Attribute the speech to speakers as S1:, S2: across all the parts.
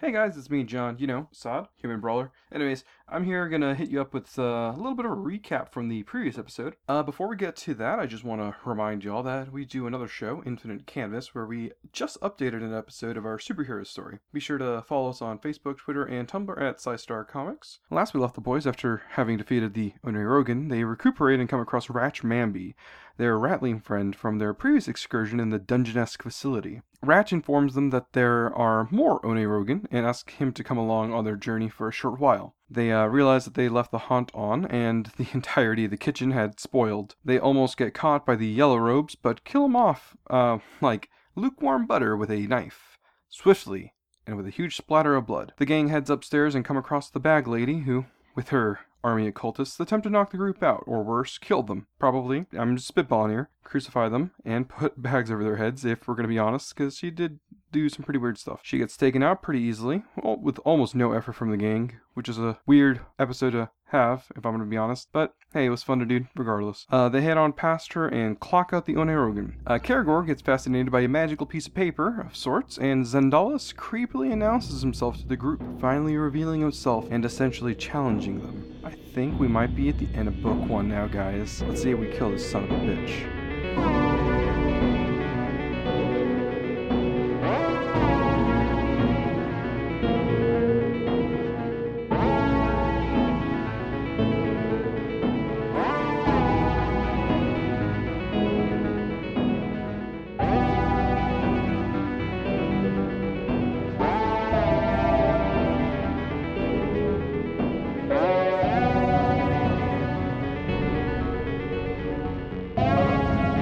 S1: Hey guys, it's me, John. You know, Sod, Human Brawler. Anyways, I'm here gonna hit you up with uh, a little bit of a recap from the previous episode. Uh, before we get to that, I just want to remind y'all that we do another show, Infinite Canvas, where we just updated an episode of our superhero story. Be sure to follow us on Facebook, Twitter, and Tumblr at SciStar Comics. Last we left the boys after having defeated the Oneirogan, they recuperate and come across Ratch Manby, their rattling friend from their previous excursion in the dungeonesque facility. Ratch informs them that there are more Oneirogan and asks him to come along on their journey for a short while. They uh, realize that they left the haunt on and the entirety of the kitchen had spoiled. They almost get caught by the yellow robes but kill 'em off uh, like lukewarm butter with a knife. Swiftly, and with a huge splatter of blood. The gang heads upstairs and come across the bag lady, who, with her army occultists, attempt to knock the group out, or worse, kill them. Probably, I'm just spitballing here, crucify them, and put bags over their heads, if we're gonna be honest, because she did do some pretty weird stuff. She gets taken out pretty easily, well, with almost no effort from the gang, which is a weird episode to have, if I'm gonna be honest. But hey, it was fun to do regardless. Uh, they head on past her and clock out the Onerogan. Uh, Karagor gets fascinated by a magical piece of paper of sorts, and Zendalis creepily announces himself to the group, finally revealing himself and essentially challenging them. I think we might be at the end of book one now, guys. Let's see if we kill this son of a bitch.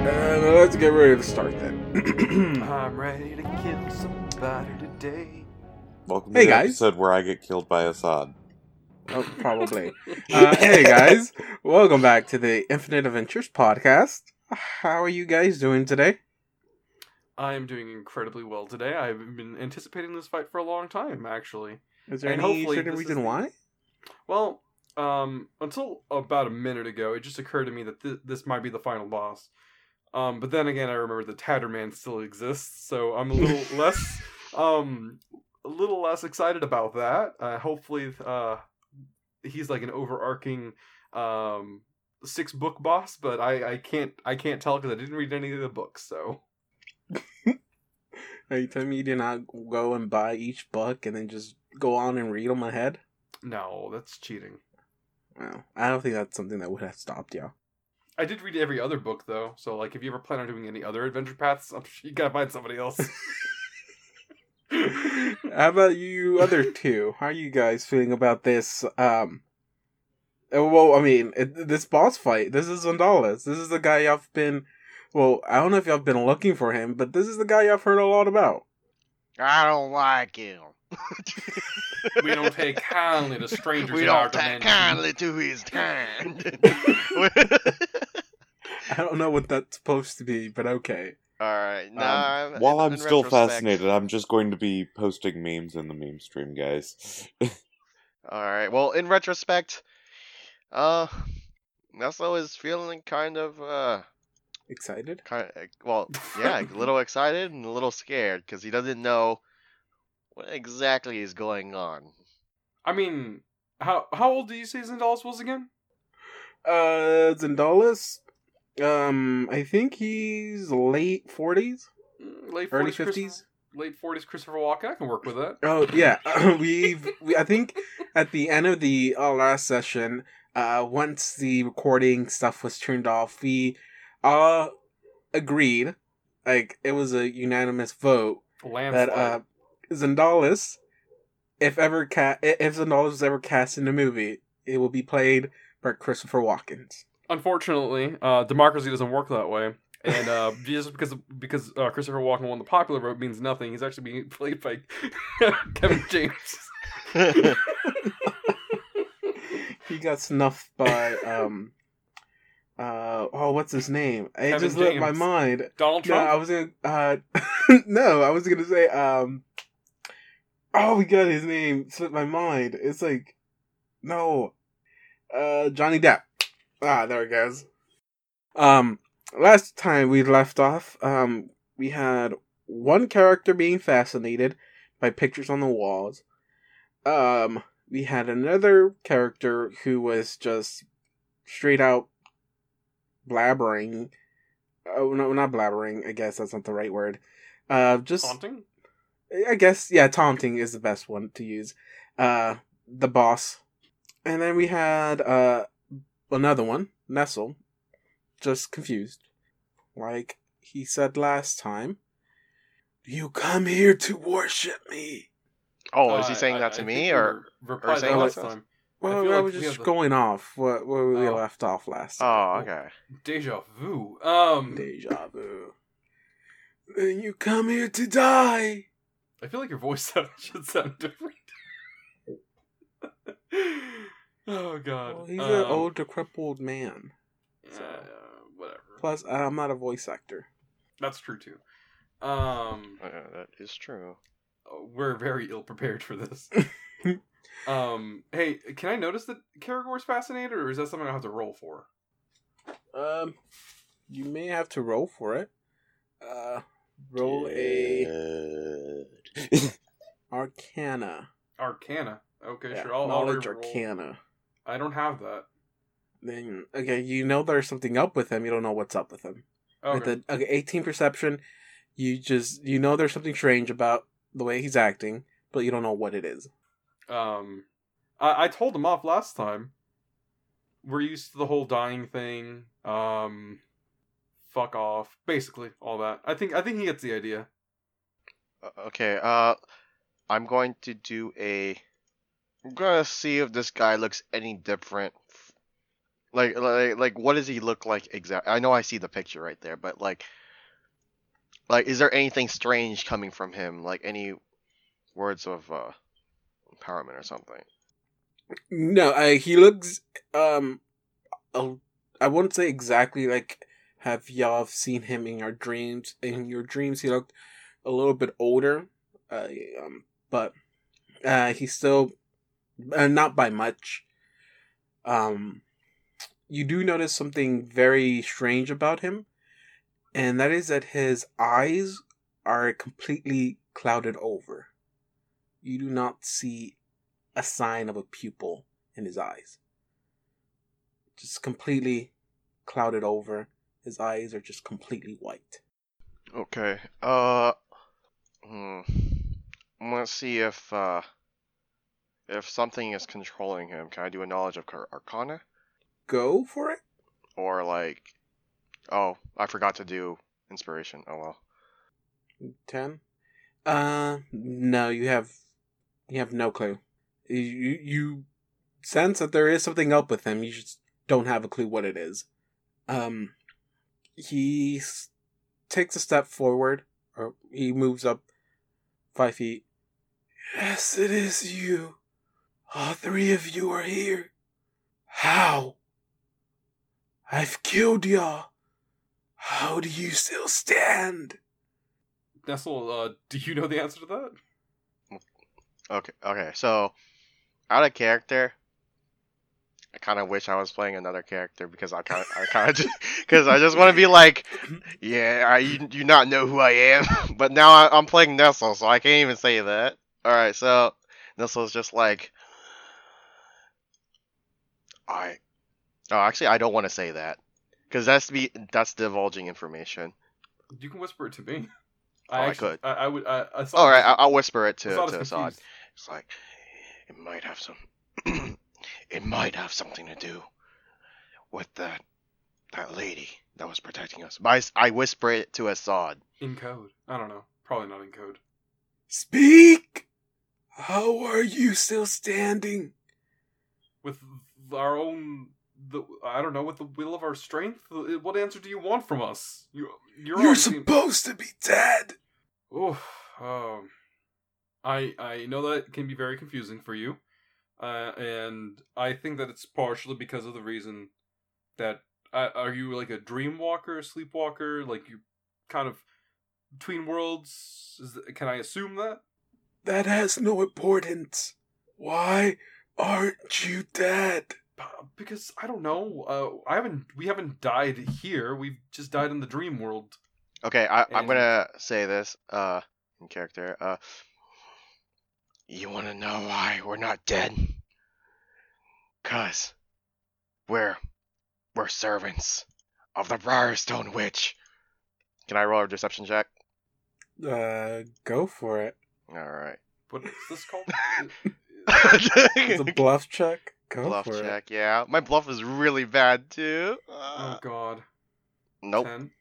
S2: And Uh, let's get ready to start then.
S1: I'm ready to kill somebody today.
S3: Welcome
S2: Hey,
S3: to the
S2: guys.
S3: episode where I get killed by Assad.
S2: oh, probably. Uh, hey guys, welcome back to the Infinite Adventures podcast. How are you guys doing today?
S1: I am doing incredibly well today. I've been anticipating this fight for a long time, actually.
S2: Is there
S1: And
S2: any
S1: hopefully
S2: certain
S1: this is
S2: reason
S1: the-
S2: why?
S1: Well, um, until about a minute ago, it just occurred to me that th- this might be the final boss. Um, but then again, I remember the Tatterman still exists, so I'm a little less, um, a little less excited about that. Uh, hopefully, uh, he's like an overarching, um, six book boss, but I, I can't I can't tell because I didn't read any of the books. So
S2: Are you telling me you did not go and buy each book and then just go on and read them ahead?
S1: no, that's cheating.
S2: Well, I don't think that's something that would have stopped you.
S1: I did read every other book though, so like if you ever plan on doing any other adventure paths, I'm sure you gotta find somebody else.
S2: How about you other two? How are you guys feeling about this? Um, uh, well, I mean, it, this boss fight. This is Zandalez. This is the guy y'all have been. Well, I don't know if y'all have been looking for him, but this is the guy y'all have heard a lot about.
S4: I don't like him.
S1: we don't take kindly to strangers
S4: We
S1: in our
S4: don't
S1: dimension.
S4: take kindly to his kind.
S2: I don't know what that's supposed to be, but okay.
S4: All right.
S3: Um,
S4: No,
S1: Uh,
S4: I'm-
S3: while I'm
S4: in
S3: still
S4: retrospect-
S3: fascinated, I'm just going to be posting memes in the meme stream, guys.
S4: All right. Well, in retrospect, uh, Nesto is feeling kind of uh,
S2: Excited?
S4: kind of, well, yeah, a little excited and a little scared because he doesn't know what exactly is going on.
S1: I mean, how how old do you say Zendalis was again?
S2: Uh, Zandalez. Um, I think he's late forties.
S1: Mm, Late
S2: Early
S1: 40s, Christopher-
S2: 50s?
S1: Late forties, Christopher Walken. I can work with that.
S2: Oh yeah, we've. We, I think at the end of the uh, last session, uh, once the recording stuff was turned off, we uh agreed, like it was a unanimous vote
S1: Landslide.
S2: that uh, Zendalus, if ever ca- if Zendalus was ever cast in a movie, it will be played by Christopher Watkins.
S1: Unfortunately, uh, democracy doesn't work that way. And uh, just because because uh, Christopher Walken won the popular vote means nothing. He's actually being played by Kevin James.
S4: Oh,
S2: He got snuffed by um, uh, oh, what's his name? It
S1: Kevin
S2: just left my
S1: James.
S2: mind.
S1: Donald
S2: No,
S1: Trump.
S2: I was gonna. Uh, no, I was gonna say. Um, oh my god, his name slipped my mind. It's like, no, uh, Johnny Depp. Ah, there it goes. Um, last time we left off, um, we had one character being fascinated by pictures on the walls, Um, we had another character who was just straight out blabbering. Oh no, not blabbering. I guess that's not the right word. Uh, just
S1: Haunting?
S2: I guess yeah, taunting is the best one to use. Uh, the boss, and then we had uh another one, Nestle, just confused, like he said last time. You come here to worship me.
S4: Oh, is he
S1: Uh,
S4: saying
S1: I-
S4: that to
S1: I
S4: me
S1: think
S4: or?
S1: we were reprising
S4: saying
S1: last
S2: that-
S1: time?
S2: Well, I,
S1: feel like
S2: was
S1: we have
S2: just
S1: the-
S2: going off what where we
S1: Oh.
S2: left off last.
S4: Oh,
S2: time.
S4: okay.
S1: Deja vu. Um,
S2: Deja vu. And you come here to die.
S1: I feel like your voice sound, should sound different. oh god.
S2: Well, he's an
S1: Um,
S2: older, crippled man.
S1: uh, whatever.
S2: Plus, I'm not a voice actor.
S1: That's true too. Um, uh,
S4: Uh, that is true.
S1: we're very ill prepared for this. um, hey, can I notice that Caragor's fascinated, or is that something I have to roll for?
S2: Um, you may have to roll for it. Uh, roll a
S3: Dude.
S2: Arcana.
S1: Arcana. Okay,
S2: Yeah,
S1: sure. I'll, I'll
S2: knowledge
S1: re-roll.
S2: Arcana.
S1: I don't have that.
S2: Then okay, you know there's something up with him. You don't know what's up with him.
S1: Okay.
S2: With the okay, 18 perception, you just you know there's something strange about the way he's acting, but you don't know what it is.
S1: Um, I, I told him off last time. We're used to the whole dying thing. Um, fuck off. Basically, all that. I think I think he gets the idea.
S4: Uh, Okay. Uh, I'm going to do a. I'm gonna see if this guy looks any different. Like, like, like, what does he look like exactly? I know I see the picture right there, but like, like, is there anything strange coming from him? Like any words of uh, empowerment or something?
S2: No, I, he looks um, a- I wouldn't say exactly like have y'all seen him in your dreams. In your dreams, he looked a little bit older, uh, um, but uh, he's still uh, not by much. Um, you do notice something very strange about him, and that is that his eyes are completely clouded over. You do not see a sign of a pupil in his eyes. Just completely clouded over. His eyes are just completely white.
S4: Okay. Uh, hmm. I'm gonna see if uh, if something is controlling him. Can I do a knowledge of Car- Arcana?
S2: Go for it.
S4: or like oh i forgot to do inspiration oh well
S2: Ten. Uh, no, you have, you have no clue. You you sense that there is something up with him. You just don't have a clue what it is. Um, he s- takes a step forward, or he moves up five feet. Yes, it is you. All three of you are here. How? I've killed y'all. How do you still stand?
S1: Nestle, uh, do you know the answer to that?
S4: okay okay so out of character i kind of wish i was playing another character because i kind of i kind of because i just want to be like yeah I, you, you not know who i am but now I, i'm playing nestle so i can't even say that all right so nestle's just like i oh actually i don't want to say that because that's be that's divulging information
S1: You can whisper it to me.
S4: Oh, I
S1: actually-
S4: could.
S1: I, I would. I, I saw.
S4: all right I, i'll whisper it to,
S1: I saw this
S4: to Assad.
S1: confused.
S4: It's like it might have some it might have something to do with that that lady that was protecting us. But I s- I, whisper it to Assad.
S1: In code. I don't know. Probably not in code.
S2: Speak! How are you still standing?
S1: With our own. The, I don't know. With the will of our strength. What answer do you want from us? You. You're.
S2: You're
S1: obviously-
S2: supposed to be dead!
S1: Oof. Um, I I know that can be very confusing for you, uh, and I think that it's partially because of the reason that uh, are you like a dream walker, a sleepwalker, like you kind of between worlds. Is th- can I assume that?
S2: That has no importance. Why aren't you dead?
S1: B- Because I don't know. Uh, I haven't. We haven't died here. We've just died in the dream world.
S4: Okay, I, I'm
S1: And-
S4: gonna say this uh in character. Uh, You want to know why we're not dead? Cause we're we're servants of the Briarstone Witch. Can I roll a deception check?
S2: Uh, go for it.
S4: All right.
S1: What is this called?
S2: It's a bluff check. Go
S4: bluff
S2: for
S4: check. Yeah, my bluff is really bad too. Uh,
S1: oh God.
S4: nope.
S1: Ten.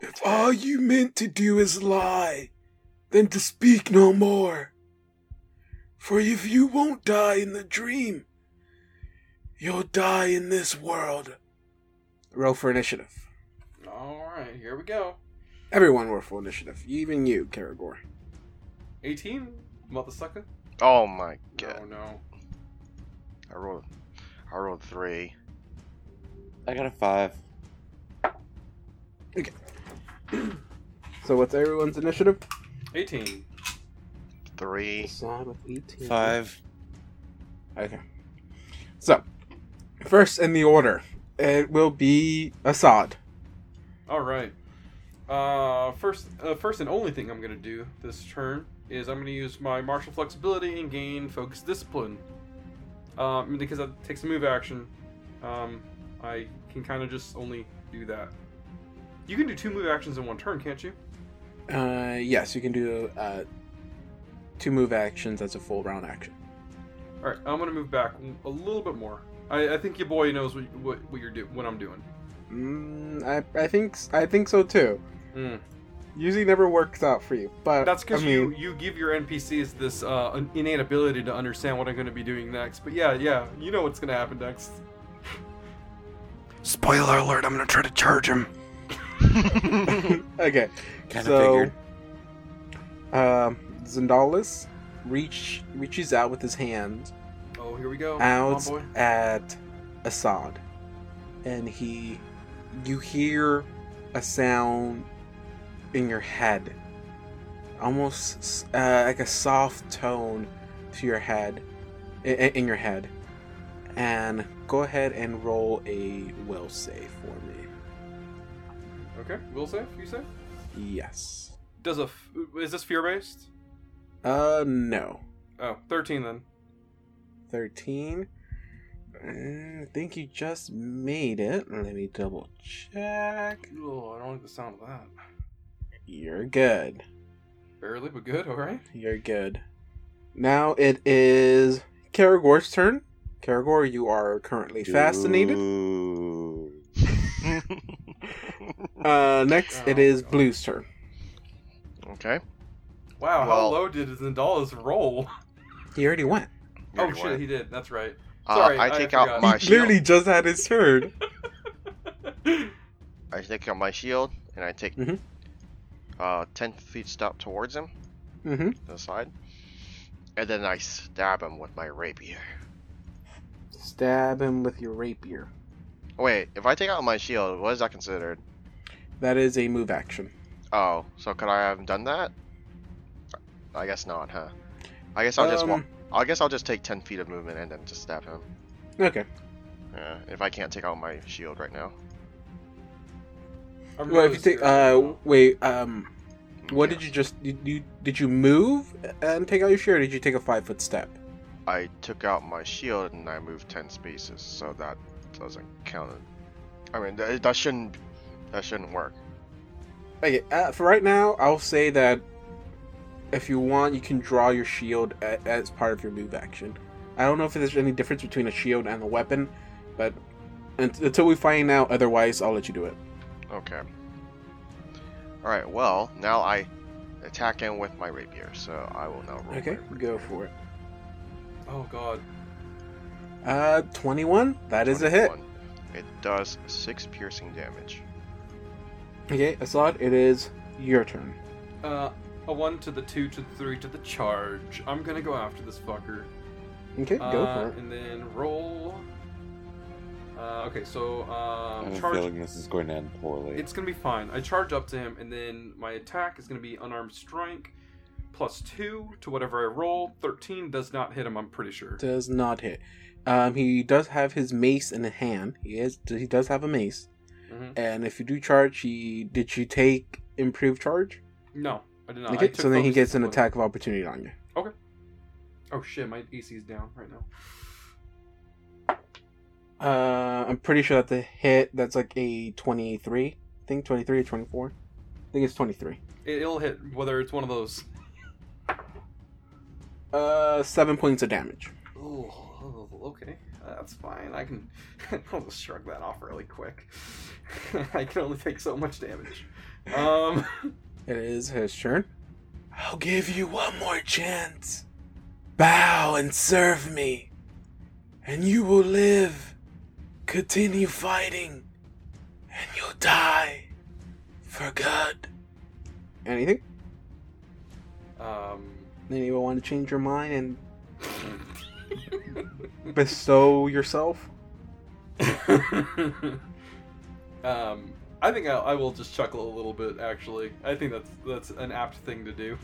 S2: it. All you meant to do is lie, then to speak no more. For if you won't die in the dream, you'll die in this world. Roll for initiative.
S1: All right, here we go.
S2: Everyone roll for initiative. Even you, Karagor.
S1: 18, mother sucker.
S4: Oh my god.
S1: Oh no.
S4: I rolled. I rolled three.
S3: I got a five.
S2: So what's everyone's initiative?
S1: 18.
S4: Three.
S2: Side with 18.
S3: Five.
S2: Okay. So, first in the order, it will be Assad.
S1: All right. Uh, first, uh, first and only thing I'm gonna do this turn is I'm gonna use my martial flexibility and gain focus discipline. Um, because that takes a move action. Um, I can kind of just only do that. You can do two move actions in one turn, can't you?
S2: Uh, yes, you can do uh, two move actions as a full round action.
S1: All right, I'm gonna move back a little bit more. I, I think your boy knows what what, what you're doing, what I'm doing.
S2: Mm, I, I think s- I think so too.
S1: Mm.
S2: Usually never works out for you, but
S1: That's
S2: I
S1: because
S2: mean,
S1: you, you give your NPCs this uh, an innate ability to understand what I'm going to be doing next. But yeah, yeah, you know what's going to happen next.
S2: spoiler alert! I'm gonna try to charge him. okay,
S3: Kind of
S2: so
S3: figured.
S2: um, Zendalis reach reaches out with his hand
S1: Oh, here we go.
S2: out
S1: Oh, boy.
S2: at Assad, and he, you hear a sound in your head, almost uh, like a soft tone to your head, i- i- in your head, and go ahead and roll a will save for me.
S1: Okay, will save. You save.
S2: Yes.
S1: Does a f- is this fear based?
S2: Uh, no.
S1: Oh, 13 then.
S2: Thirteen. Mm, I think you just made it. Let me double check.
S1: Oh, I don't like the sound of that.
S2: You're good.
S1: Barely, but good. All right.
S2: You're good. Now it is Karagor's turn. Karagor, you are currently fascinated.
S3: Ooh.
S2: Uh, next, it
S1: Oh,
S2: is
S1: God.
S2: Blue's turn.
S1: Oh,
S4: okay.
S1: Wow, how
S4: Well-
S1: low did Zendalas roll?
S2: He already went.
S1: Oh
S4: Anyway,
S1: shit, he did. That's right.
S4: uh,
S1: Sorry,
S4: I
S1: I
S4: take
S1: forgot.
S4: out my
S2: he
S4: shield.
S2: clearly just had his turn.
S4: I take out my shield and I take
S1: Mm-hmm.
S2: Mhm.
S4: uh ten feet step towards him
S2: hmm
S4: to the side, and then I stab him with my rapier.
S2: Stab him with your rapier.
S4: Wait, if I take out my shield, what is that considered?
S2: That is a move action.
S4: Oh, so could I have done that? I guess not, huh? I guess I'll just
S2: Um,
S4: walk. I guess I'll just take ten feet of movement and then just stab him.
S2: Okay.
S4: Yeah, if I can't take out my shield right now.
S1: I'm
S2: Well, if
S1: really
S2: you take.
S1: scared right
S2: Uh,
S1: now.
S2: wait. Um, what
S4: Yeah.
S2: did you just? You, you did you move and take out your shield? Or did you take a five foot step?
S4: I took out my shield and I moved 10 spaces, so that doesn't count. I mean, that, that shouldn't that shouldn't work.
S2: Okay, uh, for right now, I'll say that if you want, you can draw your shield a- as part of your move action. I don't know if there's any difference between a shield and a weapon, but un- until we find out otherwise, I'll let you do it.
S4: Okay. All right. Well, now I attack him with my rapier, so I will now roll.
S2: Okay,
S4: my-
S2: go for it.
S1: Oh god.
S2: Uh, 21? That is a hit.
S4: 21. It does six piercing damage.
S2: Okay, Assad, it is your turn.
S1: Uh, a one to the two to the three to the charge. I'm gonna go after this fucker.
S2: Okay, go
S1: Uh,
S2: for it.
S1: And then roll. Uh, okay, so
S3: I
S1: um,
S3: have a
S1: charge.
S3: feeling this is going to end poorly.
S1: It's gonna be fine. I charge up to him, and then my attack is gonna be unarmed strike, plus two to whatever I roll. Thirteen does not hit him. I'm pretty sure.
S2: Does not hit. Um, he does have his mace in hand. He is. He does have a mace.
S1: Mhm.
S2: And if you do charge, he did you take improved charge?
S1: No, I did not. I
S2: Okay,
S1: took
S2: so then he
S1: focus
S2: gets an
S1: discipline.
S2: attack of opportunity on you.
S1: Oh shit, my AC's down right now.
S2: Uh, I'm pretty sure that's a hit. That's like a 23. I think 23 or 24. I think it's 23.
S1: It, it'll hit whether it's one of those.
S2: Uh, seven points of damage.
S1: Oh, okay. That's fine. I can. I'll just shrug that off really quick. I can only take so much damage. Um.
S2: It is his turn. I'll give you one more chance. Bow and serve me, and you will live. Continue fighting, and you'll die for good. Anything?
S1: Um.
S2: Then you will want to change your mind and bestow yourself.
S1: um. I think I, I will just chuckle a little bit. Actually, I think that's that's an apt thing to do.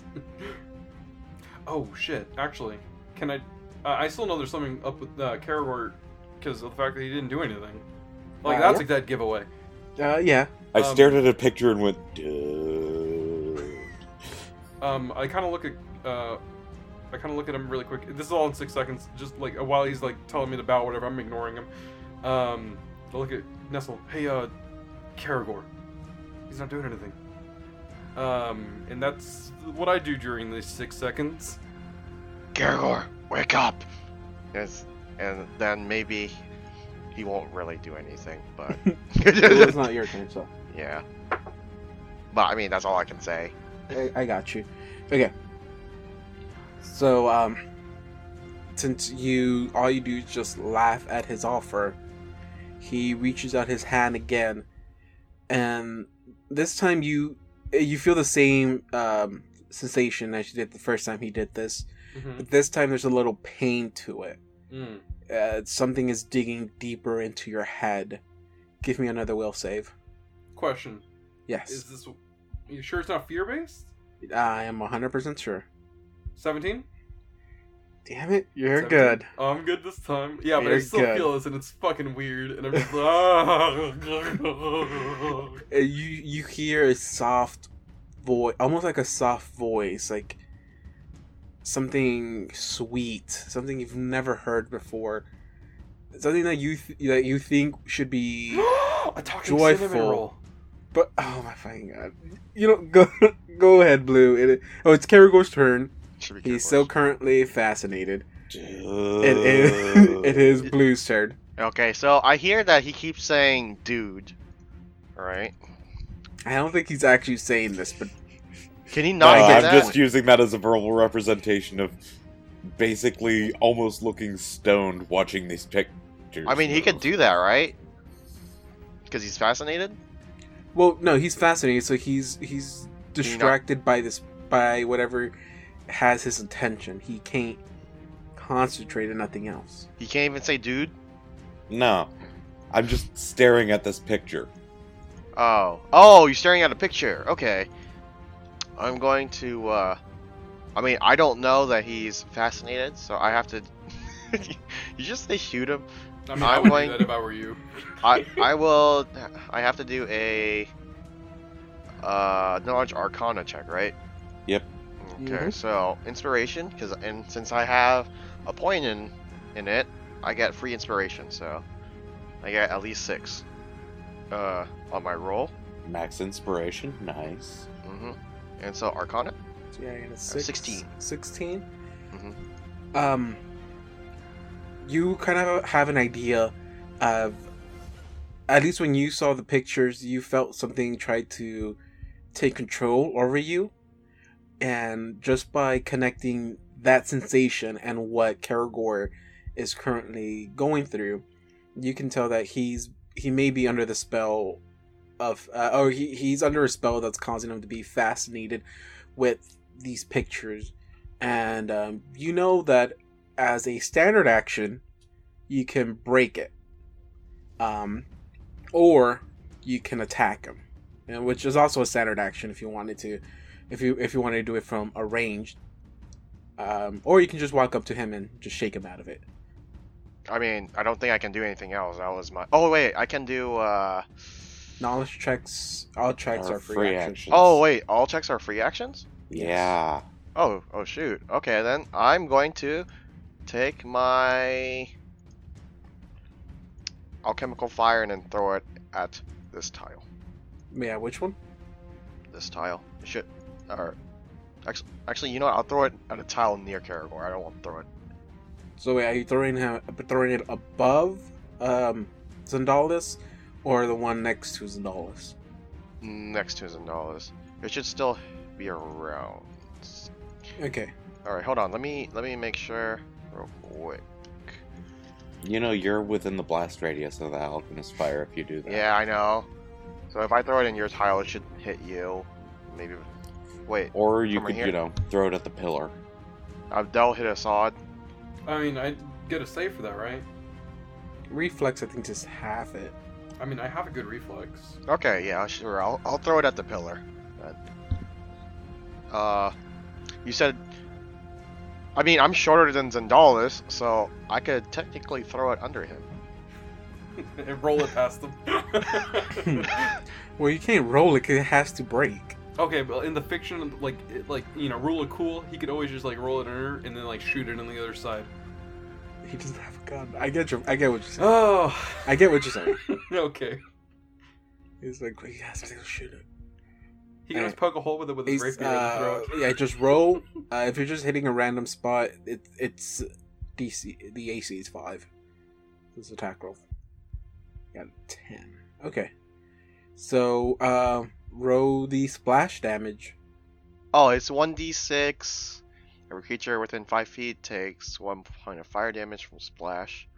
S1: oh shit! Actually, can I? Uh, I still know there's something up with uh, Caragor because of the fact that he didn't do anything. Like
S2: Uh,
S1: that's
S2: yeah.
S1: a dead giveaway.
S2: Uh, yeah.
S3: I
S1: Um,
S3: stared at a picture and went, dude.
S1: Um, I kind of look at, uh, I kind of look at him really quick. This is all in six seconds. Just like while he's like telling me to bow, whatever, I'm ignoring him. Um, I look at Nestle. Hey, uh, Caragor, he's not doing anything. Um, and that's what I do during these six seconds.
S4: Gargor, wake up! Yes, and then maybe he won't really do anything, but
S2: Well, it's not your turn, so.
S4: yeah. But I mean, that's all I can say.
S2: I, I got you. Okay. So, um, since you all you do is just laugh at his offer, he reaches out his hand again, and this time you you feel the same um, sensation as you did the first time he did this,
S1: Mm-hmm.
S2: but this time there's a little pain to it.
S1: Mm.
S2: Uh, something is digging deeper into your head. Give me another will save.
S1: Question:
S2: Yes,
S1: Is this? You sure it's not fear based?
S2: I am 100% sure.
S1: Seventeen.
S2: Damn it, you're
S1: 17?
S2: good.
S1: I'm good this time. Yeah, but I
S2: You're
S1: still
S2: good.
S1: feel this, and it's fucking weird. And I'm just like,
S2: Uh, you you hear a soft voice, almost like a soft voice, like something sweet, something you've never heard before, something that you th- that you think should be,
S1: a talking
S2: Joyful.
S1: cinnamon roll.
S2: but oh my fucking god! You know, go go ahead, Blue. It, oh, it's Caragor's turn.
S4: Should be
S2: He's so
S4: Gargor's.
S2: currently fascinated.
S3: dude.
S2: It is it is Blue's turn.
S4: Okay, so I hear that he keeps saying "dude," right?
S2: I don't think he's actually saying this, but
S4: Can he
S3: No,
S4: not get
S3: Uh, I'm
S4: that?
S3: just using that as a verbal representation of basically almost looking stoned watching these pictures.
S4: I mean, he could
S3: move.
S4: do that, right? Because he's fascinated.
S2: Well, no, he's fascinated, so he's he's
S4: you not-
S2: distracted by this by whatever has his attention. He can't concentrate on nothing else.
S4: He can't even say "dude."
S3: No. I'm just staring at this picture.
S4: Oh, oh, you're staring at a picture. Okay. I'm going to. uh I mean, I don't know that he's fascinated, so I have to. you just say shoot him.
S1: I mean,
S4: I
S1: I would
S4: like-
S1: do that if I were you.
S4: I I will. I have to do a uh knowledge arcana check, right?
S3: Yep.
S4: Okay,
S2: Mhm.
S4: so inspiration, because and since I have a point in in it, I get free inspiration, so I get at least six uh on my roll.
S3: Max inspiration. Nice.
S4: hmm And so arcana.
S2: So yeah, I got a six,
S4: 16.
S2: 16?
S4: Mhm.
S2: Um, you kind of have an idea of, at least when you saw the pictures, you felt something tried to take control over you, and just by connecting that sensation and what Karagor is currently going through, you can tell that he's he may be under the spell of uh, oh he, he's under a spell that's causing him to be fascinated with these pictures and um, you know that as a standard action you can break it um, or you can attack him and which is also a standard action if you wanted to if you if you wanted to do it from a range um, or you can just walk up to him and just shake him out of it
S4: I mean, I don't think I can do anything else. That was my. Oh wait, I can do. uh
S2: knowledge checks all checks
S3: Or
S2: are free, action.
S3: actions.
S4: Oh wait, all checks are free actions.
S2: Yes.
S3: Yeah.
S4: Oh, oh shoot. Okay, then I'm going to take my alchemical fire and then throw it at this tile.
S2: Yeah, which one?
S4: This tile. Shit. Or actually, actually, you know, what? I'll throw it at a tile near Caragor. I don't want to throw it.
S2: So wait, are you throwing him, throwing it above um, Zendalus, or the one next to Zendalus?
S4: Next to dollars. It should still be around.
S2: Okay.
S4: All right, hold on. Let me let me make sure real quick.
S3: You know, you're within the blast radius of the alchemist fire if you do that.
S4: Yeah, I know. So if I throw it in your tile, it should hit you. Maybe. Wait,
S3: Or you
S4: From
S3: could,
S4: here?
S3: you know, throw it at the pillar.
S4: Abdel hit Assad.
S1: I mean, I get a save for that, right?
S2: Reflex, I think, just half it.
S1: I mean, I have a good reflex.
S4: Okay, yeah, sure. I'll, I'll throw it at the pillar. Uh, you said. I mean, I'm shorter than Zendalis, so I could technically throw it under him.
S1: and roll it past them.
S2: Well, you can't roll it because it has to break.
S1: okay, but in the fiction, like, it, like you know, rule of cool, he could always just like roll it under and then like shoot it on the other side.
S2: He doesn't have a gun. I get your. I get what you're saying.
S1: Oh,
S2: I get what you're saying.
S1: okay.
S2: He's like, he has to shoot it.
S1: He can always poke a hole with it with his
S2: He's,
S1: rapier and throw
S2: uh,
S1: it.
S2: yeah, just roll. Uh, if you're just hitting a random spot, it, it's DC. The AC is five. This attack roll. Got a ten. Okay. So uh, roll the splash damage.
S4: Oh, it's 1d6. Every creature within 5 feet takes 1 point of fire damage from Splash.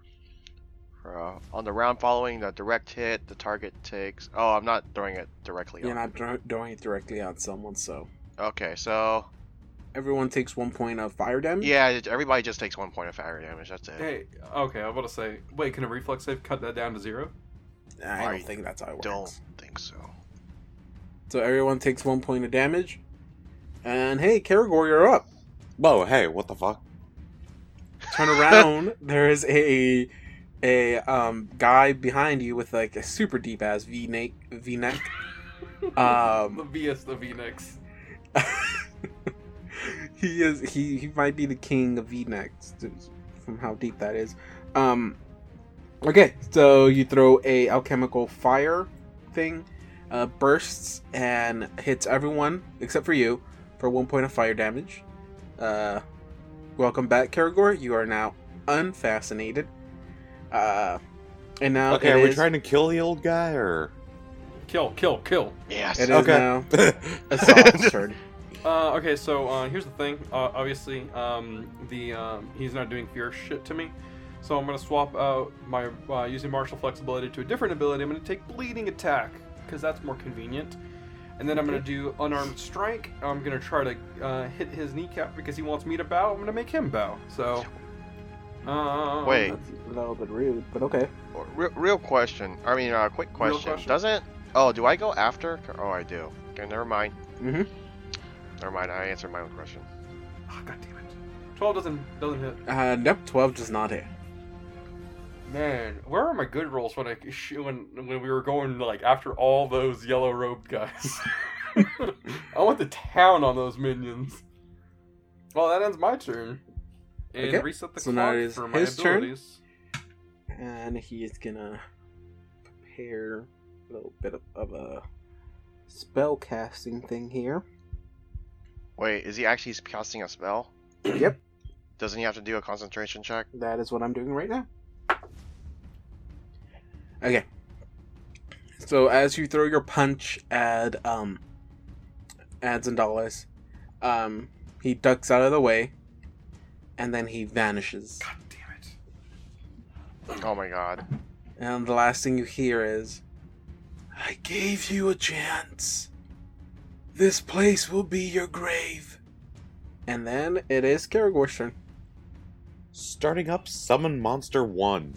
S4: Uh, on the round following the direct hit, the target takes. Oh, I'm not throwing it directly.
S2: You're
S4: on.
S2: not dro- doing it directly on someone, so
S4: Okay, so.
S2: everyone takes one point of fire damage.
S4: Yeah, it- everybody just takes 1 point of fire damage. That's it.
S1: Hey, okay, I was about to say, wait, can a reflex save cut that down to zero?
S2: I don't
S4: I
S2: think that's how it works.
S4: Don't think so.
S2: So everyone takes one point of damage. And hey, Karagor, you're up.
S3: Whoa, hey, what the fuck?
S2: Turn around. there is a a um guy behind you with like a super deep ass V neck V neck.
S1: the
S2: Um
S1: VS, the VNX.
S2: he is he he might be the king of V necks from how deep that is. Um Okay, so you throw a alchemical fire thing, uh, bursts and hits everyone except for you for one point of fire damage. Uh, welcome back, Karagor. You are now unfascinated. Uh, and now
S3: Okay,
S2: it
S3: are we
S2: is-
S3: trying to kill the old guy or?
S1: Kill, kill, kill.
S4: Yes.
S2: It is
S3: Okay.
S2: now Assad's turn.
S1: Uh, okay, so uh, here's the thing. Uh, obviously, um, the um, he's not doing fear shit to me, so I'm gonna swap out my uh, using martial flexibility to a different ability. I'm gonna take bleeding attack because that's more convenient, and then I'm gonna do unarmed strike. I'm gonna try to uh, hit his kneecap because he wants me to bow. I'm gonna make him bow. So, uh,
S4: Wait.
S2: That's a little bit rude, but okay.
S4: Oh, Real, real question. I mean, uh, quick question.
S1: question.
S4: Doesn't? Oh, do I go after? Oh, I do. Okay, never mind.
S2: Mhm.
S4: Never mind. I answered my own question.
S1: Oh, God damn it. Twelve doesn't doesn't hit.
S2: Uh, nope, 12 does not hit.
S1: Man, where are my good rolls when I when when we were going like after all those yellow robed guys? I want the town on those minions. Well, that ends my turn. And
S2: Okay,
S1: reset the
S2: so now
S1: clock
S2: it is
S1: for my
S2: his turn.
S1: abilities.
S2: and he is gonna prepare a little bit of, of a spell casting thing here.
S4: Wait, is he actually casting a spell?
S2: yep,
S4: Doesn't he have to do a concentration check?
S2: that is what I'm doing right now. Okay. So as you throw your punch at um at Zendalus, um he ducks out of the way and then he vanishes.
S1: God damn it!
S4: Oh my god.
S2: And the last thing you hear is, I gave you a chance. This place will be your grave. And then it is Karagor's turn.
S3: Starting up Summon Monster 1.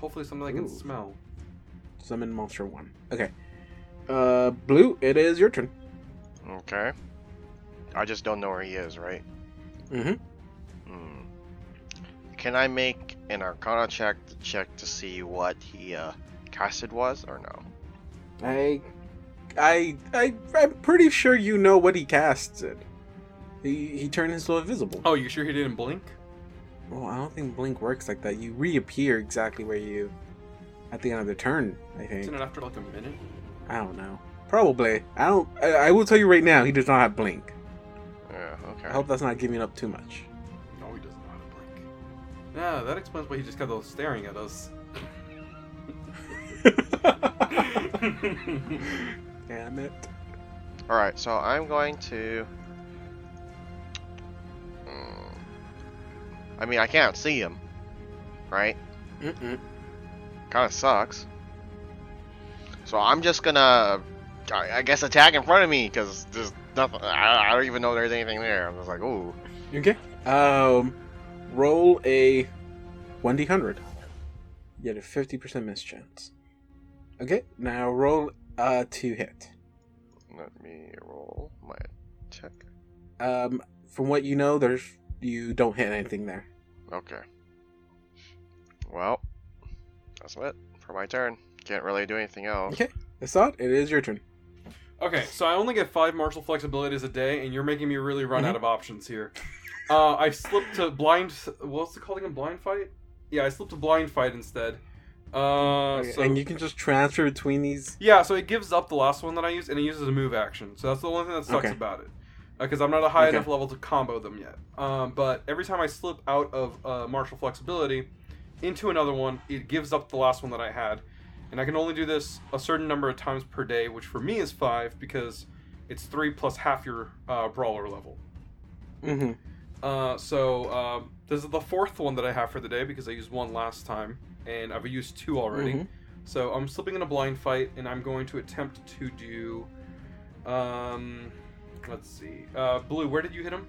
S1: Hopefully, something I can
S2: Ooh.
S1: smell.
S2: Summon Monster 1. Okay. Uh, Blue, it is your turn.
S4: Okay. I just don't know where he is, right?
S2: Mhm.
S4: Hmm. Can I make an Arcana check to check to see what he uh, casted was, or no?
S2: I. I, I, I'm pretty sure you know what he casted. He, he turned himself invisible.
S1: Oh, you sure he didn't blink?
S2: Well, I don't think blink works like that. You reappear exactly where you at the end of the turn. I think.
S1: Isn't it after like a minute?
S2: I don't know. Probably. I don't. I, I will tell you right now. He does not have blink.
S4: Yeah, okay.
S2: I hope that's not giving up too much.
S1: No, he doesn't know how to blink. Yeah, that explains why he just kept on staring at us.
S2: Damn it.
S4: All right, so I'm going to. Mm. I mean, I can't see him, right?
S2: Mm-mm.
S4: Kind of sucks. So I'm just gonna, I, I guess, attack in front of me because there's nothing. I, I don't even know there's anything there. I'm just like, ooh.
S2: You Okay. Um, roll a one d hundred. You had a fifty percent miss chance. Okay. Now roll uh to hit.
S4: Let me roll my attack.
S2: Um, from what you know, there's you don't hit anything there.
S4: Okay. Well, that's it for my turn. Can't really do anything else.
S2: Okay. Assad, it is your turn.
S1: Okay, so I only get five martial flexibilities a day, and you're making me really run
S2: Mhm.
S1: out of options here. Uh, I slipped to blind. What's it called again? Blind fight? Yeah, I slipped to blind fight instead. Uh,
S2: Okay,
S1: so,
S2: and you can just transfer between these.
S1: yeah, so it gives up the last one that I used, and it uses a move action. So that's the only thing that sucks
S2: Okay.
S1: about it, because I'm not a high
S2: Okay.
S1: enough level to combo them yet. Um, but every time I slip out of uh, martial flexibility into another one, it gives up the last one that I had, and I can only do this a certain number of times per day, which for me is five because it's three plus half your uh, brawler level.
S2: Mm-hmm.
S1: Uh, so um, this is the fourth one that I have for the day because I used one last time, and I've used two already.
S2: Mhm.
S1: So I'm slipping in a blind fight, and I'm going to attempt to do. Um, let's see. Uh, Blue, where did you hit him?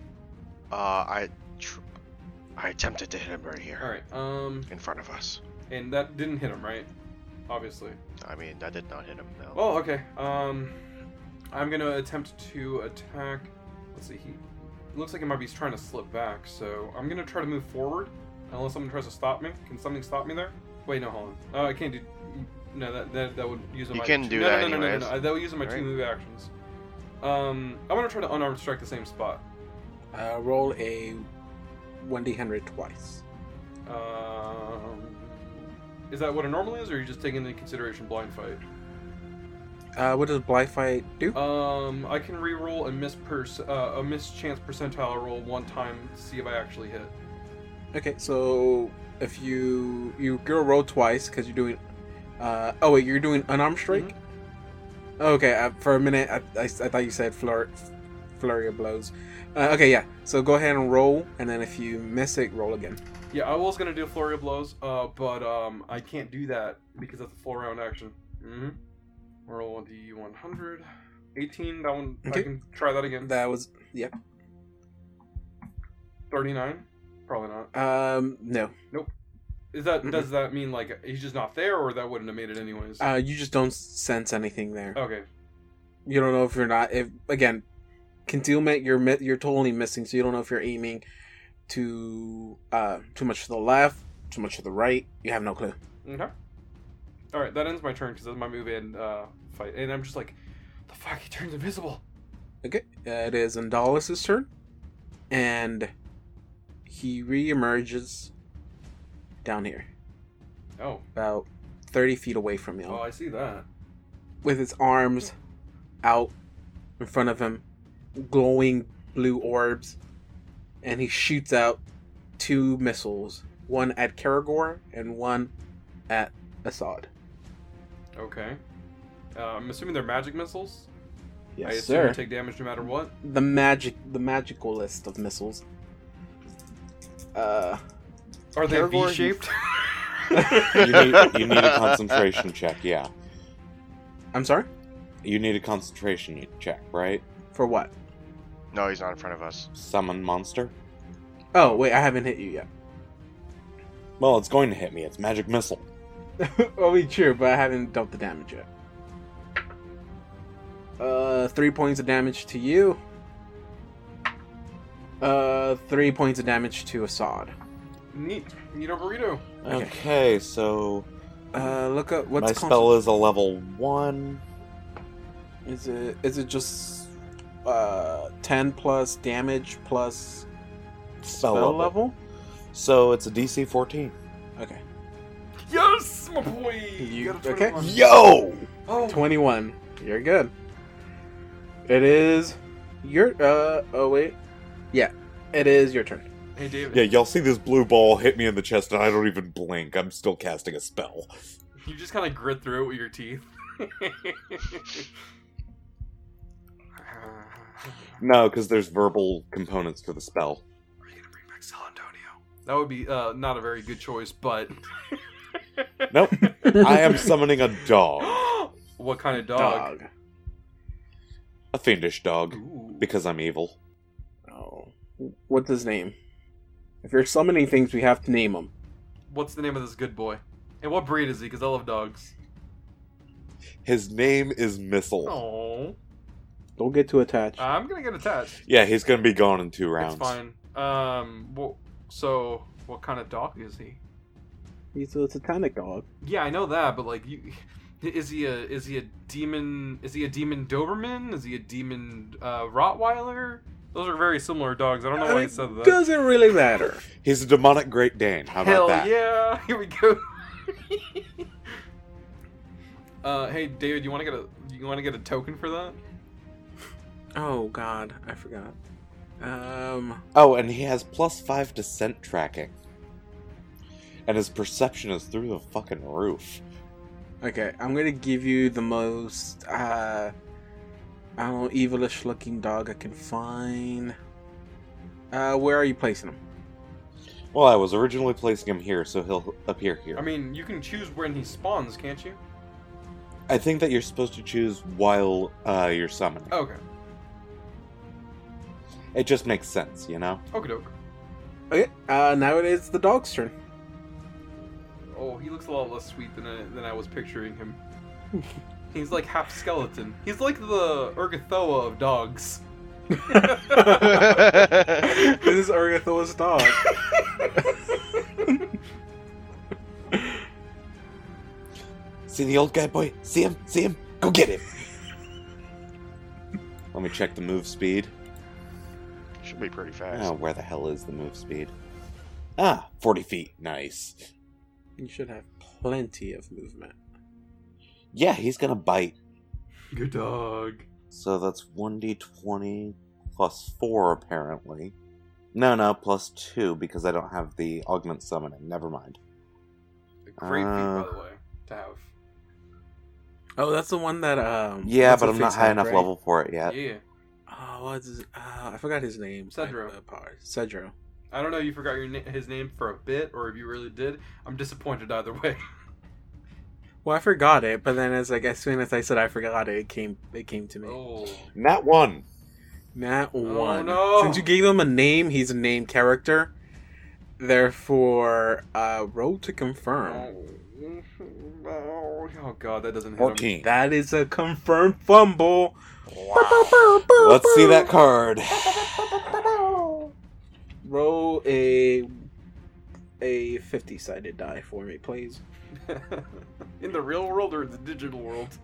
S4: Uh, I, tr- I attempted to hit him right here
S1: All right. Um,
S4: in front of us.
S1: and that didn't hit him, right? Obviously.
S4: I mean, that did not hit him. No.
S1: Oh, okay. Um, I'm gonna attempt to attack. Let's see. He looks like he might be trying to slip back, so I'm gonna try to move forward. Unless someone tries to stop me. Can something stop me there? Wait, no, hold on. Oh, I can't do. No, that that, that would use up
S4: You
S1: my.
S4: can
S1: two-
S4: do
S1: no,
S4: that
S1: no, no, no, no, no,
S4: anyways.
S1: no. That would use up my
S4: Alright.
S1: two move actions. Um, I'm gonna try to unarmed strike the same spot.
S2: Uh, roll a one d hundred twice.
S1: Um, is that what it normally is, or are you just taking into consideration blind fight?
S2: Uh, what does blind fight do?
S1: Um, I can re-roll a miss per uh, a miss chance percentile roll one time to see if I actually hit.
S2: Okay, so if you you girl roll twice because you're doing, uh, oh wait, you're doing unarmed strike. Okay, uh, for a minute I, I, I thought you said flur, flurry of blows. Uh, okay, yeah. So go ahead and roll, and then if you miss it, roll again.
S1: Yeah, I was gonna do a flurry of blows, uh, but um, I can't do that because that's a full round action. Mm-hmm. Roll the 100, 18. That one I
S2: Okay.
S1: can try that again.
S2: That was
S1: 39, probably not.
S2: um no.
S1: Is that
S2: Mm-mm.
S1: does that mean like he's just not there, or that wouldn't have made it anyways?
S2: Mm-hmm. Uh, you just don't sense anything there.
S1: okay,
S2: You don't know if you're not if again, concealment. You're mi- you're totally missing, so you don't know if you're aiming too uh too much to the left, too much to the right. You have no clue.
S1: Okay. All right, that ends my turn because that's my move and uh, fight, and I'm just like, the fuck, he turns invisible.
S2: Okay, uh, it is Andalus's turn, and he reemerges down here,
S1: Oh,
S2: about thirty feet away from you,
S1: oh, I see that.
S2: with his arms out in front of him, glowing blue orbs, and he shoots out two missiles, one at Karagor and one at Assad.
S1: Okay. Uh, I'm assuming they're magic missiles. I assume they take damage no matter what.
S2: the magic, the magical list of missiles. Uh.
S1: Are they
S2: Caragor,
S1: V shaped?
S3: You need, you need a concentration check, yeah.
S2: I'm sorry?
S3: You need a concentration check, right?
S2: For what?
S4: No, he's not in front of us.
S3: Summon monster?
S2: Oh, wait, I haven't hit you yet.
S3: Well, it's going to hit me. It's magic missile.
S2: oh, wait, true, but I haven't dealt the damage yet. Uh, three points of damage to you. Uh, three points of damage to Assad.
S1: Neat. Need a burrito.
S2: Okay.
S3: Okay, so
S2: Uh, look up what's
S3: my
S2: con-
S3: spell is a level one.
S2: Is it is it just uh, 10 plus damage plus spell,
S3: Spell level.
S2: level.
S3: So it's a DC 14.
S2: Okay.
S1: Yes, my boy.
S2: You-
S1: got a
S2: okay.
S1: 21.
S3: Yo!
S1: Oh,
S2: 21. You're good. It is your uh oh wait. Yeah. It is your turn.
S1: hey David.
S3: Yeah, y'all see this blue ball hit me in the chest and I don't even blink. I'm still casting a spell.
S1: You just kind of grit through it with your teeth.
S3: No, because there's verbal components to the spell.
S1: Are you gonna bring back San Antonio? That would be uh, not a very good choice, but
S3: Nope. I am summoning a dog.
S1: what kind of dog?
S2: Dog.
S3: A fiendish dog.
S1: Ooh.
S3: Because I'm evil.
S2: Oh. What's his name? If you're summoning things, we have to name them.
S1: What's the name of this good boy? And what breed is he? Because I love dogs.
S3: His name is Missile.
S1: Oh,
S2: Don't get too attached.
S1: I'm gonna get attached.
S3: Yeah, he's gonna be gone in two rounds.
S1: It's fine. Um, well, so what kind of dog is he?
S2: He's a satanic dog.
S1: Yeah, I know that, but like, you, is he a is he a demon? Is he a demon Doberman? Is he a demon uh, Rottweiler? Those are very similar dogs. I don't know why I
S2: it
S1: said that.
S2: doesn't really matter.
S3: He's a demonic Great Dane. How about
S1: Hell
S3: that?
S1: yeah! Here we go. uh, hey David, you want to get a you want to get a token for that?
S2: Oh God, I forgot. Um.
S3: Oh, and he has plus five descent tracking. And his perception is through the fucking roof.
S2: Okay, I'm gonna give you the most uh, I don't know, evilish looking dog I can find. Uh, where are you placing him?
S3: Well, I was originally placing him here, so he'll appear here.
S1: I mean, you can choose when he spawns, can't you?
S3: I think that you're supposed to choose while uh, you're summoning.
S1: Okay,
S3: It just makes sense, you know?
S1: okay, doke.
S2: Okay, uh, now it is the dog's turn.
S1: Oh, he looks a lot less sweet than I, than I was picturing him. He's like half skeleton. He's like the Urgathoa of dogs.
S2: this is Argathoa's dog.
S3: See the old guy, boy? See him? See him? Go get him! Let me check the move speed.
S4: Should be pretty fast.
S3: Oh, where the hell is the move speed? Ah, 40 feet. Nice.
S2: you should have plenty of movement.
S3: Yeah, he's gonna bite.
S1: Good dog.
S3: So that's 1d20 plus 4, apparently. No, no, plus 2 because I don't have the augment summoning. Never mind.
S1: A Great feat, by
S3: Uh.
S1: the way, to have.
S2: Oh, that's the one that um.
S3: Yeah,
S2: that's
S3: but
S2: a
S3: I'm not
S2: fixed
S3: high
S2: up,
S3: enough
S2: right?
S3: level for it yet.
S1: Yeah,
S2: Oh, what's his, uh, I forgot his name.
S1: Cedro.
S2: I- uh, par- Cedro.
S1: I don't know. if You forgot your na- his name for a bit, or if you really did. I'm disappointed either way.
S2: Well, I forgot it, but then as like as soon as I said I forgot it, it came it came to me.
S1: Oh,
S3: Not one.
S2: Not
S1: Oh,
S2: one.
S1: no.
S2: Since you gave him a name, he's a named character. Therefore, uh, roll to confirm.
S1: oh, oh god, that doesn't hit him.
S3: 14.
S2: That is a confirmed fumble.
S3: Let's see that card.
S2: Roll a a fifty sided die for me, please.
S1: in the real world or the digital world?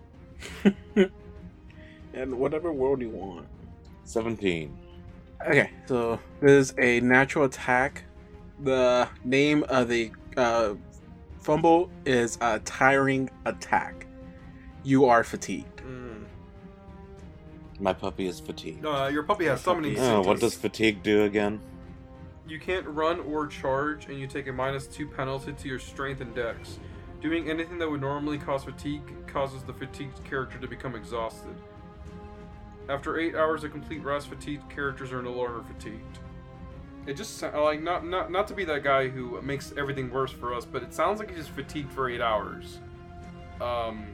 S2: And whatever world you want.
S3: 17.
S2: Okay, so this is a natural attack. The name of the uh, fumble is a tiring attack. You are fatigued.
S1: Mm.
S3: My puppy is fatigued.
S2: Oh,
S1: Uh, your puppy has summoning
S2: Your
S3: Oh,
S1: symptoms.
S3: what does fatigue do again?
S1: You can't run or charge, and you take a minus two penalty to your strength and dex. Doing anything that would normally cause fatigue causes the fatigued character to become exhausted. After eight hours of complete rest, fatigued characters are no longer fatigued. It just sou- like not not not to be that guy who makes everything worse for us, but it sounds like he's just fatigued for eight hours, um,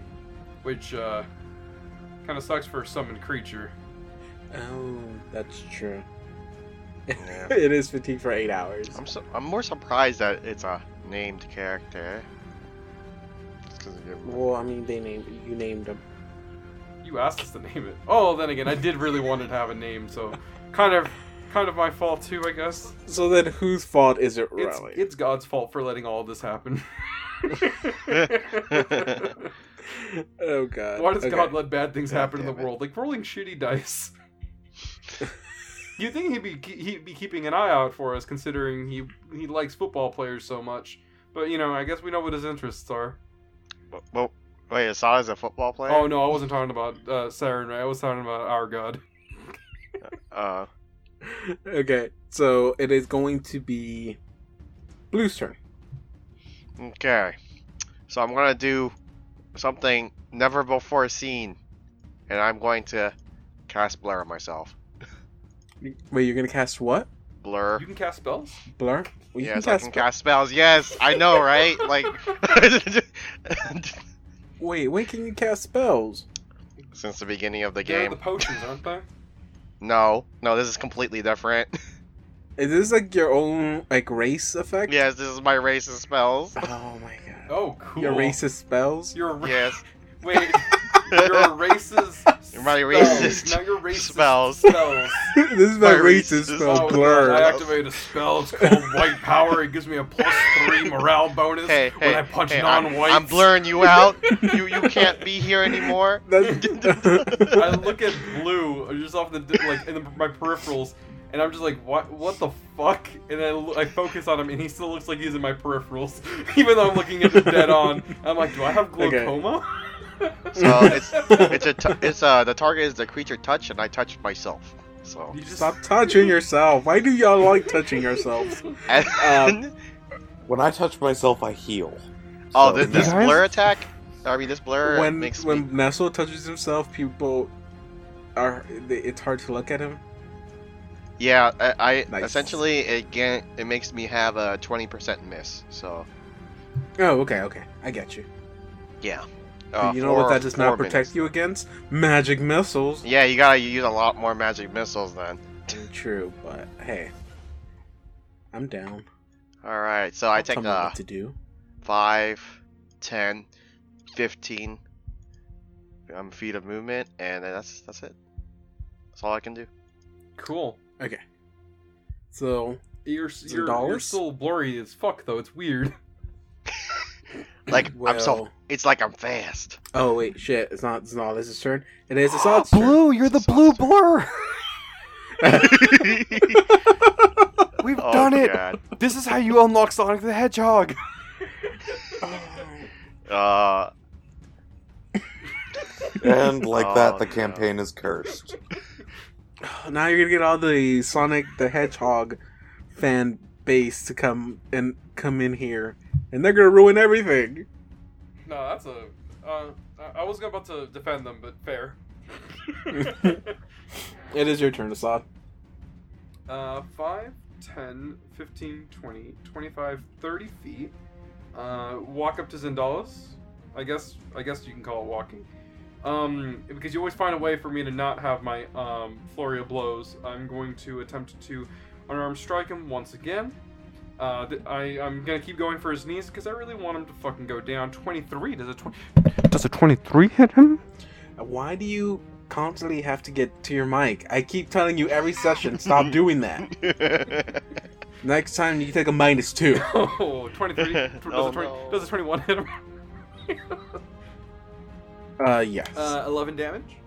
S1: which uh, kind of sucks for a summoned creature.
S2: Oh, that's true.
S4: Yeah.
S2: it is fatigued for eight hours.
S4: I'm su- I'm more surprised that it's a named character. Just 'cause of your-
S2: Well, I mean, they named you named him.
S1: You asked us to name it. Oh, then again, I did really want it to have a name, so kind of, kind of my fault too, I guess.
S2: So then, whose fault is it
S1: It's,
S2: really?
S1: it's God's fault for letting all this happen. Why
S2: oh God!
S1: does
S2: Okay. Oh,
S1: God let bad things happen in the
S2: Damn it.
S1: world? Like rolling shitty dice. You think he'd be ke- he'd be keeping an eye out for us, considering he he likes football players so much. But you know, I guess we know what his interests are.
S4: Well, wait, Asad is a football player.
S1: Oh no, I wasn't talking about uh, Saren Ray. I was talking about our god.
S4: Uh,
S2: okay, so it is going to be Blue's turn.
S4: okay. So I'm gonna do something never before seen, and I'm going to cast blur on myself.
S2: Wait, you're gonna cast what?
S4: Blur.
S1: You can cast spells.
S2: Blur? Well, you
S4: yes, I can
S2: spell-
S4: cast spells. Yes, I know, right? like,
S2: Wait, when can you cast spells?
S4: since the beginning of the
S1: They're the
S4: game.
S1: potions, aren't they?
S4: No, no, this is completely different.
S2: Is this like your own like race effect?
S4: yes, this is my racist spells.
S2: Oh my god.
S1: Oh, cool.
S2: Your racist spells?
S1: You're a ra-
S4: Yes.
S1: Wait, you're a racist.
S4: You're my
S1: spells.
S4: racist
S1: No, you're racist
S4: spells.
S1: Spells.
S2: this is my
S4: My
S2: racist
S4: racist-
S2: spell,
S1: Oh,
S2: Blur.
S1: God, I activated a spell. It's called White Power. It gives me a plus three morale bonus
S4: Hey,
S1: when
S4: hey,
S1: I punch
S4: hey, I'm-
S1: non-white.
S4: I'm blurring you out. You you can't be here anymore.
S1: Oh,
S2: That's-
S1: I look at blue uh, just off the di- like in the, my peripherals, and I'm just like, what? What the fuck? And I, lo- I focus on him, and he still looks like he's in my peripherals, even though I'm looking at him dead on. I'm like, do I have
S2: Okay.
S1: glaucoma?
S4: So it's it's a t- it's uh the target is the creature touch, and I touched myself. So
S1: You just-
S2: Stop touching yourself. Why do y'all like touching yourselves?
S4: and,
S2: Um,
S3: When I touch myself, I heal.
S4: oh
S3: So-
S4: this, this
S2: guys-
S4: blur attack. I mean this blur
S2: when
S4: makes
S2: when
S4: me.
S2: Nestle touches himself, people are they, it's hard to look at him.
S4: Yeah, I, I
S2: Nice.
S4: essentially it gan- it makes me have a twenty percent miss. So
S2: Oh, okay, okay, I get you.
S4: yeah.
S2: But
S4: Uh,
S2: you know what?
S4: four-
S2: That does not
S4: four
S2: protect
S4: minutes.
S2: you against magic missiles.
S4: Yeah, you gotta use a lot more magic missiles then.
S2: True, but hey, I'm down.
S4: All right, so I
S2: Don't tell
S4: take
S2: me what
S4: uh
S2: to do.
S4: 5, 10, 15 um, feet of movement, and then that's that's it. That's all I can do.
S1: cool.
S2: So
S1: You're,
S2: Some
S1: you're, you're
S2: dollars?
S1: still blurry as fuck though. It's weird.
S4: Like I'm so.
S2: well-
S4: It's like I'm fast.
S2: Oh wait, shit! It's not. It's not Liz's turn. It is Asad's turn.
S5: you're
S4: the blue
S5: blur. We've
S4: Oh, God.
S5: This is how you unlock Sonic the Hedgehog.
S4: Uh,
S3: And like
S4: Oh,
S3: that, the
S4: no.
S3: campaign is cursed.
S2: Now you're gonna get all the Sonic the Hedgehog fan base to come and come in here, and they're gonna ruin everything.
S1: No, that's a. Uh, I- I was about to defend them, but fair.
S2: It is your turn, Asad.
S1: Uh, 5, 10, 15, 20, 25, 30 feet. Uh, walk up to Zendalis. I guess I guess you can call it walking. Um, because you always find a way for me to not have my um, flurry of blows. I'm going to attempt to unarmed strike him once again. Uh, th- I, I'm gonna keep going for his knees because I really want him to fucking go down. 23. Does a 20? Does a 23 hit him?
S2: Uh, Why do you constantly have to get to your mic? I keep telling you every session, stop doing that.
S4: Uh,
S2: Next time you take a minus two.
S1: Oh, 23. Does,
S4: Oh,
S1: a 20,
S4: no.
S1: does a 21 hit him?
S2: Uh, yes.
S1: Uh, 11 damage.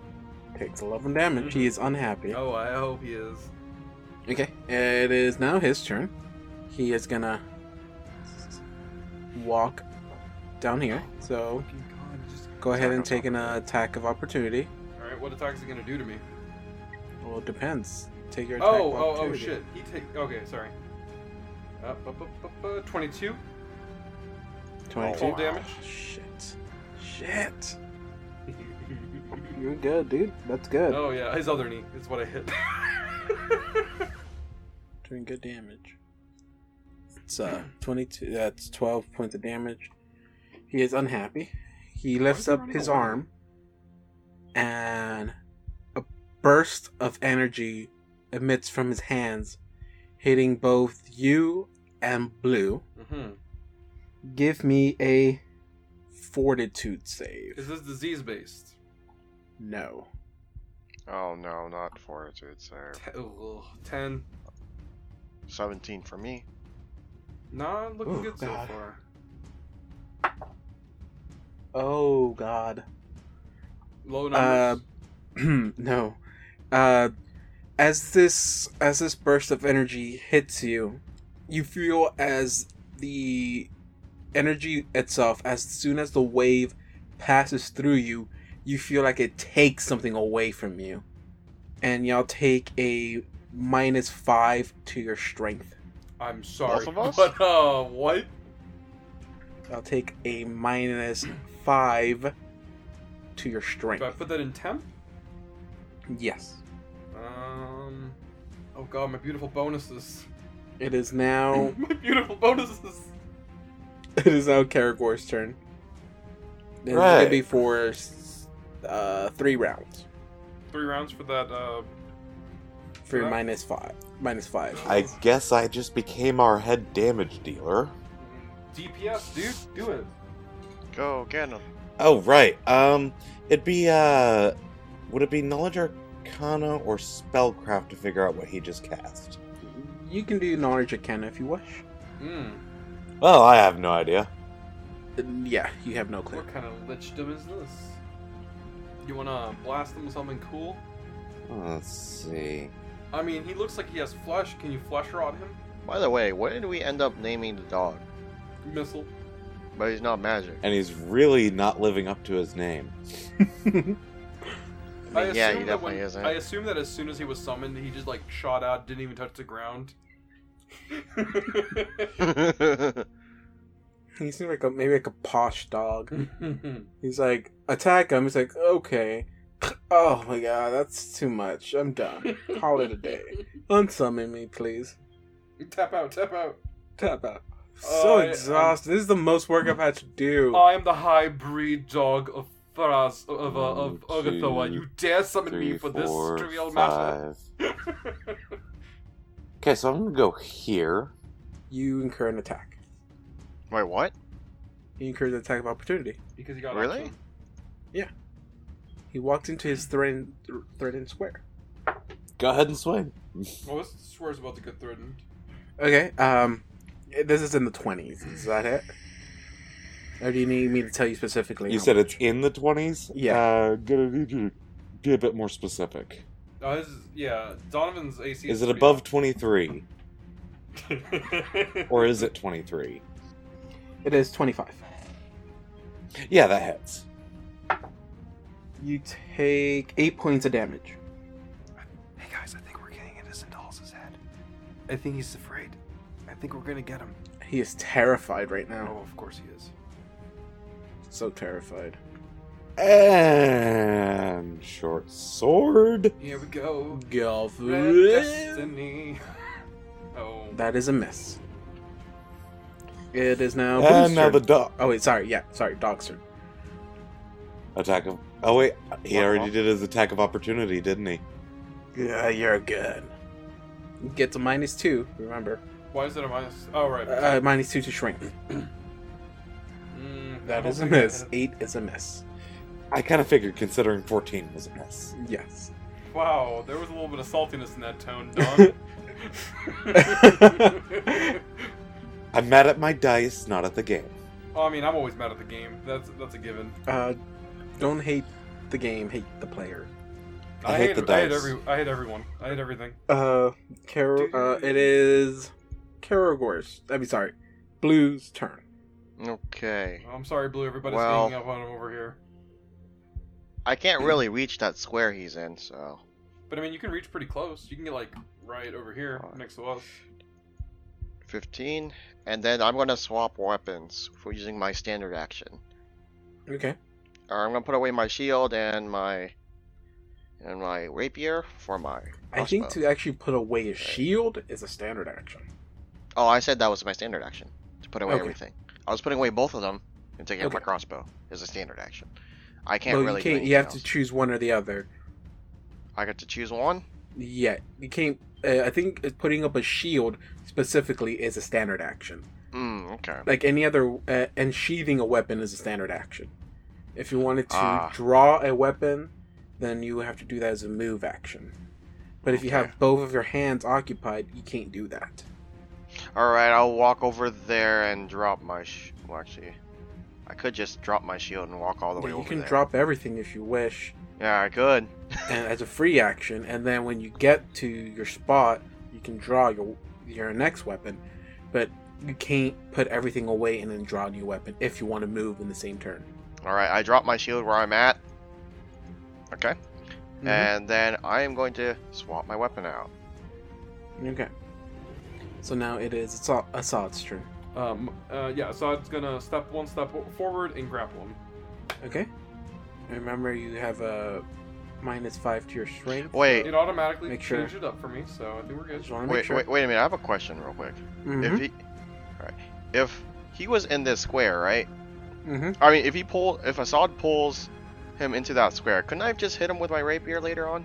S2: Takes 11 damage. He is unhappy.
S1: Oh, I hope he is.
S2: Okay, it is now his turn. He is gonna walk down here. So go ahead and take an uh, attack of opportunity.
S1: All right, what attack is he gonna do to me?
S2: Well, it depends. Take your attack
S1: Oh,
S2: of
S1: oh, oh,
S2: opportunity.
S1: shit! He take. Okay, sorry. Uh, bu- bu- bu- bu- Twenty-two.
S2: 22
S1: Full damage.
S2: Shit. Shit. You're good, dude. That's good.
S1: oh yeah, his other knee is what I hit.
S2: Doing good damage. It's uh twenty-two. That's twelve points of damage. He is unhappy. He lifts
S1: he
S2: up
S1: running
S2: his
S1: away?
S2: arm, and a burst of energy emits from his hands, hitting both you and Blue.
S1: mm-hmm.
S2: Give me a fortitude save.
S1: Is this disease-based?
S2: No.
S4: oh no, not fortitude, sir.
S1: Te- ugh, Ten.
S4: Seventeen for me.
S1: Not looking
S2: Ooh,
S1: good so
S2: God.
S1: far.
S2: Oh God.
S1: Low numbers.
S2: Uh, no. Uh, as this as this burst of energy hits you, you feel as the energy itself, as soon as the wave passes through you, you feel like it takes something away from you. And y'all take a minus five to your strength.
S1: I'm sorry.
S4: Both of us?
S1: But, uh, what?
S2: I'll take a minus five to your strength.
S1: Do I put that in temp?
S2: Yes.
S1: Um. Oh god, my beautiful bonuses.
S2: It is
S4: Oh.
S2: now
S1: my beautiful bonuses.
S2: it is now Karagor's turn. It's gonna
S3: Right.
S2: be for s- uh, three rounds
S1: Three rounds for that, uh.
S2: for
S1: Right.
S2: minus five. Minus five.
S3: I guess I just became our head damage dealer.
S1: DPS, dude. Do it.
S4: Go get him.
S3: Oh right. Um, it'd be uh, would it be knowledge arcana or spellcraft to figure out what he just cast?
S2: You can do knowledge arcana if you wish.
S1: Hmm.
S3: Well, I have no idea.
S2: Yeah, you have no clue.
S1: What kind of lichdom is this? You wanna blast him with something cool?
S3: Let's see.
S1: I mean, he looks like he has flesh. Can you flesh rod him?
S4: By the way, what did we end up naming the dog?
S1: Missile.
S4: But he's not magic.
S3: And he's really not living up to his name.
S4: I mean, yeah, he
S1: assume that when-
S4: definitely isn't.
S2: eh?
S1: I assume that as soon as he was summoned, he just like shot out, didn't even touch the ground.
S2: He seems like a maybe like a posh dog. He's like, attack him. He's like, okay. Oh my god, that's too much. I'm done. Call it a day. Unsummon me, please.
S1: tap out, tap out.
S2: Tap out. So
S1: I-
S2: exhausted. This is the most work I've had to do.
S1: I am the high breed dog of Faraz of uh, of
S3: One, two,
S1: Ogathoa. You dare summon
S3: Three,
S1: me for this
S3: four,
S1: trivial matter?
S3: five. Okay, so I'm gonna go here.
S2: you incur an attack.
S4: Wait, what?
S2: You incur an attack of opportunity.
S1: because he got
S4: Really?
S1: action.
S2: He walked into his threatened, threatened square.
S3: Go ahead and swing.
S1: Well, this swear's about to get threatened.
S2: Okay, um, this is in the 20s. Is that it? Or do you need me to tell you specifically?
S3: You
S2: how
S3: said
S2: much?
S3: it's in the twenties.
S2: Yeah.
S3: Uh, gonna need you to be a bit more specific.
S1: Oh, this is, yeah, Donovan's AC.
S3: Is it
S1: pretty
S3: above twenty three
S1: high.
S3: or is it twenty three?
S2: It is 25.
S3: Yeah, that hits.
S2: You take 8 points of damage.
S5: Hey guys, I think we're getting into Sindal's head. I think he's afraid. I think we're gonna get him.
S2: He is terrified right now.
S1: oh, of course he is.
S2: So terrified.
S3: And short sword.
S1: Here we go. Red
S2: That
S1: destiny. Oh,
S2: is a miss. It is now. Boo's
S3: And Ah, now
S2: turn.
S3: the dog
S2: Oh wait, sorry. Yeah, sorry. Dog's turn.
S3: attack of. Oh wait, he
S4: What?
S3: already did his attack of opportunity, didn't he?
S2: Yeah, you're good. Gets a minus two. Remember,
S1: why is it a minus? Oh, right.
S2: uh, minus two to shrink.
S1: Mm,
S2: That
S1: I
S2: is a
S1: don't think
S2: miss.
S1: I hit.
S2: Eight is a miss.
S3: I kind of figured, considering fourteen was a miss.
S2: Yes.
S1: Wow, there was a little bit of saltiness in that tone, Don.
S3: I'm mad at my dice, not at the game.
S1: oh, I mean, I'm always mad at the game. That's that's a given.
S2: Uh, don't hate the game. Hate the player.
S3: I hate the
S1: I hate
S3: dice.
S1: every. I hate everyone. I hate everything.
S2: Uh, Carol. Uh, it is Caragor's. I mean, sorry. Blue's turn.
S4: Okay.
S1: I'm sorry, Blue. Everybody's
S4: Well.
S1: hanging up on him over here.
S4: I can't really reach that square he's in, so.
S1: But I mean, you can reach pretty close. You can get like right over here next to us.
S4: 15. And then I'm gonna swap weapons for using my standard action.
S2: Okay.
S4: Or I'm gonna put away my shield and my. and my rapier for my.
S2: I think
S4: crossbow.
S2: to actually put away a shield is a standard action.
S4: Oh, I said that was my standard action. To put away
S2: Okay.
S4: everything. I was putting away both of them and taking out my
S2: Okay.
S4: crossbow is a standard action. I can't
S2: Well,
S4: really.
S2: you
S4: do
S2: can't.
S4: anything
S2: You have
S4: else.
S2: to choose one or the other.
S4: I got to choose one?
S2: Yeah, you can't. Uh, I think it's putting up a shield specifically is a standard action.
S4: Mm, okay.
S2: Like any other, uh, and sheathing a weapon is a standard action. If you wanted to
S4: Ah.
S2: draw a weapon, then you would have to do that as a move action. But if you
S4: Okay.
S2: have both of your hands occupied, you can't do that.
S4: Alright, I'll walk over there and drop my. Sh- well, actually, I could just drop my shield and walk all the
S2: Yeah,
S4: way
S2: you
S4: over
S2: can
S4: there.
S2: drop everything if you wish.
S4: Yeah, good.
S2: and as a free action. And then when you get to your spot, you can draw your your next weapon, but you can't put everything away and then draw a new weapon if you want to move in the same turn.
S4: All right, I drop my shield where I'm at. Okay.
S2: Mhm.
S4: And then I am going to swap my weapon out.
S2: Okay. So now it is Assa- Assad's turn.
S1: Um, uh, yeah, Assad's gonna step one step o- forward and grapple him.
S2: Okay. Remember, you have a minus five to your strength.
S4: Wait,
S1: It automatically
S2: Make
S1: changed
S2: sure.
S1: it up for me, so I think we're
S2: I
S1: good.
S2: just want to make
S4: wait,
S2: sure.
S4: wait, wait a minute. I have a question, real quick.
S2: Mhm,
S4: If he, all right, if he was in this square, right?
S2: mhm.
S4: I mean, if he pulled, if Assad pulls him into that square, couldn't I have just hit him with my rapier later on?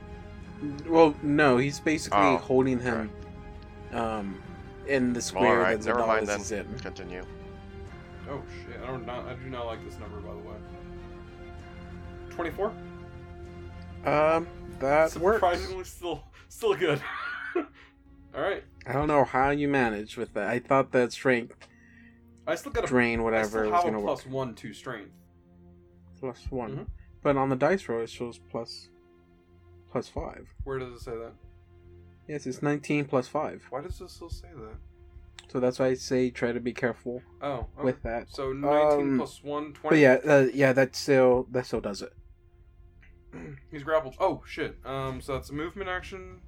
S2: Well, no, he's basically
S4: Oh,
S2: holding him, um, in the
S4: All
S2: square
S4: right,
S2: that
S4: never mind
S2: Zadalis
S4: then.
S2: is in.
S4: Continue.
S1: Oh shit! I don't not, I do not like this number, by the way. Twenty-four.
S2: Um, that works.
S1: Surprisingly, still still good. All right,
S2: I don't know how you managed with that. I thought that strength
S1: I still got a
S2: drain,
S1: I
S2: whatever,
S1: still
S2: was
S1: have
S2: gonna
S1: a
S2: work.
S1: plus one to strength.
S2: Plus one.
S1: Mhm.
S2: But on the dice roll, it shows plus plus five.
S1: Where does it say that?
S2: Yes, it's nineteen plus five.
S1: Why does it still say that?
S2: So that's why I say try to be careful
S1: Oh, okay.
S2: with that.
S1: so nineteen
S2: um,
S1: plus one, 20.
S2: But yeah, uh, yeah, that still that still does it.
S1: He's grappled. Oh shit. Um, so that's a movement action.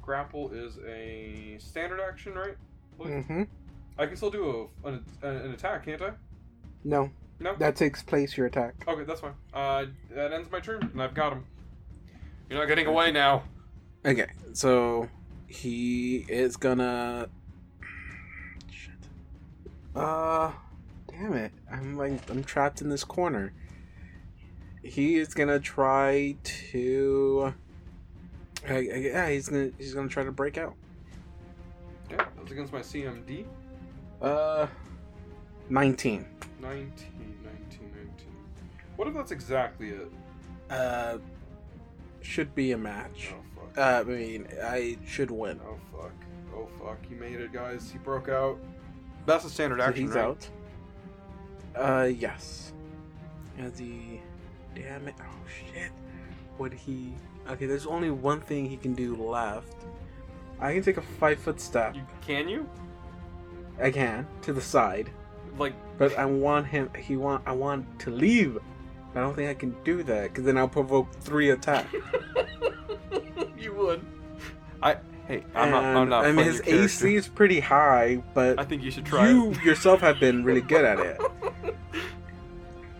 S1: Grapple is a standard action, right?
S2: Mm-hmm.
S1: I can still do a, an, an attack, can't I?
S2: No,
S1: No.
S2: that takes place your attack.
S1: Okay, that's fine. Uh, that ends my turn, and I've got him. You're not getting away now.
S2: Okay, so he is gonna. Shit. Uh, damn it! I'm like I'm trapped in this corner. He is gonna try to. I, I, yeah, he's gonna he's gonna try to break out.
S1: Yeah, that's against my CMD.
S2: Uh, nineteen.
S1: 19, 19, 19. What if that's exactly it?
S2: Uh, should be a match.
S1: Oh fuck.
S2: Uh, I mean, I should win.
S1: Oh fuck. Oh fuck. He made it, guys. He broke out. That's a standard
S2: So
S1: action,
S2: he's
S1: right?
S2: out. Uh, yes. As he, damn it! Oh shit! Would he? Okay, there's only one thing he can do left. I can take a five foot step.
S1: You, can you?
S2: I can to the side,
S1: Like,
S2: but I want him. He want. I want to leave. But I don't think I can do that because then I'll provoke three attacks.
S1: you would. I. Hey, I'm not. I'm
S2: And,
S1: not.
S2: I mean,
S1: playing
S2: his
S1: your character.
S2: AC is pretty high,
S1: I
S2: but
S1: think you should try.
S2: you
S1: it.
S2: yourself have been really good at it.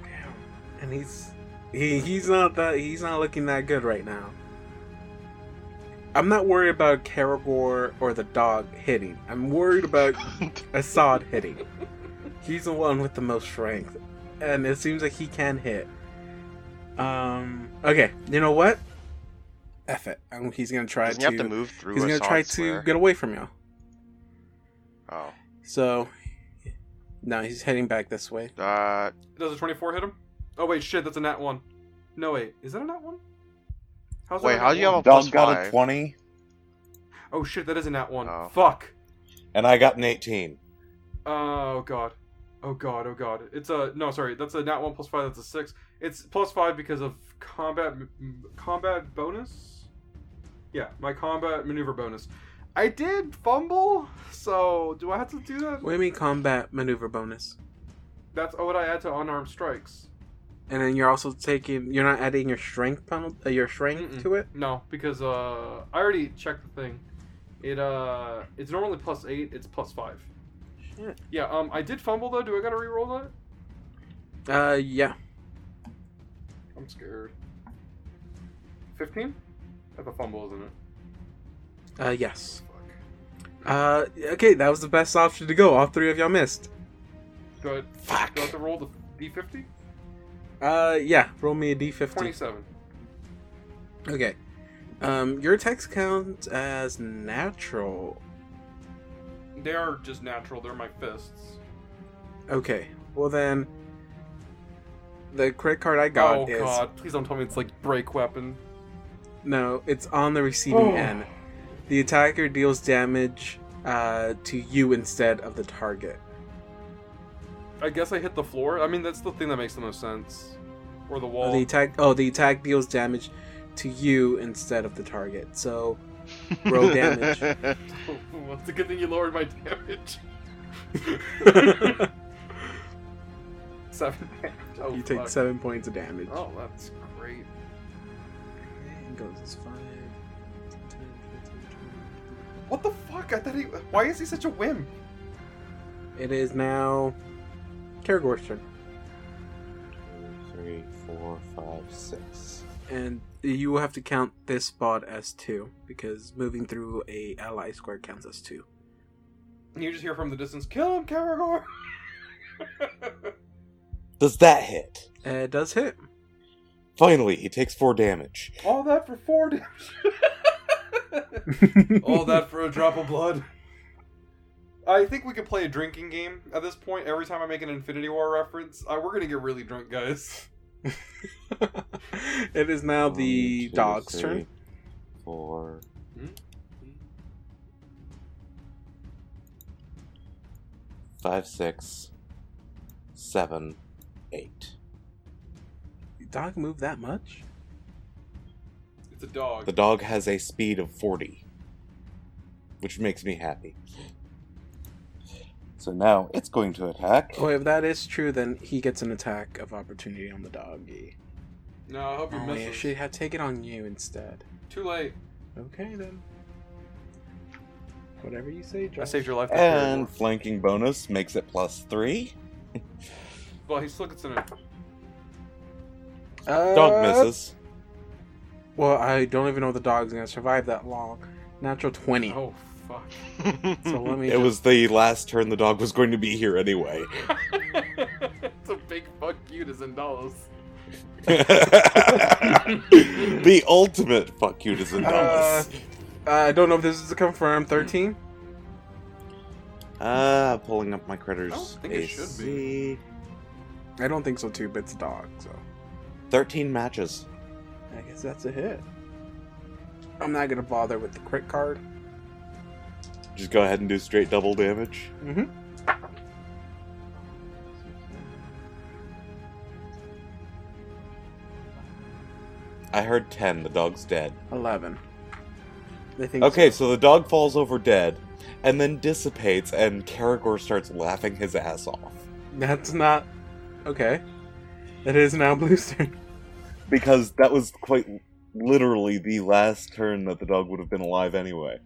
S2: Damn. And he's he, he's not that he's not looking that good right now. I'm not worried about Karagor or the dog hitting. I'm worried about Assad hitting. He's the one with the most strength. And it seems like he can hit. Um okay, you know what? F it. Um, he's gonna try
S4: Doesn't
S2: to,
S4: he have to move through?
S2: He's gonna
S4: Assad's
S2: try to
S4: square?
S2: get away from you.
S4: Oh.
S2: So now he's heading back this way.
S4: Uh,
S1: Does a 24 hit him? Oh wait, shit. That's a nat one. No wait, is that a nat one? How's that
S4: Wait,
S1: a nat
S4: how do you have
S1: one?
S4: a
S3: Dog
S4: plus
S3: got a
S4: five.
S3: 20,
S1: Oh shit, that is a nat one.
S4: Oh.
S1: Fuck.
S3: and I got an 18.
S1: Oh god. Oh god, oh god. It's a no, sorry. That's a nat 1 plus 5, that's a 6. It's plus 5 because of combat m- m- combat bonus. Yeah, my combat maneuver bonus. I did fumble, so do I have to do that?
S2: What do you mean combat maneuver bonus?
S1: That's what I add to unarmed strikes.
S2: And then you're also taking you're not adding your strength penalty uh, your strength
S1: Mm-mm.
S2: to it.
S1: No, because uh I already checked the thing. It uh it's normally plus 8, it's plus 5.
S2: Shit.
S1: Yeah, um I did fumble though. Do I got to reroll that?
S2: Uh yeah.
S1: I'm scared. 15? That's a fumble, isn't it?
S2: Uh yes.
S1: Fuck.
S2: Uh okay, that was the best option to go. All three of y'all missed.
S1: Do I,
S2: Fuck.
S1: do I have to roll the d50?
S2: Uh yeah, roll me a D fifty.
S1: 27.
S2: Okay. Um your attacks count as natural.
S1: They are just natural. They're my fists.
S2: Okay. Well then the credit card I got
S1: oh,
S2: is
S1: God. Please don't tell me it's like break weapon.
S2: no, it's on the receiving end. The attacker deals damage uh, to you instead of the target.
S1: I guess I hit the floor. I mean, that's the thing that makes the most sense. or the wall.
S2: Oh, the attack. Oh, the attack deals damage to you instead of the target. So Roll damage.
S1: Once again, then you lowered my damage. Seven. Oh,
S2: you take
S1: fuck.
S2: seven points of damage.
S1: Oh, that's great.
S2: And goes as five. 10, 15, 20.
S1: What the fuck? I thought he. Why is he such a whim?
S2: It is now Karagor's turn,
S3: Two, three, four, five, six.
S2: and you will have to count this spot as two because moving through a ally square counts as two.
S1: And you just hear from the distance, "Kill him, Karagor!"
S3: Does that hit?
S2: Uh, it does hit.
S3: Finally, he takes four damage.
S1: All that for four damage. All Oh, that for a drop of blood. I think we could play a drinking game at this point. Every time I make an Infinity War reference, uh, we're gonna get really drunk, guys.
S2: it is now
S3: Oh,
S2: the
S3: One, two,
S2: dog's
S3: three,
S2: turn.
S3: Four.
S1: Hmm?
S3: Five, six, seven, eight.
S2: Dog move that much?
S1: It's a dog.
S3: The dog has a speed of 40, which makes me happy. So now it's going to attack.
S2: Oh, if that is true, then he gets an attack of opportunity on the doggy.
S1: No, I hope you
S2: Oh,
S1: miss
S2: I
S1: it.
S2: should have taken on you instead.
S1: Too late.
S2: Okay then. Whatever you say, Josh.
S1: I saved your life. that
S3: And
S1: Karagor.
S3: flanking bonus makes it plus three.
S1: well, he still gets an.
S2: Uh,
S3: Dog misses.
S2: Well, I don't even know if the dog's gonna survive that long. Natural twenty.
S1: Oh fuck.
S2: So let me.
S3: It
S2: just-
S3: was the last turn the dog was going to be here anyway.
S1: it's a big fuck you to Zendalos.
S3: the ultimate fuck you to Zendalus.
S2: Uh, I don't know if this is confirmed. Thirteen.
S3: Uh, pulling up my critters.
S1: I don't think it should
S3: AC.
S2: I don't think so too, but it's a dog, so
S3: 13 matches.
S2: I guess that's a hit. I'm not gonna bother with the crit card.
S3: Just go ahead and do straight double damage.
S2: Mm-hmm.
S3: I heard 10. The dog's dead.
S2: Eleven. I think.
S3: Okay, so the dog falls over dead and then dissipates, and Karagor starts laughing his ass off.
S2: That's not okay. It is now Blue's turn.
S3: Because that was quite literally the last turn that the dog would have been alive anyway.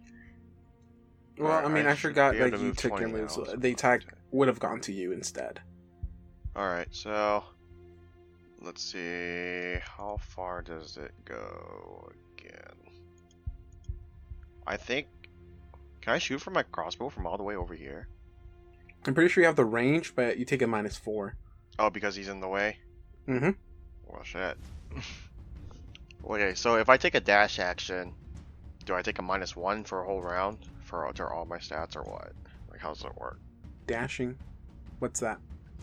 S2: Well, I mean, I,
S4: should
S2: forgot
S4: be able
S2: that
S4: to
S2: you
S4: move
S2: took your
S4: 20 now,
S2: moves.
S4: so-
S2: the attack would have gone to you instead.
S4: All right, so let's see how far does it go again? I think can I shoot from my crossbow from all the way over here?
S2: I'm pretty sure you have the range, but you take a minus four.
S4: Oh, because he's in the way.
S2: Mhm.
S4: Well, shit. okay, so if I take a dash action, do I take a minus one for a whole round for to all my stats or what? Like, how does it work?
S2: Dashing. What's that?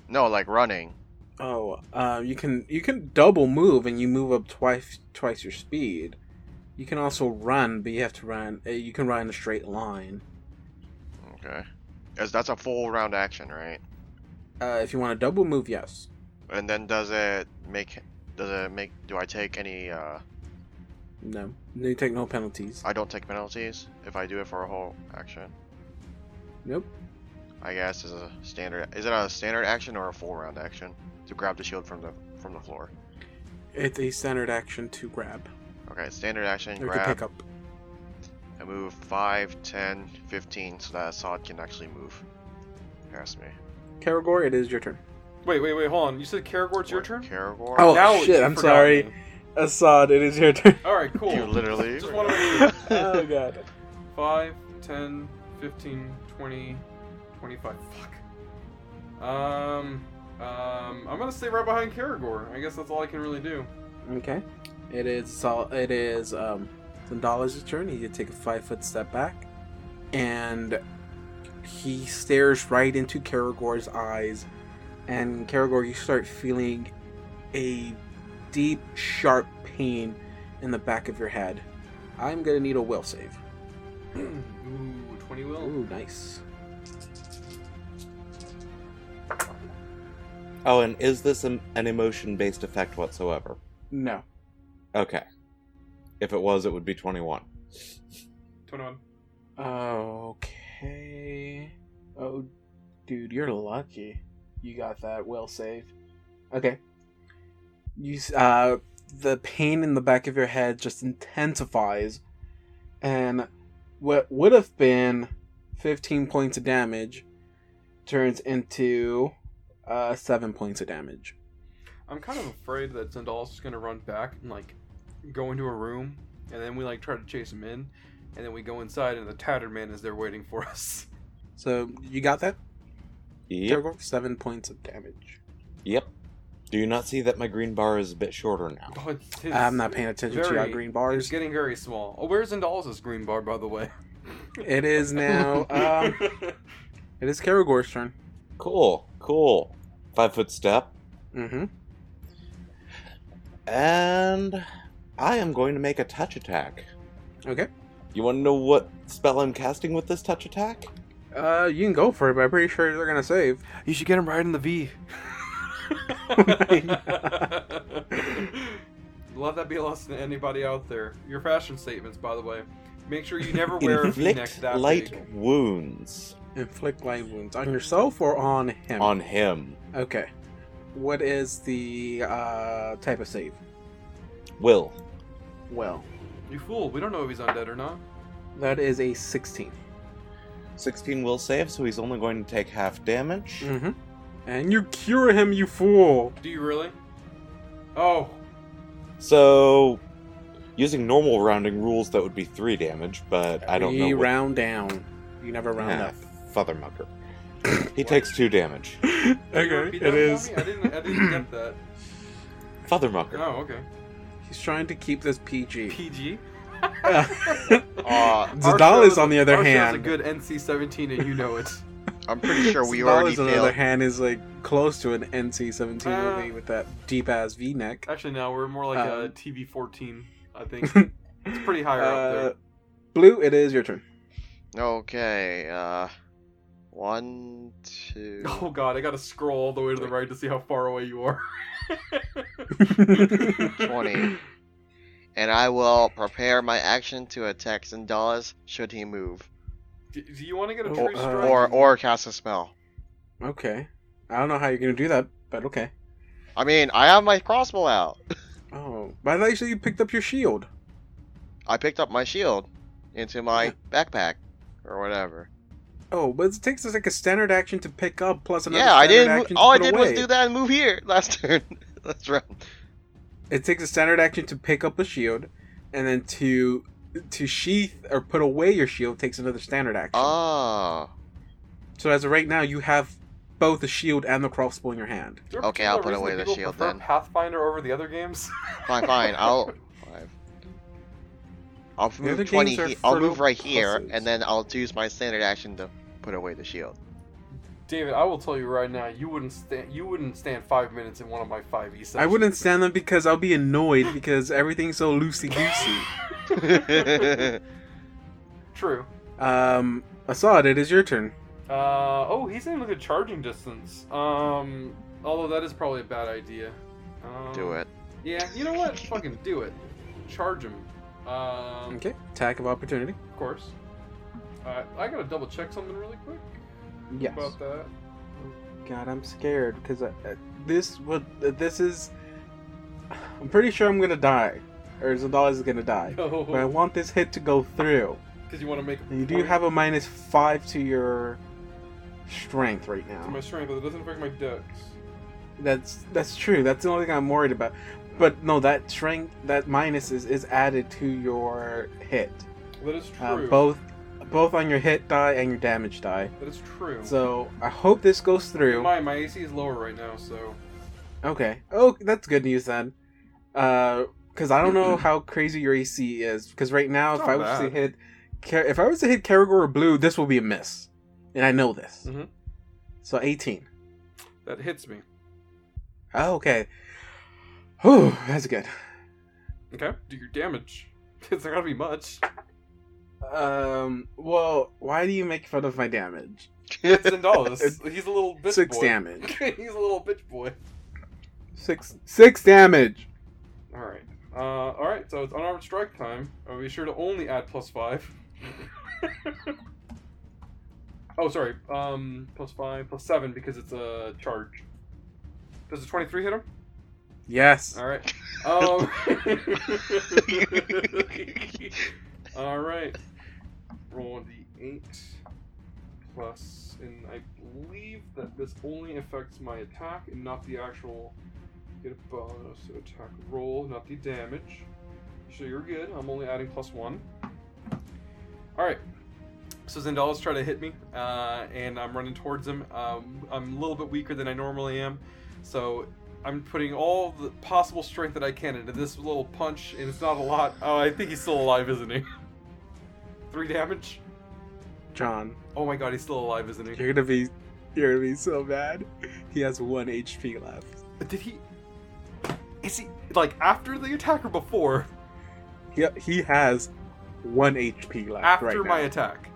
S4: No, like running.
S2: Oh, uh, you can you can double move and you move up twice twice your speed. You can also run, but you have to run. Uh, you can run in a straight line.
S4: Okay, as that's a full round action, right?
S2: Uh, if you want to double move, yes.
S4: And then does it make does it make do I take any uh
S2: No, you take no penalties.
S4: I don't take penalties if I do it for a whole action?
S2: Nope.
S4: I guess is a standard is it a standard action or a full round action to grab the shield from the from the floor?
S2: It's a standard action to grab
S4: Okay, standard action
S2: or to pick
S4: grab
S2: up.
S4: I move 5, 10, 15 so that Assad can actually move past me.
S2: Karagor, it is your turn.
S1: Wait, wait, wait. Hold on. You said Karagor, it's your
S4: Or
S1: turn.
S4: Karagor.
S2: Oh,
S1: Now
S2: shit,
S1: you
S2: I'm
S1: forgot
S2: sorry.
S1: me.
S2: Assad, it is your turn.
S1: All right, cool.
S4: You literally.
S1: Just wanna make
S2: oh god.
S1: 5, 10, 15, 20, 25. Fuck. Um, um, I'm gonna stay right behind Karagor. I guess that's all I can really do.
S2: Okay. It is sol- it is um Zendala's turn. He can take a five foot step back. And he stares right into Karagor's eyes. And Karagor, you start feeling a deep, sharp pain in the back of your head. I'm gonna need a will save.
S1: Ooh, 20 will.
S2: Ooh, nice.
S3: Oh, and is this an, an emotion based effect whatsoever?
S2: No.
S3: Okay. If it was, it would be 21.
S1: 21.
S2: Okay. Oh, dude, you're lucky. You got that well saved. Okay. You s- uh, the pain in the back of your head just intensifies, and what would have been fifteen points of damage turns into uh seven points of damage.
S1: I'm kind of afraid that Zendal's just gonna run back and like go into a room, and then we like try to chase him in, and then we go inside, and the tattered man is there waiting for us.
S2: So you got that?
S3: Yep.
S2: Turgle? Seven points of damage.
S3: Yep. Do you not see that my green bar is a bit shorter now?
S1: Oh, it's, it's,
S2: I'm not paying attention to your
S1: very-
S2: green
S1: it's
S2: bars.
S1: getting very small. Oh, where's Zendal's green bar, by the way?
S2: It is now. Um, it is Karagor's turn.
S3: Cool. Cool. Five foot step.
S2: Mm-hmm.
S3: And I am going to make a touch attack.
S2: Okay.
S3: You want to know what spell I'm casting with this touch attack?
S2: Uh, you can go for it, but I'm pretty sure they're gonna save.
S1: You should get him right in the V. Love that be lost to anybody out there. Your fashion statements, by the way. Make sure you never wear a V-neck
S3: Inflict
S1: that
S3: light
S1: big.
S3: wounds
S2: Inflict light wounds on yourself or on him.
S3: on him.
S2: Okay. What is the uh type of save?
S3: Will.
S2: Well,
S1: You fool! We don't know if he's undead or not.
S2: that is a 16.
S3: 16 will save, so he's only going to take half damage.
S2: Mm-hmm. And you cure him, you fool.
S1: Do you really? Oh,
S3: So, using normal rounding rules, that would be 3 damage, but I don't
S2: we
S3: know. What...
S2: round down. You never round
S3: Yeah,
S2: up.
S3: Fathermucker. he takes 2 damage.
S1: Can you repeat that for me? I didn't. I didn't get that.
S3: Fathermucker.
S1: Oh, okay.
S2: He's trying to keep this PG.
S1: PG.
S4: Uh,
S1: Our
S2: Zadal
S1: show
S2: is on the other
S1: our show's
S2: hand.
S1: Oh, a good NC-17, and you know it.
S4: I'm pretty sure we
S2: Zadal
S4: already
S2: is on the other
S4: failed.
S2: hand is like close to an NC-17
S1: Uh,
S2: movie with that deep ass V neck.
S1: Actually, no, we're more like a
S2: Um,
S1: TV-14. I think it's pretty higher up there.
S2: Uh, Blue, it is your turn.
S4: Okay. Uh, one, two.
S1: Oh god, I gotta scroll all the way to the right to see how far away you are.
S4: 20. And I will prepare my action to attack Zendalus should he move.
S1: Do, do you want to get a
S2: Oh,
S1: true
S2: uh,
S1: strike?
S4: Or or cast a spell.
S2: Okay. I don't know how you're gonna do that, but okay.
S4: I mean, I have my crossbow out.
S2: Oh, but I thought you said you picked up your shield.
S4: I picked up my shield into my backpack or whatever.
S2: Oh, but it takes us like a standard action to pick up plus another.
S4: yeah, I
S2: standard
S4: didn't.
S2: Action
S4: mo- All
S2: to
S4: I
S2: put
S4: did
S2: away.
S4: was do that and move here last turn. That's right.
S2: It takes a standard action to pick up a shield, and then to to sheath or put away your shield takes another standard action.
S4: Oh.
S2: so as of right now, you have both the shield and the crossbow in your hand.
S1: Is there a
S4: Okay, I'll
S1: particular reason
S4: put away
S1: that
S4: the
S1: people
S4: shield
S1: prefer
S4: then.
S1: Pathfinder over the other games.
S4: Fine, fine. I'll. Five. I'll
S2: The other
S4: move
S2: games
S4: twenty.
S2: are
S4: He- I'll
S2: fertile
S4: move right here,
S2: puzzles.
S4: and then I'll use my standard action to put away the shield.
S1: David, I will tell you right now, you wouldn't stand. You wouldn't stand five minutes in one of my five E sessions.
S2: I wouldn't stand them because I'll be annoyed because everything's so loosey goosey.
S1: True.
S2: um, Assad, it is your turn.
S1: Uh, oh, he's in like a charging distance. Um, although that is probably a bad idea. Um,
S4: Do it.
S1: Yeah, you know what? Fucking do it. Charge him. Um,
S2: Okay, attack of opportunity.
S1: of course. Uh, I gotta double check something really quick
S2: Yes.
S1: about that.
S2: God, I'm scared because uh, this what uh, this is. I'm pretty sure I'm gonna die, or Zadal is gonna die.
S1: Oh,
S2: But I
S1: No,
S2: want this hit to go through.
S1: because you want to make. a
S2: And you do
S1: point
S2: have a minus five to your strength right
S1: to my
S2: now.
S1: strength, but it doesn't affect my dex.
S2: That's that's true. That's the only thing I'm worried about. But no, that strength, that minus is, is added to your hit.
S1: That is true.
S2: Uh, both both on your hit die and your damage die.
S1: That is true.
S2: So I hope this goes through.
S1: my my AC is lower right now, so
S2: Okay. Oh, that's good news then. Uh, because I don't know how crazy your AC is. Because right now,
S1: It's
S2: if
S1: not
S2: I was to
S1: bad.
S2: hit, Ka- if I was to hit Karagor or Blue, this will be a miss, and I know this.
S1: Mhm.
S2: So eighteen.
S1: that hits me.
S2: Oh, okay. Whew, that's good.
S1: Okay, do your damage. It's not gonna be much.
S2: Um. Well, why do you make fun of my damage?
S1: Zendalis. He's a little bitch
S2: Six
S1: boy.
S2: damage.
S1: He's a little bitch boy.
S2: Six six damage.
S1: All right. Uh, all right. So it's unarmed strike time. Uh, be sure to only add plus five. oh, sorry. Um, plus five, plus seven because it's a charge. Does a twenty-three hit him?
S2: Yes.
S1: All right. Um... All right. Roll a d8 plus, and I believe that this only affects my attack and not the actual. Get a bonus to attack roll, not the damage. So you're good. I'm only adding plus one. All right. So Zendalis tried to hit me, uh, and I'm running towards him. Um, I'm a little bit weaker than I normally am, so I'm putting all the possible strength that I can into this little punch, and it's not a lot. Oh, I think he's still alive, isn't he? Three damage.
S2: John,
S1: Oh my god, he's still alive, isn't he?
S2: you're gonna be you're gonna be so bad. He has one HP left.
S1: Did he? Is he like after the attack or before?
S2: He he has one HP left
S1: After
S2: right
S1: my
S2: now.
S1: attack.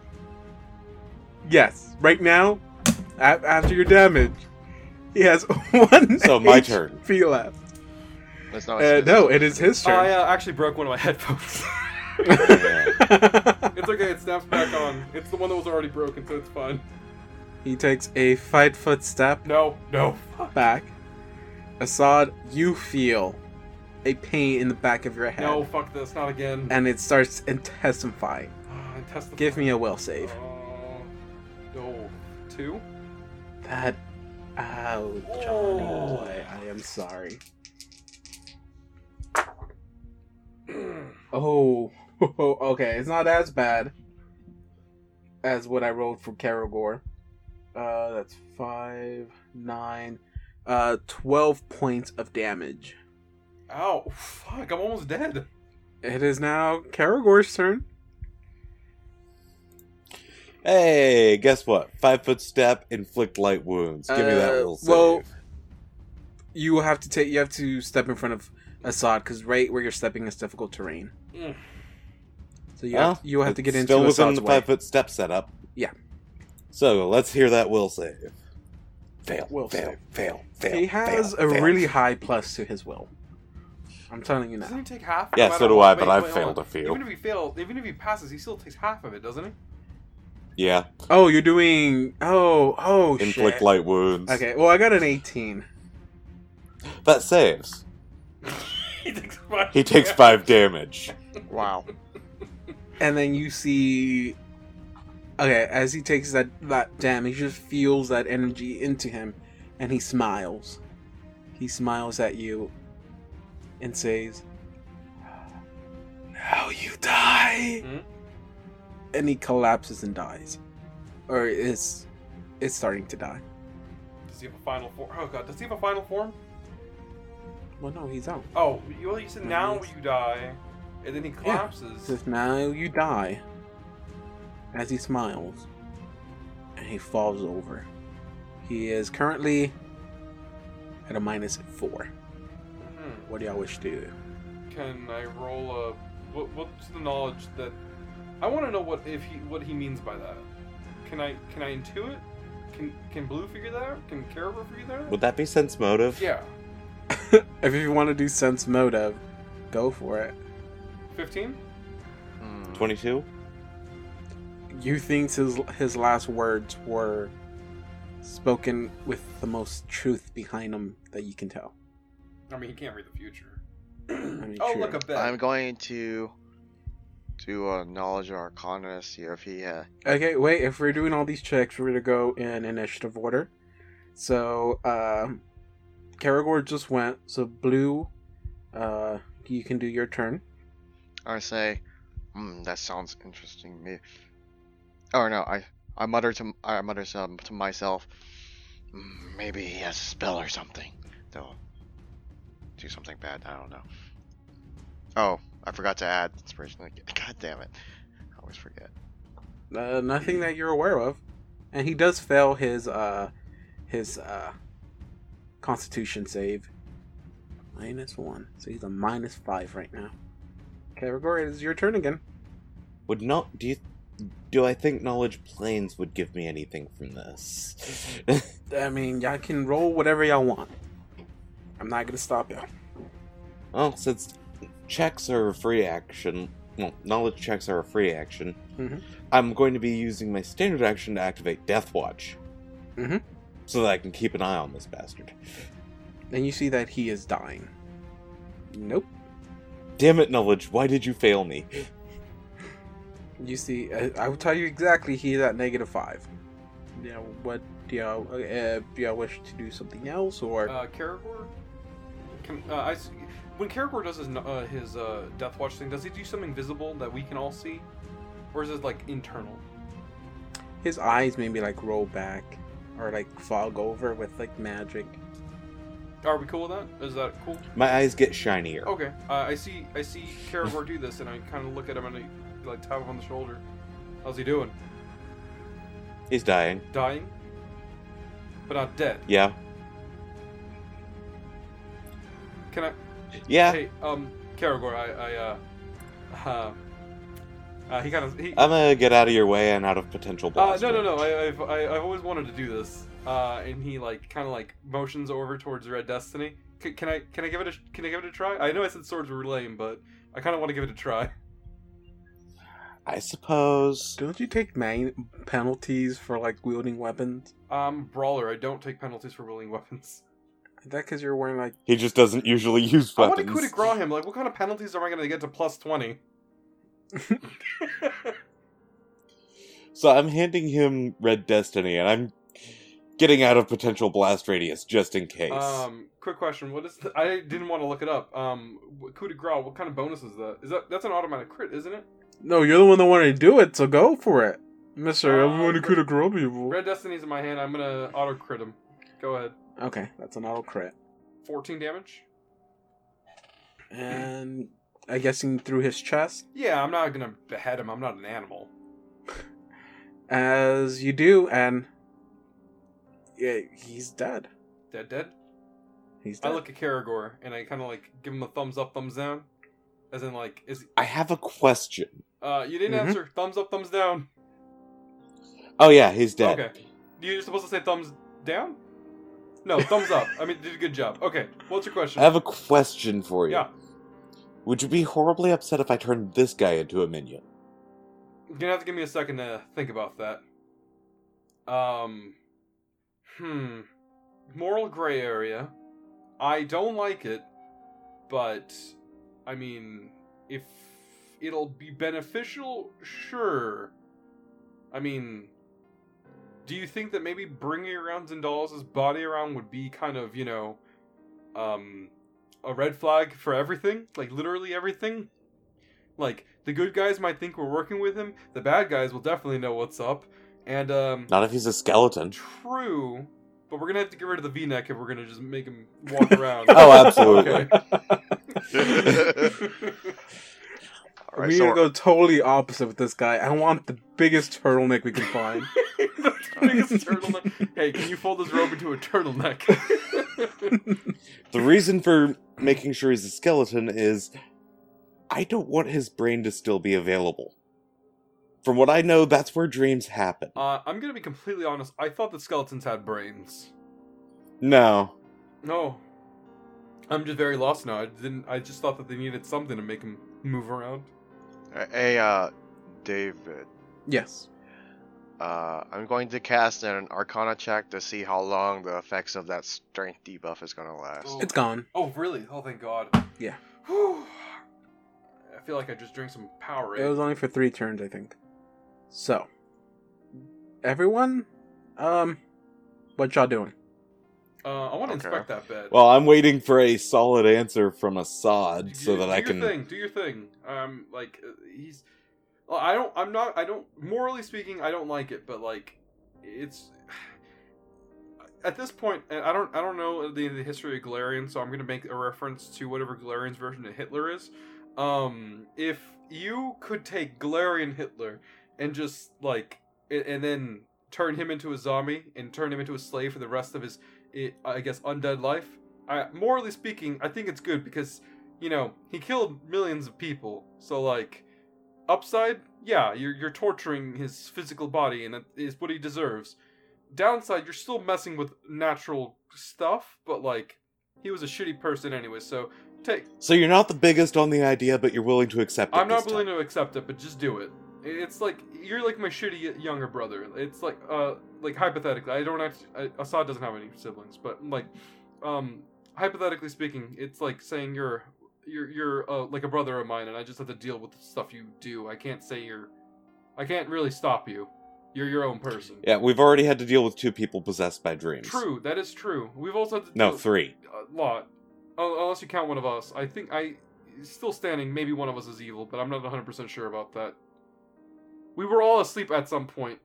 S2: yes, right now, a- after your damage, he has one.
S3: So my
S2: HP
S3: turn.
S2: left.
S4: That's
S1: Oh,
S4: not
S2: Uh, no, it is his
S1: I
S2: turn.
S1: uh, actually broke one of my headphones. it's okay. It snaps back on. It's the one that was already broken, so it's fine.
S2: he takes a five foot step
S1: No, no.
S2: back. Assad, you feel a pain in the back of your head,
S1: No, fuck this, not again.
S2: and it starts intensifying.
S1: Ah, I test the
S2: Give me a will save.
S1: Uh, no. Two?
S2: That. Ow, Johnny
S1: Oh.
S2: boy. I am sorry. Oh. okay, it's not as bad as what I rolled for Karagor. Uh, that's five, nine, uh, twelve points of damage.
S1: Ow, fuck, I'm almost dead.
S2: It is now Karagor's turn.
S3: Hey, guess what? Five foot step, inflict light wounds. Give me that
S2: Uh,
S3: little save.
S2: well- You will have to take. You have to step in front of Assad because right where you're stepping is difficult terrain.
S1: Mm.
S2: So you
S3: Well,
S2: have, you will have to get
S3: it's
S2: into
S3: still within
S2: Assad's
S3: the
S2: way.
S3: five foot step setup.
S2: Yeah.
S3: So let's hear that will save. Fail.
S2: Will
S3: fail.
S2: save.
S3: Fail. Fail.
S2: he has
S3: fail,
S2: a
S3: fail.
S2: really high plus to his will. I'm telling you
S1: Doesn't
S2: now.
S1: he take half?
S3: Yeah,
S1: No matter
S3: so do
S1: what-
S3: I, but
S1: wait,
S3: I've
S1: wait, hold
S3: failed
S1: on.
S3: a few.
S1: Even if he fails, even if he passes, he still takes half of it, doesn't he?
S3: Yeah.
S2: Oh, you're doing. Oh, oh,
S3: Inflict
S2: shit.
S3: light wounds.
S2: Okay, well, I got an 18.
S3: That saves.
S1: he takes five.
S3: He takes five damage.
S4: Wow.
S2: And then you see. Okay, as he takes that, that damage, he just feels that energy into him, and he smiles. He smiles at you and says, Now you die!
S1: Hmm?
S2: And he collapses and dies. Or is, is starting to die.
S1: Does he have a final form? Oh god, does he have a final form?
S2: Well, no, he's out.
S1: Oh, you, well, you said
S2: Mhm.
S1: now you die, and then he collapses.
S2: says, Now you die. As he smiles, and he falls over. He is currently at a minus four.
S1: Hmm.
S2: What do y'all wish to do?
S1: Can I roll a? What, what's the knowledge that? I want to know what if he what he means by that. Can I can I intuit? Can can Blue figure that? out? Can Caribou figure that? out?
S3: Would that be sense motive?
S1: Yeah,
S2: If you want to do sense motive, go for it.
S1: fifteen.
S4: Hmm.
S3: Twenty-two.
S2: You think his his last words were spoken with the most truth behind them that you can tell.
S1: I mean, he can't read the future.
S2: mean,
S1: oh,
S2: true.
S1: look a bit.
S4: I'm going to uh, do a knowledge or arcana to see if he. Uh,
S2: Okay, wait. If we're doing all these checks, we're gonna go in initiative order. So, um, Karagor just went. So, Blue, uh, you can do your turn.
S4: I say, hmm, that sounds interesting. Me. Or no, I I mutter to I mutter some to myself. "Hmm, Maybe he has a spell or something. They'll do something bad. I don't know. Oh, I forgot to add inspiration. again. God damn it! I always forget.
S2: Uh, nothing that you're aware of, and he does fail his uh, his uh, Constitution save. Minus one, so he's a minus five right now. Karagor, it is your turn again.
S3: Would not do you Do I think knowledge planes would give me anything from this?
S2: I mean, y'all can roll whatever y'all want. I'm not gonna stop y'all.
S3: well, since checks are a free action, well, knowledge checks are a free action,
S2: Mhm.
S3: I'm going to be using my standard action to activate Death Watch.
S2: Mhm.
S3: So that I can keep an eye on this bastard.
S2: Then you see that he is dying. Nope.
S3: Damn it, knowledge, why did you fail me?
S2: You see, I, I will tell you exactly. He is at negative five. Now, what do y'all uh, do? Y'all wish to do something else, or
S1: Uh, Caragor? Can, uh, I s when Caragor does his, kn- uh, his uh, Death Watch thing, does he do something visible that we can all see? Or is it like internal?
S2: his eyes maybe like roll back or like fog over with like magic.
S1: Are we cool with that? Is that cool?
S3: My eyes get shinier.
S1: Okay. Uh, I see I see Caragor do this, and I kind of look at him and I like tap him on the shoulder. How's he doing?
S3: He's dying.
S1: Dying? But not dead.
S3: Yeah.
S1: Can I?
S3: Yeah.
S1: Hey, um, Caragor, I, I, uh, uh, uh he kind of he.
S3: I'm gonna get out of your way and out of potential
S1: Uh,
S3: blast.
S1: no, no, no.
S3: range.
S1: I, I've, I, I've always wanted to do this. Uh, and he like kind of like motions over towards Red Destiny. C- can I, can I give it a, can I give it a try? I know I said swords were lame, but I kind of want to give it a try.
S3: I suppose.
S2: Don't you take man- penalties for like wielding weapons?
S1: Um, brawler. I don't take penalties for wielding weapons.
S2: Is that because you're wearing like
S3: He just doesn't usually use
S1: I
S3: weapons.
S1: want to coup de grace him. Like, what kind of penalties am I going to get to plus twenty?
S3: So I'm handing him Red Destiny, and I'm getting out of potential blast radius just in case.
S1: Um, quick question. What is? The, I didn't want to look it up. Um, wh- coup de grace. What kind of bonus is that? Is that that's an automatic crit, isn't it?
S2: No, you're the one that wanted to do it, so go for it, Mister.
S1: Uh,
S2: Everyone who
S1: but-
S2: could have grown people.
S1: Red Destiny's in my hand. I'm gonna auto crit him. Go ahead.
S2: Okay, that's an auto crit.
S1: 14 damage.
S2: And I guessing through his chest.
S1: Yeah, I'm not gonna behead him. I'm not an animal.
S2: As you do, and yeah, he's dead.
S1: Dead, dead.
S2: He's dead.
S1: I look at Caragor and I kind of like give him a thumbs up, thumbs down, as in like, is
S3: I have a question.
S1: uh, you didn't
S3: Mm-hmm.
S2: Mhm.
S1: answer. Thumbs up, thumbs down.
S3: Oh yeah, he's dead.
S1: Okay. You're supposed to say thumbs down. No, thumbs up. I mean, did a good job. Okay, what's your question?
S3: I have a question for you.
S1: Yeah.
S3: Would you be horribly upset if I turned this guy into a minion?
S1: You're gonna have to give me a second to think about that. Um, hmm, moral gray area. I don't like it, but I mean, if it'll be beneficial, sure. I mean, do you think that maybe bringing around Zendal's body around would be kind of you know, um, a red flag for everything, like literally everything? Like, the good guys might think we're working with him, the bad guys will definitely know what's up. And, um,
S3: Not if he's a skeleton.
S1: true, but we're gonna have to get rid of the v neck if we're gonna just make him walk around.
S3: Oh, absolutely.
S4: All right,
S2: we're
S4: so
S2: gonna
S4: we're-
S2: go totally opposite with this guy. I want the biggest turtleneck we can find.
S1: The biggest turtleneck. Hey, can you fold this robe into a turtleneck?
S3: The reason for making sure he's a skeleton is I don't want his brain to still be available. From what I know, that's where dreams happen.
S1: uh, I'm gonna be completely honest. I thought the skeletons had brains.
S3: No.
S1: No, I'm just very lost now. I didn't. I just thought that they needed something to make him move around.
S4: hey, uh, David.
S2: yes.
S4: Uh, I'm going to cast an Arcana check to see how long the effects of that strength debuff is gonna last.
S1: Oh.
S2: It's gone.
S1: Oh, really? Oh, thank God.
S2: Yeah.
S1: Whew. I feel like I just drank some Powerade.
S2: It was only for three turns, I think. So, everyone, um, what y'all doing?
S1: Uh, I want to
S4: Okay.
S1: inspect that bed.
S3: Well, I'm waiting for a solid answer from
S1: Do-
S3: Assad so
S1: do
S3: that I
S1: your
S3: can.
S1: thing. Do your thing. Um, like uh, he's. Well, I don't. I'm not. I don't. Morally speaking, I don't like it. But like, it's. At this point, and I don't. I don't know the, the history of Galarian, so I'm gonna make a reference to whatever Galarian's version of Hitler is. Um, if you could take Galarian Hitler and just like, a- and then turn him into a zombie and turn him into a slave for the rest of his, i- I guess, undead life. I, morally speaking, I think it's good because you know, he killed millions of people. So like, Upside, yeah, you're you're torturing his physical body, and that is what he deserves. Downside, you're still messing with natural stuff, but like he was a shitty person anyway, so take.
S3: So you're not the biggest on the idea, but you're willing to accept it.
S1: I'm not
S3: this
S1: willing
S3: time.
S1: to accept it, but just do it. It's like you're like my shitty younger brother. It's like uh like hypothetically, I don't actually I, Assad doesn't have any siblings, but like um hypothetically speaking, it's like saying you're you're you're uh, like a brother of mine, and I just have to deal with the stuff you do. I can't say you're I can't really stop you. You're your own person.
S3: Yeah, we've already had to deal with two people possessed by dreams.
S1: True, that is true. We've also had to
S3: No,
S1: deal-
S3: three.
S1: a lot. Un- Unless you count one of us. I think I still standing. Maybe one of us is evil, but I'm not 100% sure about that. We were all asleep at some point.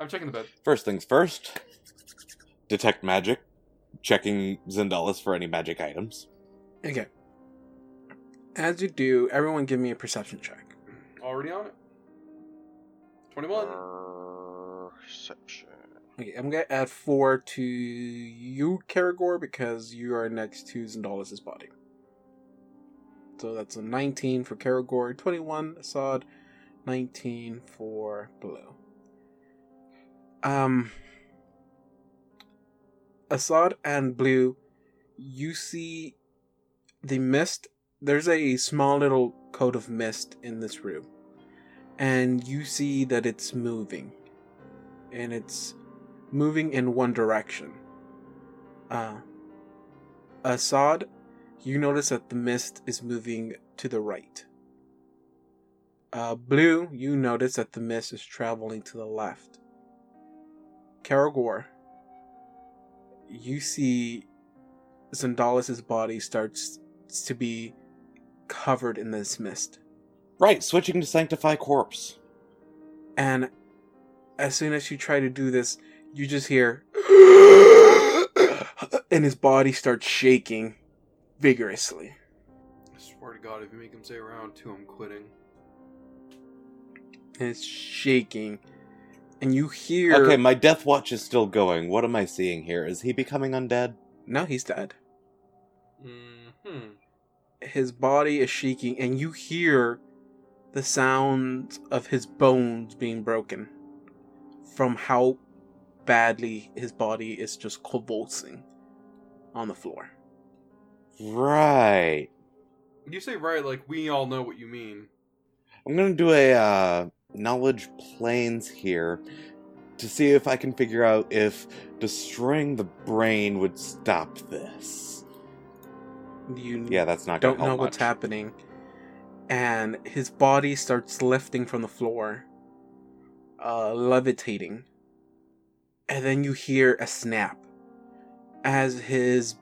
S1: I'm checking the bed.
S3: First things first. Detect magic. Checking Zendalis for any magic items.
S2: Okay. As you do, everyone give me a perception check.
S1: Already on it.
S4: Uh,
S1: 21.
S4: Perception.
S2: Okay, I'm gonna add four to you, Karagor, because you are next to Zendalis' body. So that's a 19 for Karagor, 21 Assad, 19 for Blue. Um, Assad and Blue, you see the mist. There's a small little coat of mist in this room, and you see that it's moving, and it's moving in one direction. Uh, Assad, you notice that the mist is moving to the right. Uh, Blue, you notice that the mist is traveling to the left. Karagor, you see Zendalis' body starts to be covered in this mist.
S3: Right, switching to Sanctify Corpse.
S2: And as soon as you try to do this, you just hear and his body starts shaking vigorously.
S1: I swear to God, if you make him say round two, I'm quitting.
S2: And it's shaking. And you hear
S3: Okay, my death watch is still going. What am I seeing here? Is he becoming undead?
S2: No, he's dead.
S1: Mm-hmm.
S2: His body is shaking and you hear the sounds of his bones being broken from how badly his body is just convulsing on the floor.
S3: Right.
S1: You say right, like we all know what you mean.
S3: I'm gonna do a uh, knowledge planes here to see if I can figure out if destroying the brain would stop this.
S2: You
S3: Yeah, that's not gonna
S2: don't
S3: help
S2: know what's
S3: much.
S2: happening and his body starts lifting from the floor uh levitating and then you hear a snap as his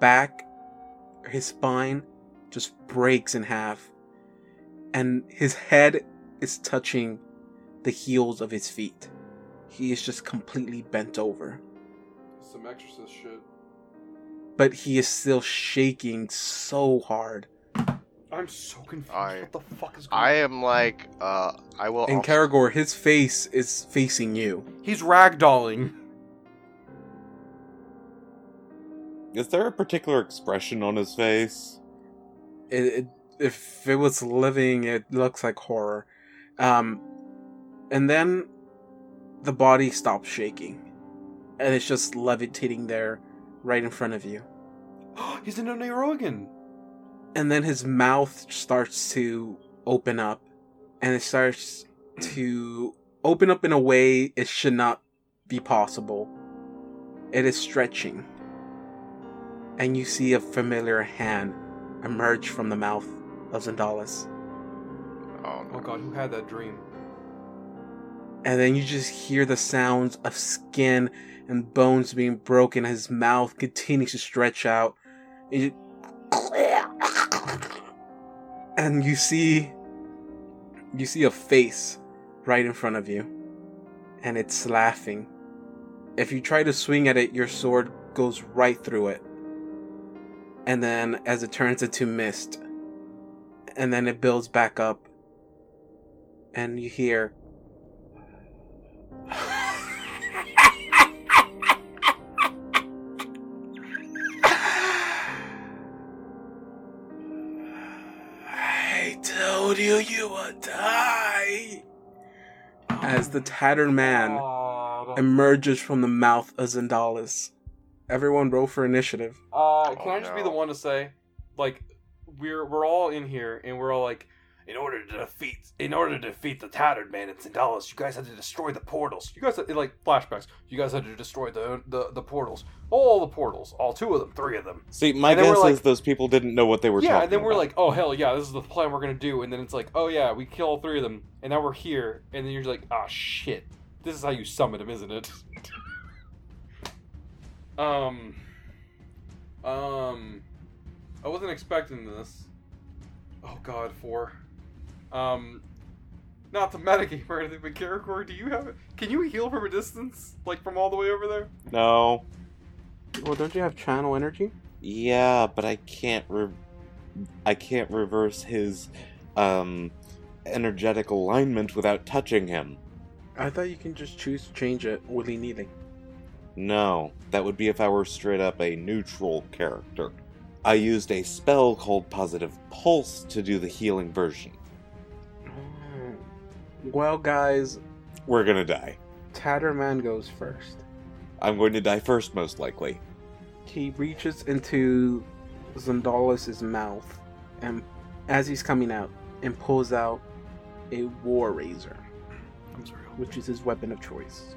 S2: back his spine just breaks in half and his head is touching the heels of his feet he is just completely bent over
S1: Some exorcist shit.
S2: but he is still shaking so hard
S1: I'm so confused.
S4: I-
S1: what the fuck is going
S4: I am like, uh, I will.
S2: and
S4: also-
S2: Karagor, his face is facing you.
S1: He's ragdolling.
S3: Is there a particular expression on his face?
S2: It, it, if it was living, it looks like horror. Um, and then the body stops shaking, and it's just levitating there, right in front of you.
S1: He's in a Neurogan.
S2: And then his mouth starts to open up, and it starts to open up in a way it should not be possible. It is stretching, and you see a familiar hand emerge from the mouth of Zendalis.
S4: Oh, no.
S1: Oh God, who had that dream?
S2: and then you just hear the sounds of skin and bones being broken. His mouth continues to stretch out, and you, and you see, you see a face right in front of you, and it's laughing. If you try to swing at it, your sword goes right through it, and then as it turns into mist, and then it builds back up, and you hear. I told How do you want to die? As the tattered man
S1: God.
S2: emerges from the mouth of Zendalis. Everyone roll for initiative.
S1: Uh, can
S4: Oh,
S1: I just be
S4: no.
S1: the one to say, like, we're we're all in here and we're all like, in order to defeat, in order to defeat the tattered man in Sandalis, you guys had to destroy the portals. You guys had, like flashbacks. You guys had to destroy the the, the portals, all the portals, all two of them, three of them.
S3: See, my
S1: And then we're
S3: guess is
S1: like-
S3: those people didn't know what they were
S1: yeah,
S3: talking
S1: and then we're
S3: about.
S1: like, oh hell yeah, this is the plan we're gonna do. And then it's like, oh yeah, we kill all three of them, and now we're here. And then you're like, ah shit, this is how you summon him, isn't it? um, um, I wasn't expecting this. Oh god, four. Um, not the metagame or anything, but Karakor, do you have it? Can you heal from a distance, like from all the way over there?
S3: no.
S2: Well, don't you have channel energy?
S3: Yeah, but I can't re- I can't reverse his um energetic alignment without touching him.
S2: I thought you can just choose to change it willy nilly.
S3: No, that would be if I were straight up a neutral character. I used a spell called Positive Pulse to do the healing version.
S2: Mm. Well, guys,
S3: We're gonna die.
S2: Tatterman goes first.
S3: I'm going to die first, most likely.
S2: He reaches into Zandalis' mouth, and as he's coming out, and pulls out a war razor,
S5: I'm sorry.
S2: which is his weapon of choice.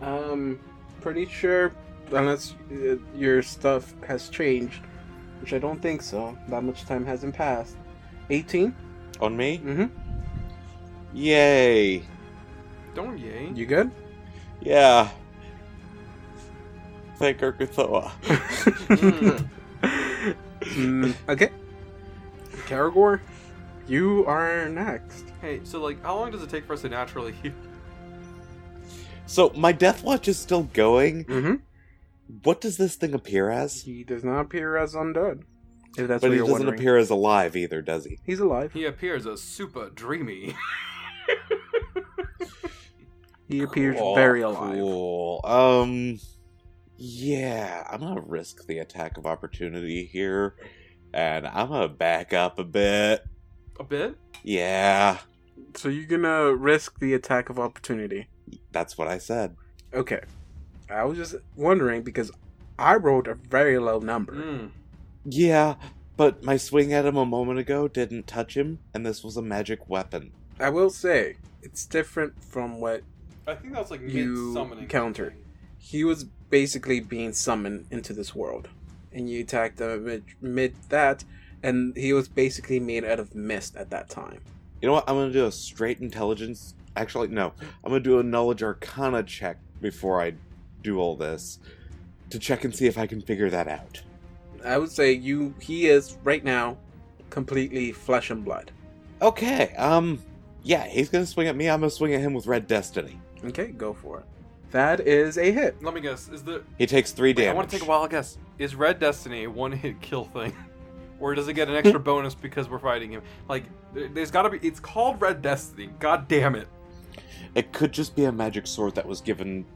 S2: Um, pretty sure, unless uh, your stuff has changed, which I don't think so. That much time hasn't passed. 18?
S3: On me?
S2: Mhm.
S3: Yay!
S1: Don't yay.
S2: You good?
S3: Yeah. Thank Urkuthoa.
S2: Mm, okay. Caragor, you are next.
S1: Hey, so like, how long does it take for us to naturally heal?
S3: So my death watch is still going.
S2: Mm-hmm.
S3: What does this thing appear as?
S2: He does not appear as undead. If that's
S3: but
S2: what
S3: he
S2: you're
S3: doesn't
S2: wondering.
S3: appear as alive either, does he?
S2: He's alive.
S1: He appears as super dreamy.
S2: He appears
S3: Cool,
S2: very alive.
S3: Cool. Um, yeah, I'm gonna risk the attack of opportunity here, and I'm gonna back up a bit.
S1: A bit?
S3: Yeah,
S2: So you're gonna risk the attack of opportunity.
S3: that's what I said.
S2: Okay. I was just wondering because I rolled a very low number.
S3: Hmm.
S1: Mm.
S3: Yeah, but my swing at him a moment ago didn't touch him, and this was a magic weapon.
S2: I will say it's different from what
S1: I think that's like
S2: You
S1: mid-summoning.
S2: counter. he was basically being summoned into this world, and you attacked him mid, mid that, and he was basically made out of mist at that time.
S3: You know what? I'm gonna do a straight intelligence. Actually, no. I'm gonna do a knowledge arcana check before I do all this to check and see if I can figure that out.
S2: I would say you he is right now completely flesh and blood.
S3: Okay. Um. Yeah, he's gonna swing at me. I'm gonna swing at him with Red Destiny.
S2: Okay, go for it. That is a hit.
S1: Let me guess. Is the
S3: He takes three
S1: Wait, I
S3: damage.
S1: want to take a wild guess. Is Red Destiny a one-hit kill thing, or does it get an extra bonus because we're fighting him? Like, there- there's got to be. It's called Red Destiny. God damn it.
S3: It could just be a magic sword that was given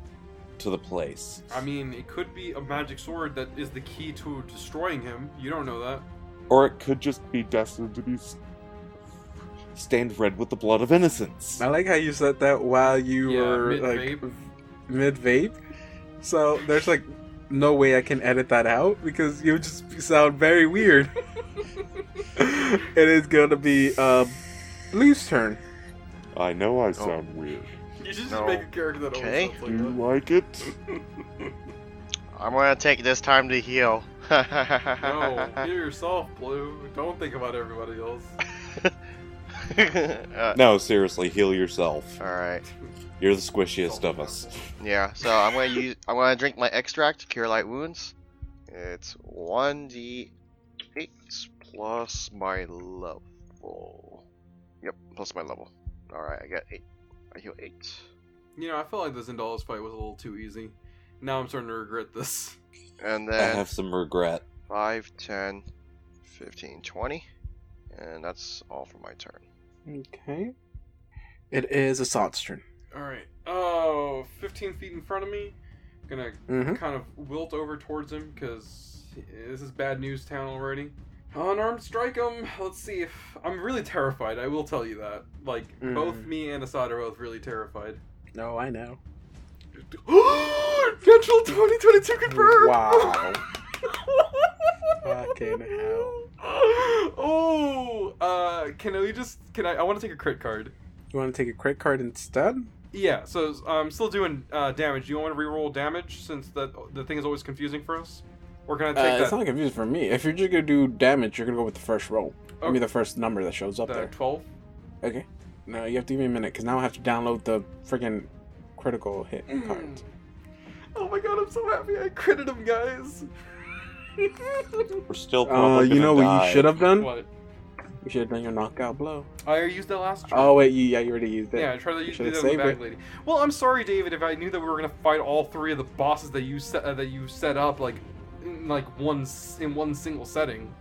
S3: to the place.
S1: I mean, it could be a magic sword that is the key to destroying him. You don't know that.
S3: Or it could just be destined to be s- stained red with the blood of innocence.
S2: I like how you said that while you
S1: Yeah,
S2: were
S1: mid-vape.
S2: like mid vape. So there's like no way I can edit that out because you would just sound very weird. it is gonna be uh, Blue's turn.
S3: I know
S1: Oh.
S3: I
S4: sound
S3: weird.
S1: You should just
S4: No.
S1: make a character that
S4: Okay.
S1: always sounds like
S3: like it?
S4: I'm gonna take this time to heal. Mm.
S1: that. No, hear yourself, Blue. Don't think about everybody else.
S4: uh,
S3: No, seriously, heal yourself.
S4: all right.
S3: You're the squishiest of us.
S4: Yeah, so I'm gonna use I'm gonna drink my extract, cure light wounds. It's one D eight plus my level. Yep, plus my level. Alright, I got eight. I heal eight.
S1: You know, I felt like the Zendalis fight was a little too easy. Now I'm starting to regret this.
S4: And
S3: I
S4: then
S3: have some regret.
S4: 5, 10, 15, 20. And that's all for my turn.
S2: Okay. It is Assad's turn.
S1: Alright. Oh, 15 feet in front of me. Gonna
S2: Mm-hmm.
S1: kind of wilt over towards him because this is bad news town already. Unarmed strike him. Let's see if I'm really terrified. I will tell you that. Like
S2: Mm.
S1: both me and Assad are both really terrified.
S2: No, I know.
S1: Natural 2022 confirmed.
S2: Wow. Fucking hell.
S1: Oh, uh, can we just? Can I? I want to take a crit card.
S2: You want to take a credit card instead?
S1: Yeah. So I'm still doing uh, damage. Do you want to reroll damage since that the thing is always confusing for us? Or can I
S2: Uh,
S1: take
S2: it's
S1: that?
S2: not confusing for me. If you're just gonna do damage, you're gonna go with the first roll. I
S1: Okay.
S2: mean, the first number that shows up
S1: That
S2: there.
S1: 12.
S2: Okay. No, you have to give me a minute because now I have to download the freaking critical hit
S1: Mm-hmm.
S2: card.
S1: Oh my god, I'm so happy I critted him, guys.
S3: We're still
S2: Uh,
S3: probably
S2: you know
S3: gonna
S2: what
S3: die.
S2: you should have done?
S1: what?
S2: You should have done your knockout blow.
S1: I already used that last try.
S2: Oh wait, you, yeah, you already used it.
S1: yeah, I tried to use
S2: should've
S1: that on the
S2: saved
S1: bag
S2: it.
S1: lady. Well, I'm sorry, David, if I knew that we were gonna fight all three of the bosses that you set uh, that you set up like in, like one s- in one single setting.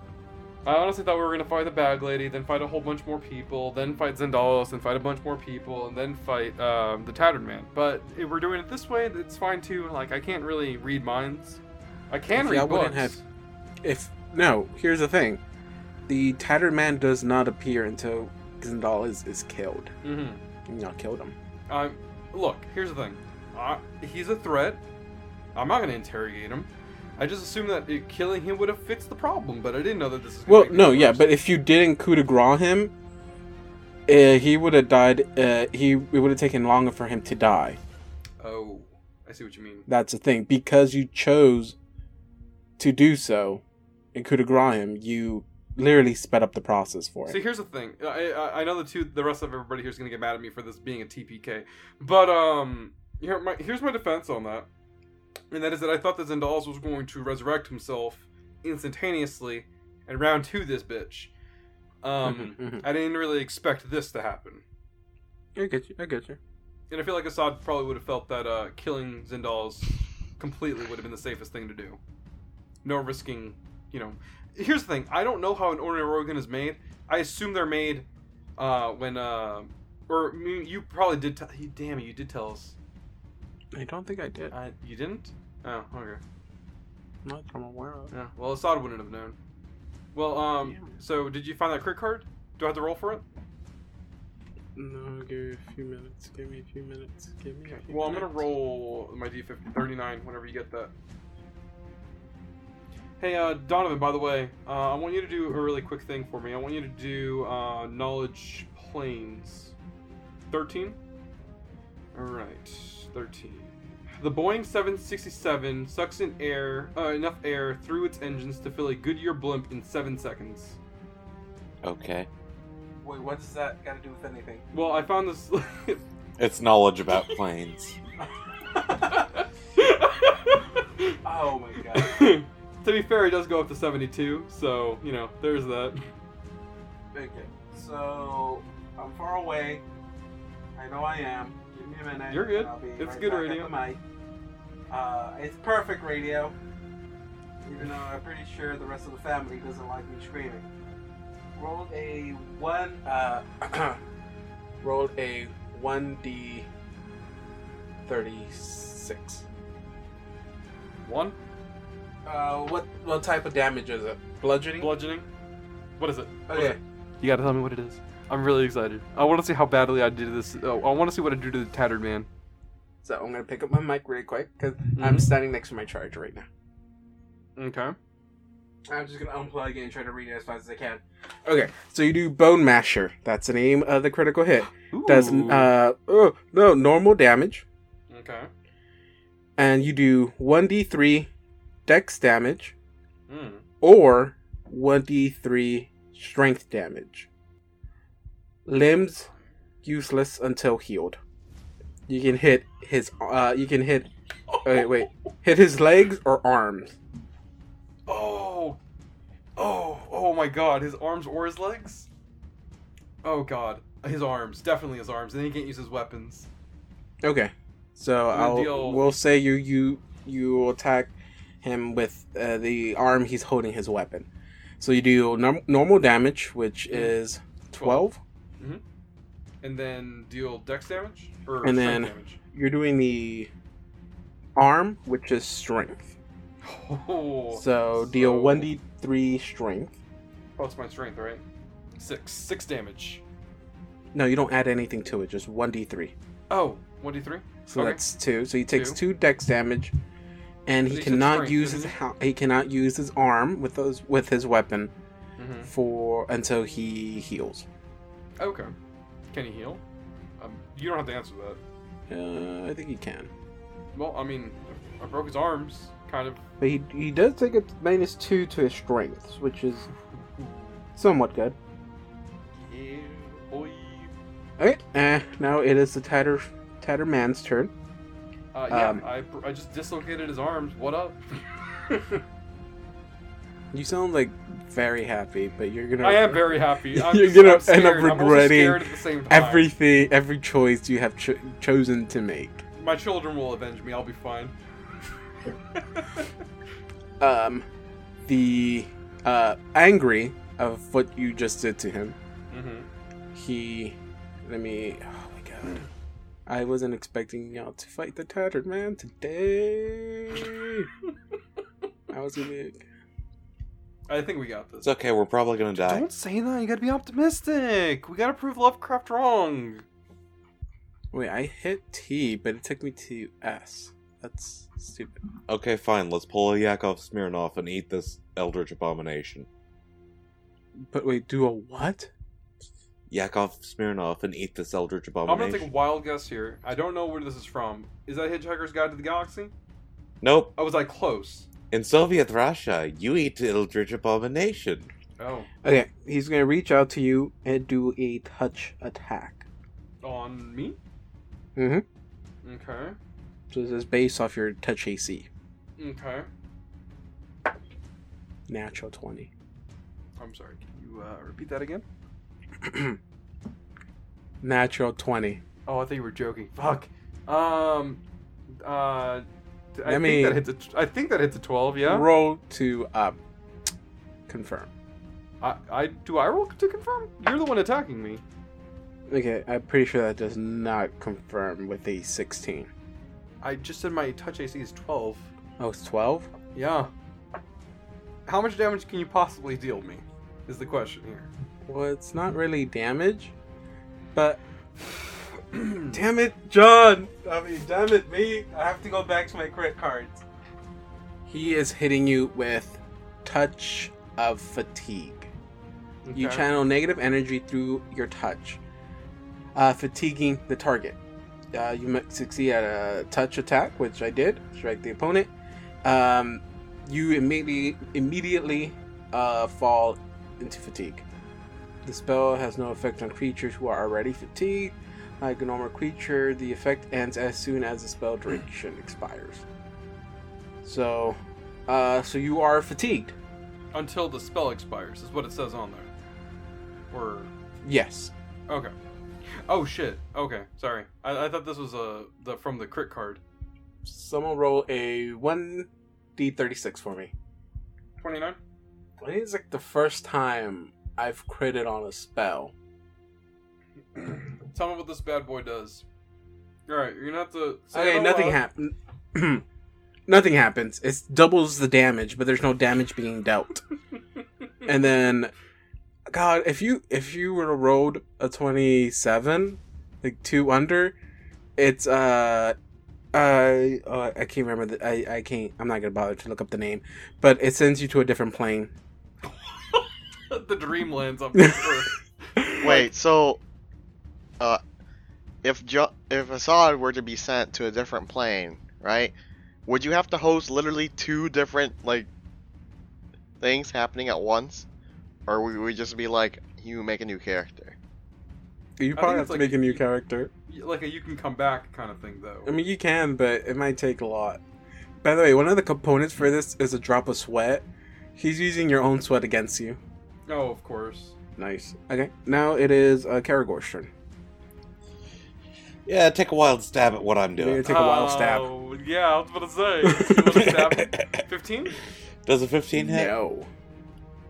S1: I honestly thought we were gonna fight the bag lady, then fight a whole bunch more people, then fight Zendalos, and fight a bunch more people, and then fight um, the Tattered Man. But if we're doing it this way, it's fine too. Like I can't really read minds. I can
S2: If
S1: read
S2: y'all
S1: books.
S2: wouldn't have- If no, here's the thing: the tattered man does not appear until Xandal is, is killed.
S1: hmm
S2: And y'all killed him.
S1: I'm Um, look. Here's the thing. I, he's a threat. I'm not gonna interrogate him. I just assumed that it, killing him would have fixed the problem, but I didn't know that this is. Gonna
S2: Well,
S1: make it
S2: no, yeah,
S1: worse.
S2: but if you didn't coup de grace him, uh, he would have died. Uh, he it would have taken longer for him to die.
S1: oh, I see what you mean.
S2: That's the thing because you chose to do so and coup de grace him. You literally sped up the process for
S1: See,
S2: it.
S1: here's the thing. I, I, I know the two, the rest of everybody here is gonna get mad at me for this being a TPK, but um, here, my, here's my defense on that, and that is that I thought that Zendals was going to resurrect himself instantaneously and round two this bitch. Um,
S2: Mhm, mhm.
S1: I didn't really expect this to happen.
S2: I get you. I get you.
S1: And I feel like Assad probably would have felt that uh, killing Zendals completely would have been the safest thing to do. No risking, you know. Here's the thing: I don't know how an ordinary organ is made. I assume they're made uh, when, uh, or I mean, you probably did. tell damn it, you did tell us.
S2: I don't think I did.
S1: Uh, you didn't? Oh, okay.
S2: Not that I'm aware of.
S1: Yeah. Well, Assad wouldn't have known. Well, um.
S2: Damn it.
S1: So, did you find that crit card? Do I have to roll for it?
S2: No, give me a few minutes. Give me a few minutes. Give me. A few
S1: Well, I'm gonna
S2: minutes.
S1: roll my d50 39 whenever you get that. Hey, uh, Donovan. By the way, uh, I want you to do a really quick thing for me. I want you to do uh, knowledge planes. Thirteen. All right, thirteen. The Boeing 767 sucks in air, uh, enough air through its engines to fill a Goodyear blimp in seven seconds.
S3: Okay.
S2: Wait, what does that got to do with anything?
S1: Well, I found this.
S3: It's knowledge about planes.
S2: Oh my
S1: to be fair, he does go up to 72, so, you know, there's that.
S2: Okay, so I'm far away. I know I am. Give me a minute.
S1: You're good.
S2: and I'll be
S1: It's good
S2: back at
S1: radio.
S2: the mic. Uh, it's perfect radio. Even though I'm pretty sure the rest of the family doesn't like me screaming. Rolled a one. Uh, rolled a one d thirty-six.
S1: One,
S2: Uh, what what type of damage is it? Bludgeoning.
S1: bludgeoning. What is it? What is
S2: okay.
S1: it? You gotta tell me what it is. I'm really excited. I want to see how badly I did this. Oh, I want to see what I do to the tattered man.
S2: So I'm gonna pick up my mic really quick because
S1: Mm-hmm.
S2: I'm standing next to my charger right now.
S1: Okay.
S2: I'm just gonna unplug it and try to read it as fast as I can. Okay, so you do Bone Masher. That's the name of the critical hit. Does
S1: Ooh.
S2: uh oh no normal damage,
S1: Okay.
S2: and you do one d three dex damage
S1: Mm.
S2: or one d three strength damage. Limbs useless until healed. You can hit his uh you can hit wait wait hit his legs or arms.
S1: Oh. Oh. Oh my god. His arms or his legs? Oh god. His arms. Definitely his arms. And then he can't use his weapons.
S2: Okay. So
S1: And then
S2: I'll
S1: deal-
S2: we'll say you you you attack him with uh, the arm he's holding his weapon. So you do norm- normal damage, which
S1: Mm.
S2: is twelve.
S1: And then deal dex damage? Or
S2: And
S1: strength
S2: then-
S1: damage?
S2: You're doing the arm, which is strength.
S1: Oh.
S2: So deal
S1: so-
S2: one d three strength.
S1: Oh, it's my strength, right? Six. Six damage.
S2: No, you don't add anything to it. Just one d three.
S1: Oh, 1d3?
S2: So
S1: Okay.
S2: that's two. So he takes
S1: Two.
S2: two, dex damage, and
S1: But
S2: he
S1: he took
S2: cannot
S1: strength,
S2: use
S1: didn't
S2: his ho- he cannot use his arm with those with his weapon
S1: Mm-hmm.
S2: for until he heals.
S1: Okay. Can he heal? Um, you don't have to answer that.
S2: Uh, I think he can,
S1: Well, I mean, I broke his arms, kind of.
S2: but he he does take a minus two to his strength, which is somewhat good.
S1: Yeah, boy.
S2: Okay, uh, now it is the tatter tatter man's turn.
S1: Uh, yeah,
S2: Um,
S1: I, br- I just dislocated his arms. What up?
S2: You sound like very happy, but you're gonna
S1: I am very happy. I'm
S2: You're
S1: just-
S2: gonna
S1: I'm
S2: end
S1: scared.
S2: up
S1: I'm also
S2: regretting
S1: scared at the same time.
S2: everything every choice you have cho- chosen to make.
S1: My children will avenge me. I'll be fine.
S2: um, the uh, angry of what you just did to him.
S1: Mm-hmm.
S2: He, let me. Oh my god, I wasn't expecting y'all to fight the tattered man today. I was gonna be.
S1: I think we got this.
S3: It's okay. We're probably gonna die.
S1: Don't say that. You gotta be optimistic. We gotta prove Lovecraft wrong.
S2: Wait, I hit T, but it took me to S. That's stupid.
S3: Okay, fine. Let's pull a Yakov Smirnoff and eat this eldritch abomination.
S2: But wait, do a what?
S3: Yakov Smirnoff and eat this eldritch
S1: I'm gonna
S3: abomination.
S1: take a wild guess here. I don't know where this is from. Is that Hitchhiker's Guide to the Galaxy?
S3: Nope.
S1: Oh, was I close?
S3: In Soviet Russia, you eat eldritch abomination.
S1: Oh,
S2: Okay, he's gonna reach out to you and do a touch attack.
S1: on me?
S2: Mhm.
S1: Okay.
S2: So this is based off your touch AC.
S1: Okay.
S2: Natural 20.
S1: I'm sorry. Can you uh, repeat that again?
S2: Natural 20.
S1: Oh, I thought you were joking. Fuck. Um. Uh. I,
S2: Let
S1: think
S2: me-
S1: that hits a t- I think that hits a twelve. Yeah.
S2: Roll to um, confirm.
S1: I, I do I roll to confirm? You're the one attacking me.
S2: Okay, I'm pretty sure that does not confirm with a 16.
S1: I just said my touch AC is twelve.
S2: Oh, it's 12?
S1: Yeah. How much damage can you possibly deal me? Is the question
S2: Well, it's not really damage, but
S1: here.
S2: damn it, John! I mean, damn it, me! I have to go back to my credit cards. He is hitting you with touch of fatigue. You
S1: Okay.
S2: channel negative energy through your touch, uh, fatiguing the target. Uh, you might succeed at a touch attack, which I did, strike the opponent. Um, you immediately immediately uh, fall into fatigue. The spell has no effect on creatures who are already fatigued. Like a normal creature, the effect ends as soon as the spell duration expires. So, uh, so you are fatigued.
S1: until the spell expires is what it says on there or
S2: Yes.
S1: okay oh shit okay sorry i, I thought this was uh the from the crit card
S2: Someone roll a 1d36 for me.
S1: 29
S2: I think it's like the first time I've critted on a spell.
S1: tell me what this bad boy does all right you're gonna have to say it
S2: okay,
S1: out
S2: nothing
S1: loud.
S2: happened. nothing happens. It doubles the damage, but there's no damage being dealt. and then, God, if you if you were to roll a 27, like two under, it's uh. Uh, uh, I can't remember. The, I I can't. I'm not gonna bother to look up the name, but it sends you to a different plane.
S1: the dream lands on paper
S4: Wait, so uh if jo- if Assad were to be sent to a different plane, right? Would you have to host literally two different like things happening at once? Or would we just be like you make a new character?
S2: You
S1: think
S2: probably
S1: it's
S2: have to
S1: like-
S2: make a new character.
S1: like a you can come back kind of thing though
S2: I mean, you can, but it might take a lot. By the way, one of the components for this is a drop of sweat. He's using your own sweat against you.
S1: oh of course
S2: Nice. Okay, now it is uh, Karagor's turn.
S3: Yeah, take a wild stab at what I'm
S2: You're
S3: doing.
S2: gonna take a wild stab.
S1: Oh, yeah i was about to say You wanna stab 15
S3: Does a 15 hit?
S2: No.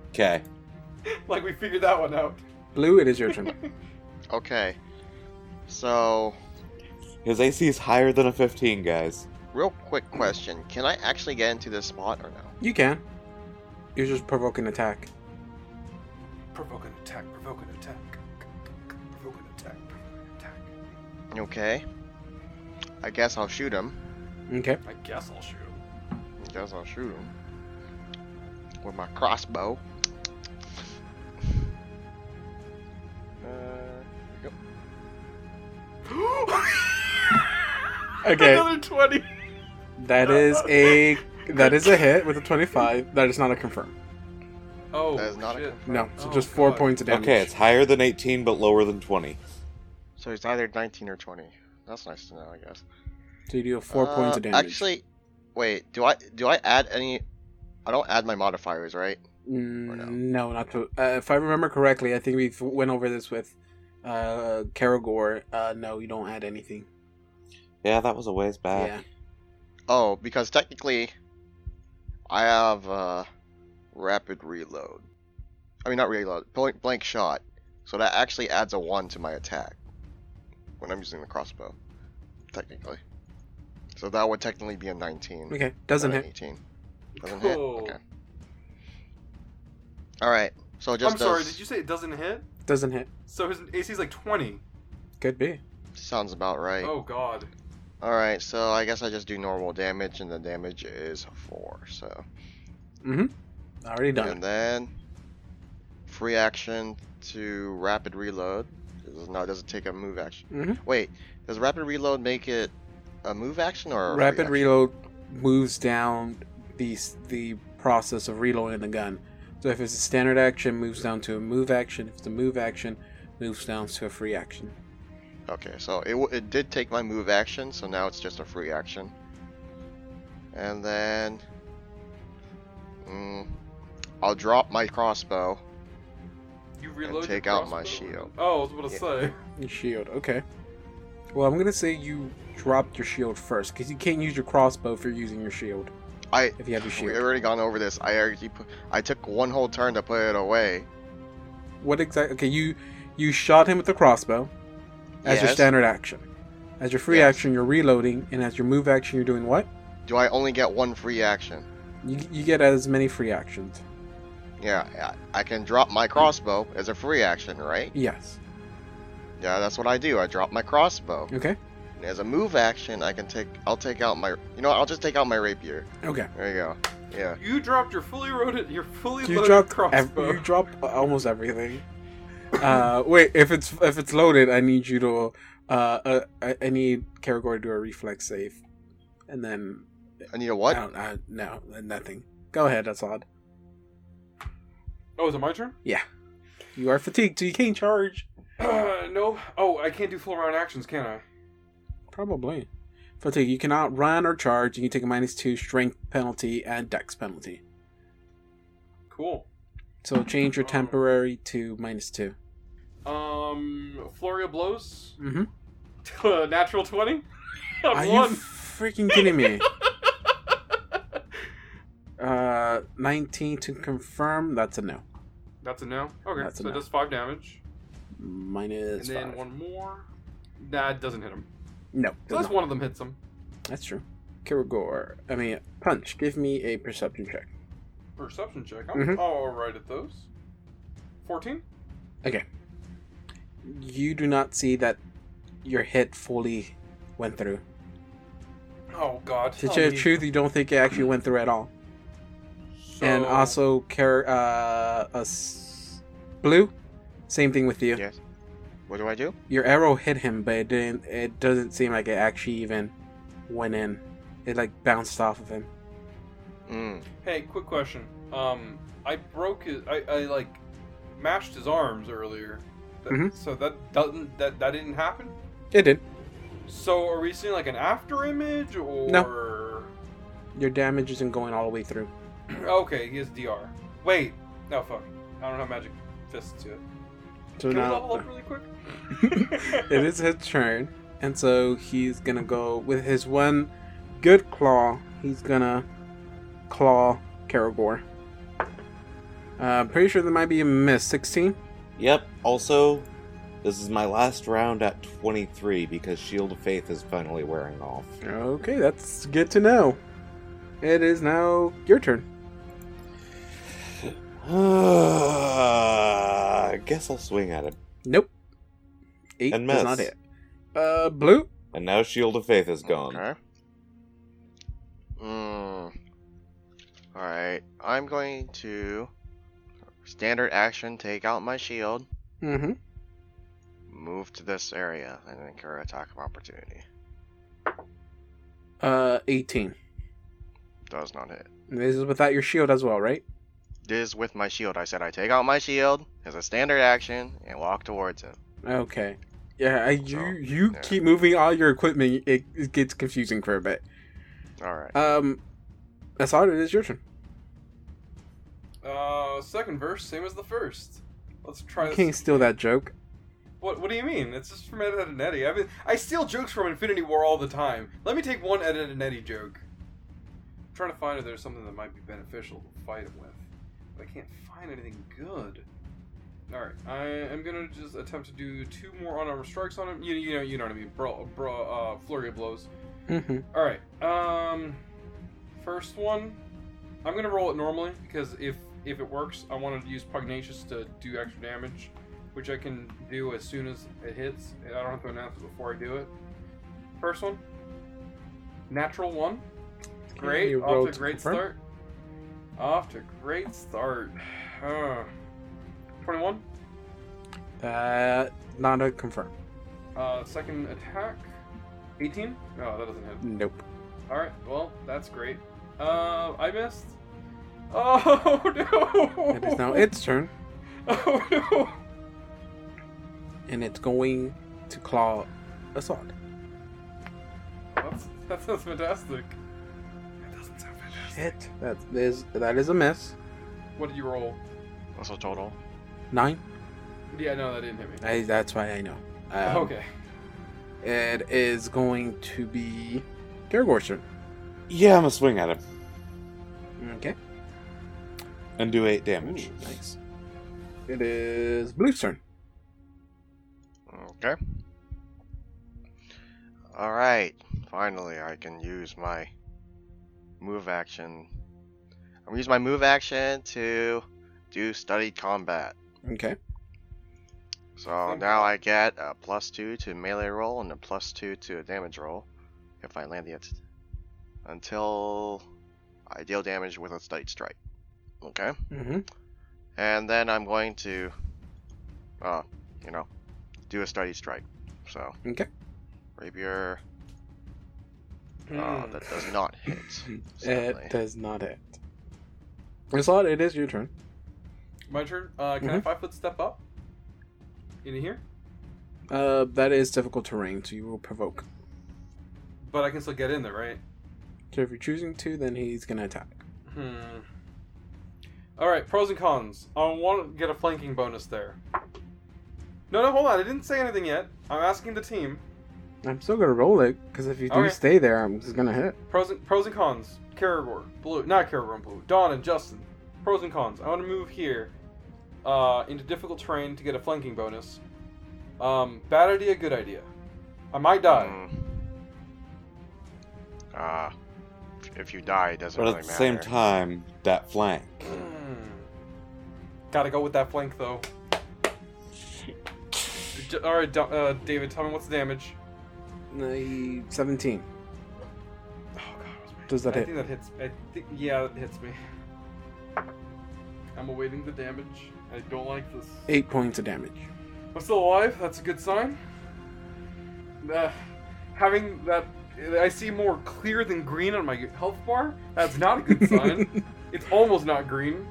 S3: Okay.
S1: like we figured that one out
S2: Blue, it is your turn.
S4: Okay. So,
S3: His AC is higher than a 15, guys.
S4: real quick question, can I actually get into this spot or no?
S2: you can. You're just provoking attack.
S5: Provoke an attack. Provoke an attack. Provoke an attack. Provoke an attack.
S4: Okay. I guess I'll shoot him.
S2: Okay.
S5: I guess I'll shoot him.
S4: I guess I'll shoot him. With my crossbow. Uh, yep.
S2: Okay.
S1: Another 20. Uh,
S2: That is a that is a hit with a twenty-five. That is not a confirm.
S1: Oh,
S4: That is not a
S1: shit.
S4: confirm.
S2: No. So
S1: Oh,
S2: just four
S1: God.
S2: points of damage.
S3: Okay, it's higher than 18, but lower than 20.
S4: So it's either 19 or 20. That's nice to know, I guess.
S2: So you deal four points
S4: Uh,
S2: of damage.
S4: Actually, wait. Do I do I add any? I don't add my modifiers, right?
S2: Mm,
S4: no?
S2: no, not to. Uh, if I remember correctly, I think we went over this with uh, Karagor. Uh, no, you don't add anything.
S3: Yeah, that was a ways back.
S2: yeah.
S4: Oh, because technically, I have uh, rapid reload. I mean, not reload. Blank, blank shot. So that actually adds a one to my attack when I'm using the crossbow. Technically, so that would technically be a 19.
S2: Okay. Doesn't
S4: not an
S2: hit.
S4: 18. Doesn't hit.
S1: Cool.
S4: Okay. All right. So it just
S1: I'm sorry,
S4: does-
S1: did you say it doesn't hit?
S2: Doesn't hit.
S1: So his AC's like 20.
S2: Could be.
S4: sounds about right.
S1: Oh, God.
S4: Alright, so I guess I just do normal damage, and the damage is 4, so.
S2: Already done.
S4: And then, free action to rapid reload. This is- No, it doesn't take a move action.
S2: Mhm.
S4: Wait, does rapid reload make it a move action or a free
S2: Rapid
S4: action?
S2: reload moves down the s- the process of reloading the gun. So if it's a standard action, moves down to a move action. If it's a move action, moves down to a free action.
S4: Okay, so it, w- it did take my move action, so now it's just a free action. And then. Mm, I'll drop my crossbow.
S1: You reload your
S4: take out my
S1: crossbow?
S4: shield.
S1: Oh, I was about to say.
S2: Your shield. Okay. Well, I'm gonna say you dropped your shield first because you can't use your crossbow if you're using your shield.
S4: I
S2: If you have your shield.
S4: We already gone over this. I already put, I took one whole turn to put it away.
S2: What exactly? Okay, you you shot him with the crossbow as your
S4: Yes.
S2: standard action. As your free
S4: Yes.
S2: action, you're reloading, and as your move action, you're doing what?
S4: Do I only get one free action?
S2: You, you get as many free actions.
S4: Yeah, I, I can drop my crossbow as a free action, right?
S2: Yes.
S4: Yeah, that's what I do. I drop my crossbow.
S2: Okay.
S4: And as a move action, I can take. I'll take out my. You know, what, I'll just take out my rapier.
S2: Okay.
S4: There you go. Yeah.
S1: You dropped your fully loaded, your fully
S2: You
S1: loaded
S2: dropped ev-
S1: crossbow.
S2: you drop almost everything. Uh, wait, if it's if it's loaded, I need you to uh, uh I, I need Karagor to do a reflex save, and then
S4: I need a what?
S2: I don't, I, no, nothing. Go ahead, that's odd.
S1: oh, is it my turn?
S2: You are fatigued, so you can't charge.
S1: Uh, no. Oh, I can't do full round actions, can I?
S2: Probably. Fatigue, you cannot run or charge, and you take a minus two strength penalty and dex penalty.
S1: Cool. Oh
S2: So change your temporary to minus two.
S1: Um, flurry of blows. Uh,
S2: Mm-hmm.
S1: Natural twenty.
S2: Are
S1: On
S2: you
S1: one.
S2: freaking kidding me? uh, 19 to confirm, that's a no.
S1: That's a no. Okay,
S2: That's a
S1: so it
S2: no.
S1: does five damage,
S2: Minus
S1: and then
S2: five.
S1: one more. That doesn't hit him.
S2: No,
S1: So that's one of them hits him.
S2: that's true. Kirigor, I mean, Punch, give me a perception check.
S1: Perception check. I'm
S2: Mhm.
S1: all right at those. Fourteen.
S2: You do not see that your hit fully went through.
S1: Oh God.
S2: To
S1: tell
S2: tell you the
S1: me.
S2: truth, you don't think it actually went through at all. And
S1: So-
S2: also, care uh, us blue. Same thing with you.
S4: Yes. What do I do?
S2: Your arrow hit him, but it didn't. It doesn't seem like it actually even went in. It like bounced off of him.
S4: Mm.
S1: Hey, quick question. Um, I broke his. I, I like mashed his arms earlier. That,
S2: Mhm.
S1: So that doesn't that that didn't happen.
S2: It did.
S1: So are we seeing like an after image or?
S2: Your damage isn't going all the way through.
S1: Okay, he has DR. Wait, no fuck. I don't have magic fists yet.
S2: So
S1: Can we level
S2: now
S1: up really quick?
S2: it is his turn, and so he's gonna go with his one good claw. He's gonna claw Karagor. Uh, I'm pretty sure there might be a miss. Sixteen.
S3: Yep, also, this is my last round at 23 because Shield of Faith is finally wearing off.
S2: Okay, that's good to know. It is now your turn.
S3: I guess I'll swing at him.
S2: Nope. Eight
S3: And
S2: does
S3: miss.
S2: not hit. Uh, blue.
S3: And now Shield of Faith is gone.
S4: Okay. Mm. Alright, I'm going to standard action take out my shield,
S2: Mm-hmm.
S4: move to this area, and then incur attack of opportunity.
S2: Uh, eighteen.
S4: Does not hit.
S2: This is without your shield as well, right?
S4: This is with my shield. I said I take out my shield as a standard action and walk towards him.
S2: Okay. Yeah, I, you
S3: Oh,
S4: So,
S2: you
S4: yeah.
S2: keep moving all your equipment. It, it gets confusing for a bit.
S4: Alright.
S2: Um, that's all. It is your turn.
S1: Uh, second verse, same as the first. Let's try
S2: You
S1: this.
S2: can't steal that joke.
S1: What What do you mean? It's just from Ed, Ed and Eddie. I mean, I steal jokes from Infinity War all the time. Let me take one Ed, Ed and Eddie joke. I'm trying to find if there's something that might be beneficial to fight him with, but I can't find anything good. All right, I am gonna just attempt to do two more unarmored strikes on him. You, you know, you know what I mean. Bro, bro, uh, flurry of blows.
S2: Mm-hmm.
S1: All right. Um, first one, I'm gonna roll it normally because if if it works, I want to use pugnacious to do extra damage, which I can do as soon as it hits. and I don't have to announce it before I do it. First one, natural one. Great,
S2: You
S1: off
S2: rolled
S1: to a great
S2: confirm.
S1: start. Off to a great start. Uh, Twenty-one.
S2: Uh, not a confirm.
S1: Uh, second attack, eighteen. No, that doesn't hit.
S2: Nope.
S1: All right. Well, that's great. Uh, I missed. Oh no!
S2: It is now its turn,
S1: Oh no!
S2: and it's going to claw Assad.
S1: That's that sounds fantastic.
S2: Shit. That is that is a miss.
S1: What did you roll?
S4: What's the total?
S2: Nine.
S1: Yeah, no, that didn't hit me.
S2: I, that's why I know. Um,
S1: okay.
S2: It is going to be Gargoyle's turn.
S3: Yeah, I'm gonna swing at him
S2: Okay.
S3: and do eight damage.
S2: nice. It is Blue's turn.
S4: Okay. Alright, finally I can use my move action. I'm gonna use my move action to do studied combat.
S2: Okay.
S4: So
S1: Same
S4: now I get a plus two to melee roll and a plus two to a damage roll if I land the it until I deal damage with a studied strike. Okay.
S2: Mm-hmm.
S4: And then I'm going to, uh, you know, do a studied strike. So
S2: Okay.
S4: rapier uh,
S1: Hmm.
S4: that does not hit. sadly.
S2: It does not hit. Assad, it is your turn.
S1: My turn. Uh, can I
S2: Mhm.
S1: five foot step up? In here,
S2: Uh, that is difficult terrain, so you will provoke.
S1: but I can still get in there, right?
S2: So if you're choosing to, then he's gonna attack.
S1: Hmm. All right. Pros and cons. I want to get a flanking bonus there. No, no, hold on. I didn't say anything yet. I'm asking the team.
S2: I'm still gonna roll it because if you do
S1: Okay.
S2: stay there, I'm just gonna hit.
S1: Pros and, pros and cons. Caragor, Blue, not Caragor and Blue. Dawn and Justin. Pros and cons. I want to move here uh, into difficult terrain to get a flanking bonus. Um, bad idea, good idea. I might die.
S4: Mm. Ah, if you die, it doesn't
S3: But
S4: really
S3: at the
S4: matter.
S3: same time, that flank.
S1: Gotta go with that flank though. J- All right, Da- uh, David, tell me what's the damage.
S2: Uh, Seventeen.
S1: Oh God, what's my-
S2: Does that
S1: I
S2: hit?
S1: think that hits. I think yeah, that hits me. I'm awaiting the damage. I don't like this.
S2: Eight points of damage.
S1: I'm still alive. That's a good sign. Uh, having that, I see more clear than green on my health bar. That's not a good sign. It's almost not green.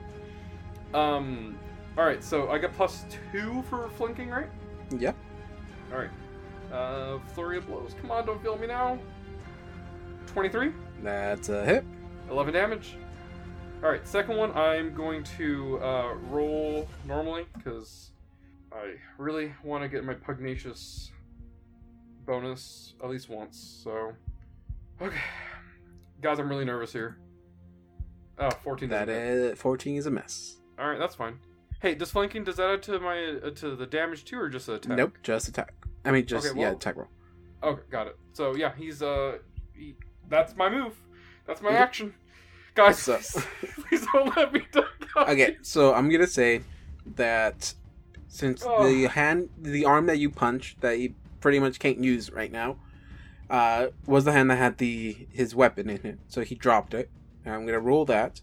S1: Um. All right. So I got plus two for flanking, right?
S2: yep.
S1: All right. Uh, flurry of blows. Come on, don't fail me now. Twenty-three.
S2: That's a hit.
S1: 11 damage. All right, second one I'm going to uh, roll normally because I really want to get my pugnacious bonus at least once. So, okay, guys, I'm really nervous here. Oh, 14.
S2: That
S1: doesn't hit.
S2: is fourteen is a miss.
S1: All right, that's fine. Hey, does flanking does that add to my uh, to the damage too, or just the attack?
S2: Nope, just attack. I mean, just
S1: Okay,
S2: yeah,
S1: well-
S2: attack roll.
S1: Okay, got it. So yeah, he's uh, he, that's my move. That's my
S2: Okay.
S1: action. Guys,
S2: So-
S1: please, please don't let me die.
S2: Okay, so I'm gonna say that since
S5: Oh.
S2: the hand, the arm that you punched that he pretty much can't use right now, uh, was the hand that had the his weapon in it. So he dropped it, and I'm gonna roll that.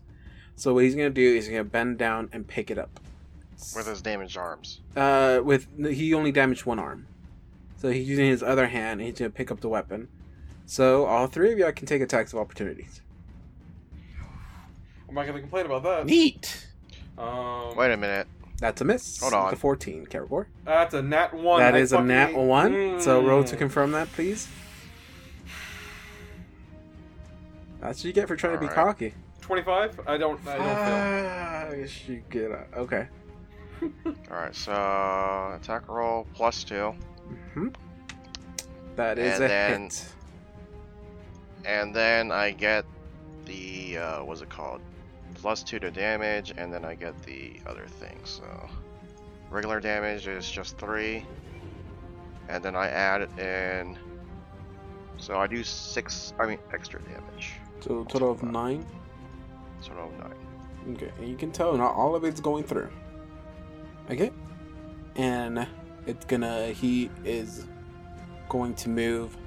S2: So what he's gonna do is he's gonna bend down and pick it up.
S4: with his damaged arms.
S2: Uh, with he only damaged one arm, so he's using his other hand. and He's gonna pick up the weapon. So all three of y'all can take attacks of opportunities.
S1: I'm not gonna complain about that.
S3: Neat.
S1: Um,
S4: Wait a minute.
S2: That's a miss.
S4: Hold on.
S2: The fourteen, Caragor.
S1: that's a nat one.
S2: That
S1: I
S2: is a nat
S1: fucking-
S2: one. So roll to
S1: Mm.
S2: confirm that, please. That's what you get for trying to be
S4: Alright.
S2: cocky.
S1: 25. I don't. I don't feel.
S2: Ah, I guess you get a, okay.
S4: All right, so attack roll plus two,
S2: hmm That is
S4: And
S2: a
S4: then-
S2: hit.
S4: and then I get the uh, what's it called? Plus two to damage, and then I get the other thing. So regular damage is just three, and then I add in. So I do six. I mean, extra damage.
S2: So a total of nine.
S4: So no nine.
S2: Okay, and you can tell not all of it's going through. Okay, and it's gonna. He is going to move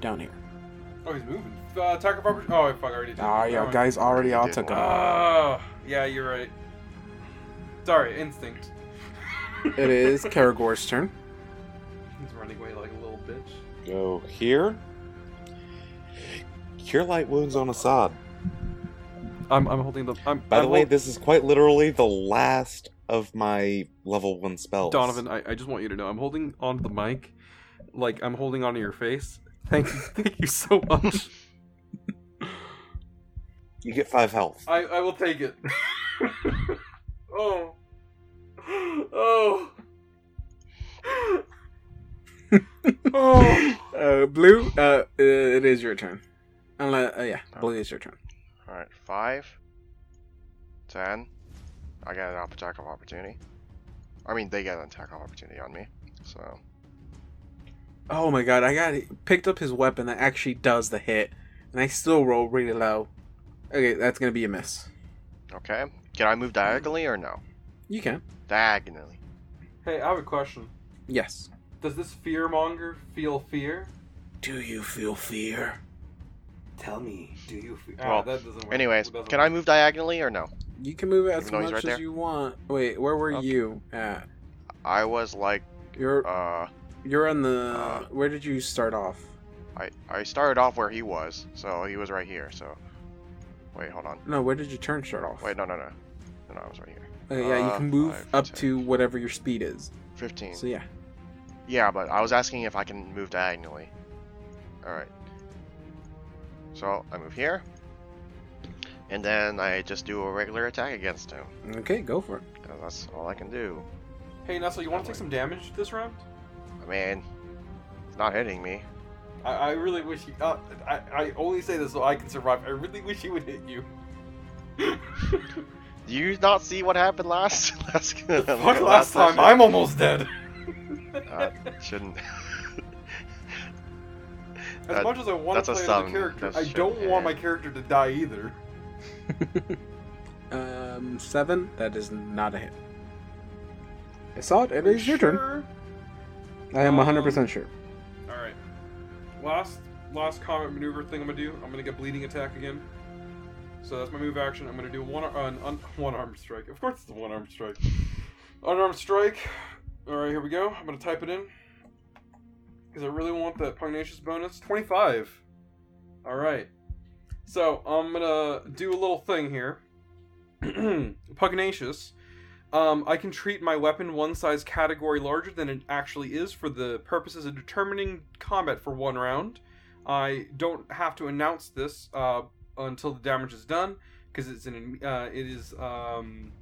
S2: down here.
S1: Oh, he's moving. Uh, attack of opportunity. Oh, fuck! I already did.
S2: Ah, yeah,
S1: Never mind.
S2: guys already all
S4: Did
S2: took
S4: one.
S2: him.
S1: Ah, yeah, you're right. Sorry, instinct.
S2: It is Karagor's turn.
S1: He's running away like a little bitch.
S3: Go here. Cure light wounds on Assad.
S1: I'm, I'm holding the. I'm.
S3: By the way, this is quite literally the last of my level one spells.
S1: Donovan, uh, I, I just want you to know I'm holding onto the mic, like I'm holding onto your face. Thank you, thank you so much.
S3: you get five health.
S1: I, I will take it. oh, oh, oh.
S2: Uh, blue, uh, it is your turn. Unless, uh, yeah,
S4: Oh.
S2: blue is your turn.
S4: All right, five, ten. I got an attack of opportunity. I mean, they get an attack of opportunity on me. So
S2: Oh my god, I got picked up his weapon that actually does the hit, and I still roll really low. Okay, that's gonna be a miss.
S4: okay, can I move diagonally or no?
S2: You can.
S4: Diagonally.
S1: Hey, I have a question.
S2: Yes.
S1: Does this fear monger feel fear?
S2: Do you feel fear?
S5: Tell me, do you feel?
S1: Ah,
S4: Well,
S1: that doesn't work.
S4: Anyways,
S1: It doesn't
S4: can I
S1: work.
S4: move diagonally or no?
S2: You can move it as
S4: Even though he's
S2: much
S4: right
S2: as
S4: there?
S2: you want. Wait, where were
S4: Okay.
S2: you at?
S4: I was like,
S2: You're
S4: uh,
S2: you're on the.
S4: uh,
S2: where did you start off?
S4: I I started off where he was, so he was right here. So wait, hold on.
S2: No, where did your turn start off?
S4: Wait, no, no, no, no, no I was right here.
S2: Okay, yeah, you
S4: uh,
S2: can move
S4: five,
S2: up
S4: ten.
S2: to whatever your speed is.
S4: Fifteen.
S2: So yeah.
S4: Yeah, but I was asking if I can move diagonally. Alright. So I move here. And then I just do a regular attack against him.
S2: Okay, go for it.
S4: 'cause that's all I can do.
S1: Hey, Nestle, you want to take some damage this round?
S4: I mean, it's not hitting me.
S1: I, I really wish he. Uh, I, I only say this so I can survive. I really wish he would hit you.
S4: Do you not see what happened last? last,
S1: Fuck last time, I'm almost dead.
S4: Uh, shouldn't.
S1: As
S4: That-
S1: much as I want
S4: that's
S1: to
S4: a
S1: play
S4: sum.
S1: another character,
S4: That's
S1: I
S4: shit,
S1: don't want
S4: yeah.
S1: my character to die either.
S2: Um, seven. That is not a hit. Assault, it is your turn. I am 100% sure.
S1: All right. Last last combat maneuver thing I'm gonna do. I'm gonna get bleeding attack again. So that's my move action. I'm gonna do one ar- an un, one armed strike. Of course, it's a one armed strike. Unarmed strike. All right, here we go. I'm gonna type it in because I really want that pugnacious bonus. Twenty five. All right. So I'm gonna do a little thing here. pugnacious. Um, I can treat my weapon one size category larger than it actually is for the purposes of determining combat for one round. I don't have to announce this uh, until the damage is done because it's an uh, it is um,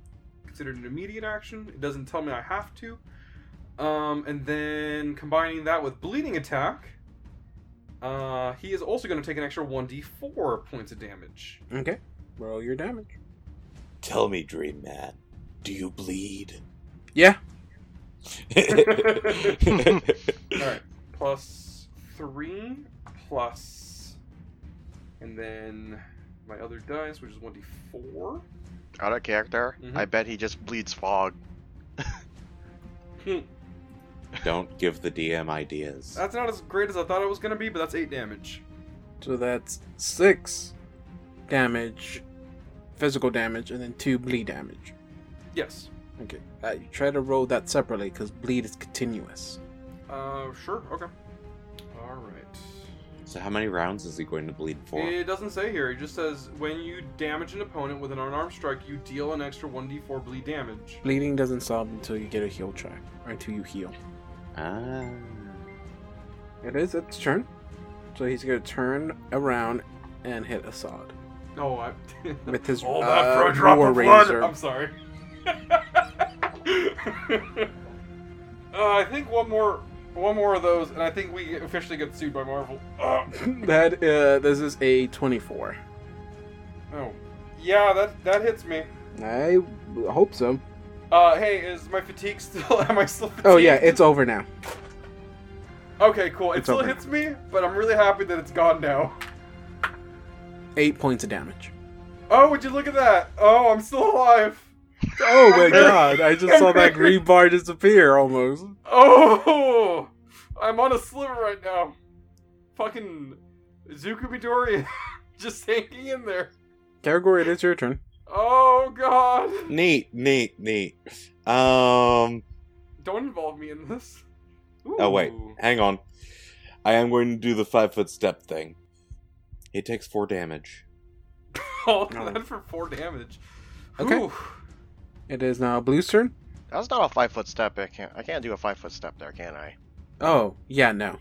S1: considered an immediate action. It doesn't tell me I have to. Um, and then combining that with bleeding attack, uh, he is also going to take an extra 1d4 points of damage.
S2: Okay. Roll your damage.
S3: Tell me, Dream Man, do you bleed?
S2: Yeah.
S1: All right, plus three, plus, and then my other dice, which is one d four.
S4: Out of character,
S1: Mhm.
S4: I bet he just bleeds fog.
S3: Don't give the DM ideas.
S1: That's not as great as I thought it was gonna be, but that's eight damage.
S2: So that's six damage, physical damage, and then two bleed damage.
S1: Yes.
S2: Okay. Uh, you try to roll that separately because bleed is continuous.
S1: Uh, sure. Okay. All right.
S3: So how many rounds is he going to bleed for?
S1: It doesn't say here. It just says when you damage an opponent with an unarmed strike, you deal an extra 1d4 bleed damage.
S2: Bleeding doesn't stop until you get a heal track or until you heal.
S3: Ah.
S2: It is its turn. So he's going to turn around and hit Assad
S1: No, Oh, I.
S2: with his
S1: All
S2: uh,
S1: that for a Oh, drop
S2: war
S1: of blood.
S2: razor.
S1: I'm sorry. Uh, I think one more, one more of those, and I think we officially get sued by Marvel. Uh,
S2: that uh, this is a 24.
S1: oh, yeah, that that hits me.
S2: I hope so.
S1: Uh, hey, is my fatigue still? Am I still? Fatigued?
S2: Oh yeah, it's over now.
S1: okay, cool. It
S2: it's
S1: still
S2: over.
S1: hits me, but I'm really happy that it's gone now.
S2: Eight points of damage.
S1: Oh, would you look at that? Oh, I'm still alive.
S2: Oh my god! I just saw that green bar disappear almost.
S1: Oh, I'm on a sliver right now. Fucking Zuko Midori just hanging in there.
S2: Category, it is your turn.
S1: Oh god.
S3: Neat, neat, neat. Um.
S1: Don't involve me in this.
S3: Oh, wait.
S1: Ooh.
S3: Hang on. I am going to do the five foot step thing. He takes four damage.
S1: All of that for four damage.
S2: Okay.
S1: Ooh.
S2: It is now Blue's turn.
S4: That's not a five foot step. I can't. I can't do a five foot step there, can I?
S2: Oh yeah, no.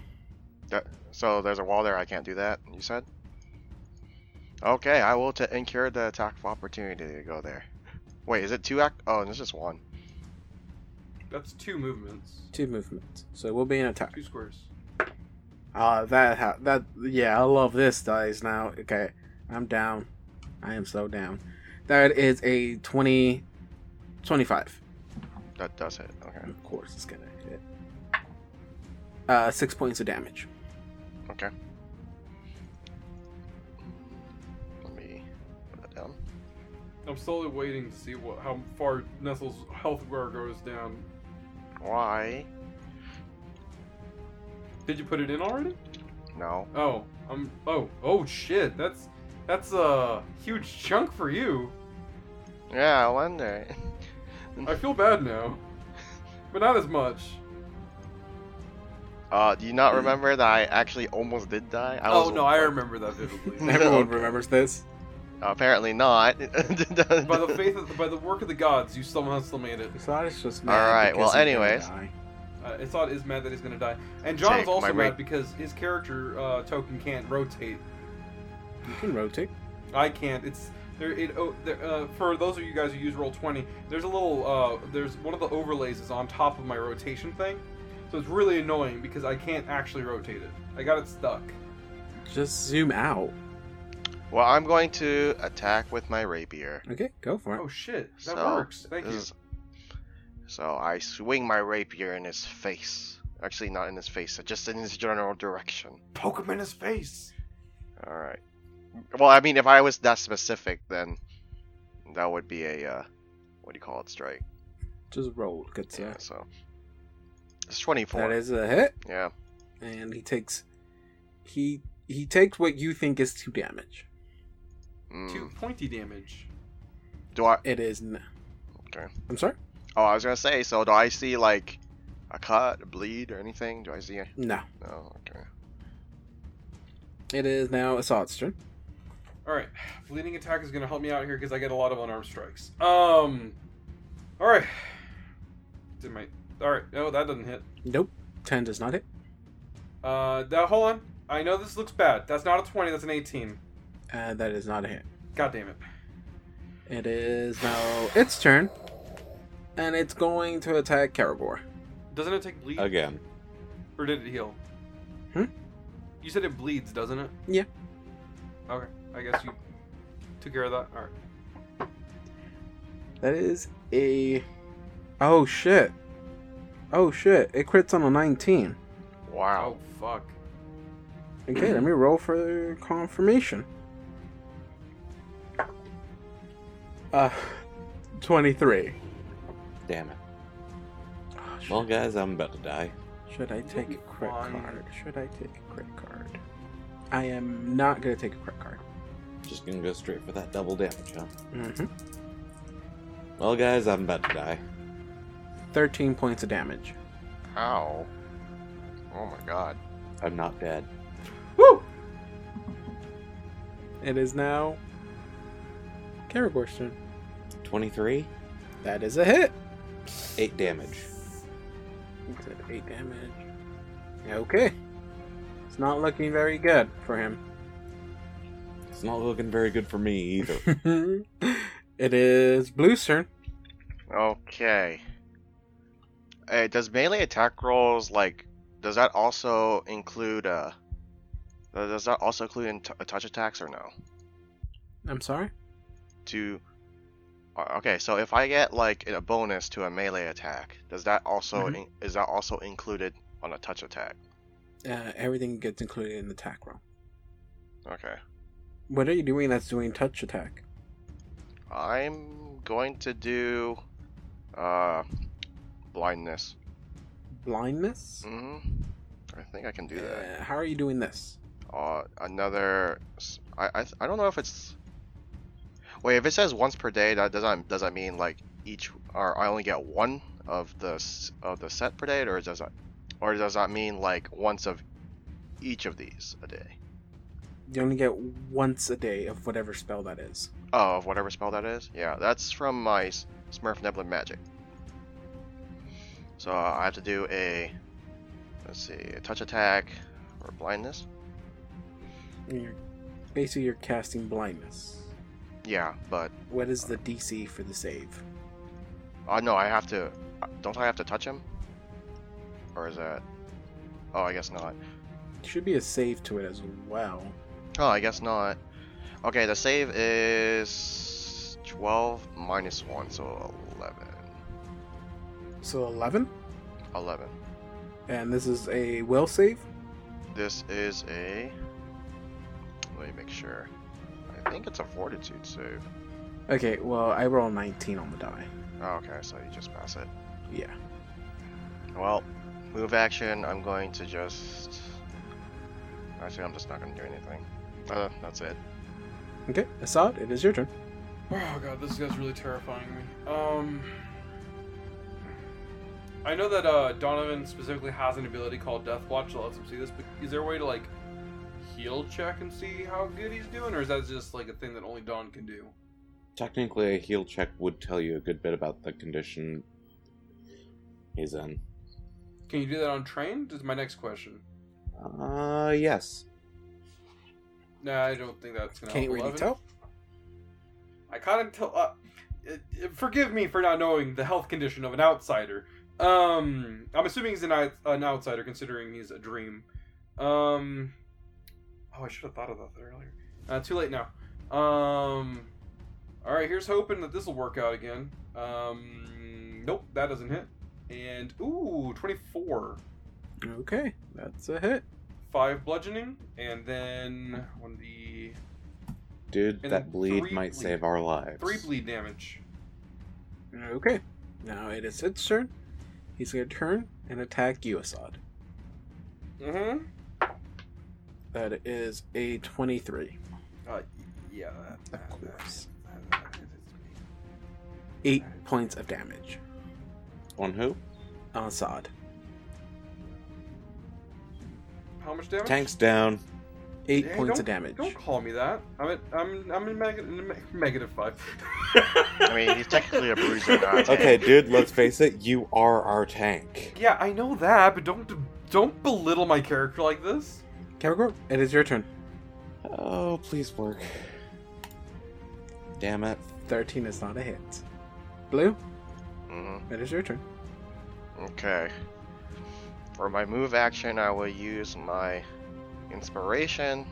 S4: So there's a wall there. I can't do that. You said. Okay, I will t- incur the attack of opportunity to go there. Wait, is it two act? Oh, it's just one.
S1: That's two movements.
S2: Two movements, so it will be an attack.
S1: Two squares.
S2: Ah, that ha- that yeah, I love this dice now. Okay, I'm down. I am so down. That is a 20, 25.
S4: That does hit. Okay.
S2: Of course, it's gonna hit. Uh, six points of damage.
S4: Okay. Let me put that down.
S1: I'm slowly waiting to see what how far Nestle's health bar goes down.
S4: Why?
S1: Did you put it in already?
S4: No.
S1: Oh, I'm. Oh, oh shit. That's that's a huge chunk for you.
S4: Yeah, I wonder.
S1: I feel bad now, but not as much.
S4: Uh, do you not remember that I actually almost did die? I
S1: oh
S4: was-
S1: no, I remember that vividly.
S2: Everyone remembers this.
S4: Apparently not.
S1: by the faith of the, by the work of the gods, you somehow still made it.
S2: Assad is just
S4: All right,
S2: because
S4: well,
S2: he's gonna
S4: anyways.
S2: die.
S1: Uh, Isad is mad that he's gonna die, and John
S4: Take
S1: is also
S4: my
S1: mad
S4: rate.
S1: because his character uh, token can't rotate.
S2: you can rotate.
S1: I can't. It's there. It oh, there, uh, for those of you guys who use roll twenty, there's a little. Uh, there's one of the overlays is on top of my rotation thing, so it's really annoying because I can't actually rotate it. I got it stuck.
S2: Just zoom out.
S4: well, I'm going to attack with my rapier.
S2: Okay, go for it.
S1: Oh shit, that
S4: So,
S1: works. Thank
S4: This
S1: you.
S4: is- So I swing my rapier in his face. Actually, not in his face, uh, just in his general direction.
S1: Poke him in his face.
S4: All right. Well, I mean, if I was that specific, then that would be a uh, what do you call it? Strike.
S2: Just roll. Good
S4: Yeah.
S2: sir.
S4: So it's twenty-four.
S2: That is a hit,
S4: Yeah.
S2: and he takes he he takes what you think is two damage.
S4: Mm.
S1: Two pointy damage.
S4: Do I?
S2: It is. N-
S4: Okay.
S2: I'm sorry.
S4: Oh, I was gonna say. So do I see like a cut, a bleed, or anything? Do I see? A...
S2: No,
S4: No. Okay.
S2: it is now Assad's turn.
S1: All right, bleeding attack is gonna help me out here because I get a lot of unarmed strikes. Um, all right. Did my all right? No, that doesn't hit.
S2: Nope, ten does not hit.
S1: Uh, now hold on. I know this looks bad. That's not a twenty. That's an eighteen.
S2: Uh, that is not a hit.
S1: God damn it.
S2: It is now its turn, and it's going to attack Karagor.
S1: Doesn't it take bleed?
S3: Again.
S1: Or did it heal?
S2: Hmm?
S1: You said it bleeds, doesn't it?
S2: Yeah.
S1: Okay. I guess you took care of that. All right.
S2: That is a. Oh shit! Oh shit! It crits on a 19.
S4: Wow.
S1: Oh fuck.
S2: Okay, let me roll for confirmation. Uh, 23.
S3: Damn it.
S2: Oh,
S3: Well, guys, I'm about to die.
S2: Should I take
S1: be
S2: a credit
S1: fine.
S2: card? Should I take a credit card? I am not gonna take a credit card.
S3: Just gonna go straight for that double damage, huh?
S2: Mm-hmm.
S3: Well, guys, I'm about to die.
S2: Thirteen points of damage.
S4: How? Oh my god.
S3: I'm not dead.
S2: Woo! It is now Karagor's turn.
S3: 23,
S2: That is a hit.
S3: 8 damage.
S2: It's at eight damage. Okay. It's not looking very good for him.
S3: It's not looking very good for me either.
S2: it is Blue's turn.
S4: Okay. Uh, does melee attack rolls like? Does that also include uh? uh, Does that also include in t- touch attacks or no?
S2: I'm sorry.
S4: To. uh, Okay, so if I get like a bonus to a melee attack, does that also
S2: Mhm.
S4: in- is that also included on a touch attack?
S2: Uh, everything gets included in the attack roll.
S4: Okay.
S2: What are you doing that's doing touch attack?
S4: I'm going to do uh blindness.
S2: Blindness?
S4: hmm I think I can do that.
S2: Uh, how are you doing this?
S4: Uh, another. s- I, I th- I don't know if it's. Wait, if it says once per day, that does not does that mean like each or I only get one of the s- of the set per day, or does that, or does that mean like once of each of these a day?
S2: You only get once a day of whatever spell that is.
S4: Oh, of whatever spell that is. Yeah, that's from my S- Smurf Neblin magic. So uh, I have to do a, let's see, a touch attack or blindness.
S2: You're, basically, you're casting blindness.
S4: Yeah, but
S2: What is the DC for the save?
S4: Oh no, I have to. uh, Don't I have to touch him? Or is that? Oh, I guess not.
S2: Should be a save to it as well.
S4: Oh, I guess not. Okay, the save is twelve minus one, so eleven.
S2: So 11?
S4: Eleven.
S2: And this is a will save?
S4: This is a. Let me make sure. I think it's a fortitude save.
S2: Okay, well, I roll 19 on the die.
S4: Oh, okay, so you just pass it.
S2: Yeah.
S4: Well, move action. I'm going to just. Actually, I'm just not going to do anything. Uh, that's it.
S2: Okay, Assad, it is your turn.
S1: Oh god, this guy's really terrifying me. Um, I know that uh, Donovan specifically has an ability called Death Watch that lets him see this, but is there a way to like heal check and see how good he's doing, or is that just like a thing that only Don can do?
S3: Technically, a heal check would tell you a good bit about the condition he's in.
S1: Can you do that on train? Is my next question.
S3: Uh, yes.
S1: Nah, I don't think that's gonna
S2: Can't
S1: help.
S2: really
S1: 11?
S2: tell.
S1: I kind of tell. Uh, it, it- forgive me for not knowing the health condition of an outsider. Um, I'm assuming he's an, out- an outsider, considering he's a dream. Um, oh, I should have thought of that earlier. Uh, too late now. Um, all right, here's hoping that this will work out again. Um, nope, that doesn't hit. And ooh, 24,
S2: Okay, that's a hit.
S1: five bludgeoning, and then one d
S3: Dude,
S1: And
S3: that bleed
S1: three
S3: might
S1: bleed.
S3: save our lives.
S1: three bleed damage.
S2: Okay, now it is its turn. He's going to turn and attack you, Assad.
S1: Mm-hmm.
S2: That is a 23.
S1: Uh, yeah. That,
S2: Of
S1: that-
S2: course.
S1: that- that- that-
S2: Eight points of damage
S3: On who?
S2: on Assad.
S1: How much damage?
S3: Tank's down.
S2: 8
S1: Hey,
S2: points
S1: don't-
S2: of damage.
S1: Don't call me that. I'm at I'm I'm in neg- neg- negative five.
S4: I mean, he's technically a bruiser, not a tank.
S3: Okay, dude, let's face it, you are our tank.
S1: Yeah, I know that, but don't don't belittle my character like this.
S2: Karagor, it is your turn.
S3: Oh, please work. Damn it.
S2: 13 is not a hit. Blue,
S4: hmm
S2: it is your turn.
S4: Okay. For my move action, I will use my inspiration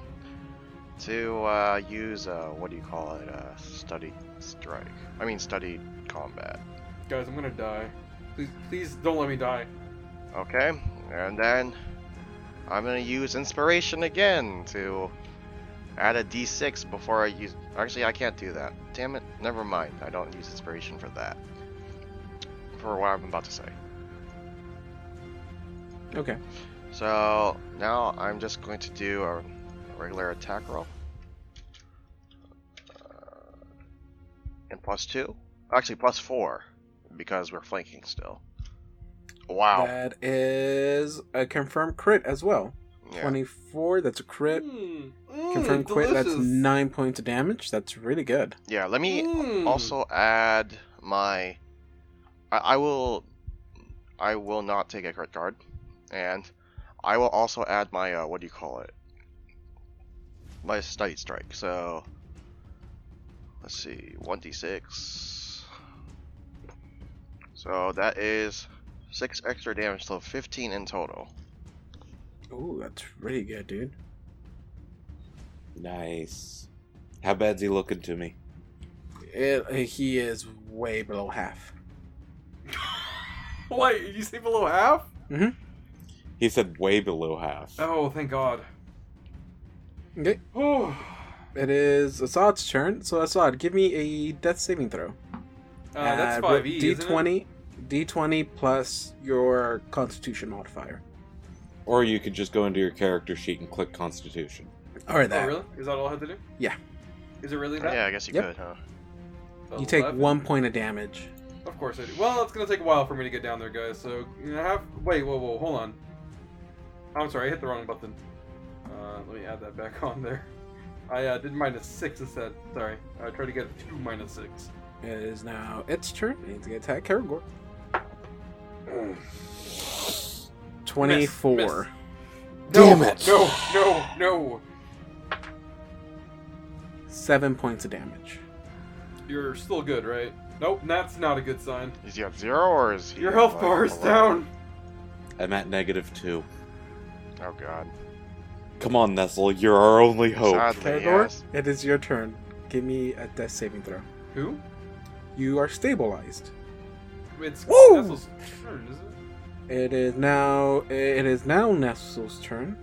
S4: to uh, use uh, what do you call it? Uh, studied strike. I mean, studied combat.
S1: Guys, I'm gonna die. Please please don't let me die.
S4: Okay, and then I'm gonna use inspiration again to add a d6 before I use. Actually, I can't do that. Damn it! Never mind. I don't use inspiration for that. For what I'm about to say.
S2: Okay.
S4: So now I'm just going to do a regular attack roll. Uh, and plus two? Actually, plus four, because we're flanking still. Wow.
S2: That is a confirmed crit as well.
S4: Yeah.
S2: 24, that's a crit.
S5: Mm,
S2: Confirmed crit, that's
S5: delicious.
S2: 9 points of damage. That's really good.
S4: yeah, let me
S5: Mm.
S4: also add my. I, I will. I will not take a crit card. And I will also add my, uh, what do you call it? My study strike. So. Let's see. 1d6. So that is 6 extra damage, so 15 in total.
S2: Ooh, that's really good, dude.
S3: Nice. How bad's he looking to me?
S2: It, uh, he is way below half.
S5: Wait, did you say below half?
S3: He said way below half.
S1: Oh, thank God.
S2: Okay.
S1: Oh,
S2: It is Assad's turn. So, Assad, give me a death saving throw.
S1: uh, that's
S2: Uh, roll
S1: five E.
S2: D20, D20 plus your constitution modifier.
S3: Or you could just go into your character sheet and click Constitution.
S2: Or
S1: Oh,
S2: that.
S1: really? Is that all I had to do?
S2: Yeah.
S1: Is it really that?
S4: Yeah, I guess you
S2: Yep.
S4: could, huh?
S2: You take
S1: 11?
S2: one point of damage.
S1: Of course I do. Well, it's gonna take a while for me to get down there, guys. So you know, have wait, whoa, whoa, hold on. I'm sorry, I hit the wrong button. Uh, let me add that back on there. I uh, did minus six instead. Sorry, I tried to get two minus six.
S2: It is now its turn. I need to attack Karagor. 24.
S1: Miss, miss.
S3: Damn
S1: no,
S3: it.
S1: No, no, no.
S2: 7 points of damage.
S1: You're still good, right? Nope, that's not a good sign.
S4: Is he at zero or is he?
S1: Your
S4: at,
S1: health
S4: like,
S1: bar is
S4: 11?
S1: down.
S3: I'm at negative two.
S4: Oh god.
S3: Come on, Nestle, you're our only hope.
S4: Sadly,
S2: Karagor,
S4: yes.
S2: it is your turn. Give me a death saving throw.
S1: Who?
S2: You are stabilized.
S1: It's
S2: Woo!
S1: Nestle's turn, is it?
S2: It is now it is now Nestle's turn.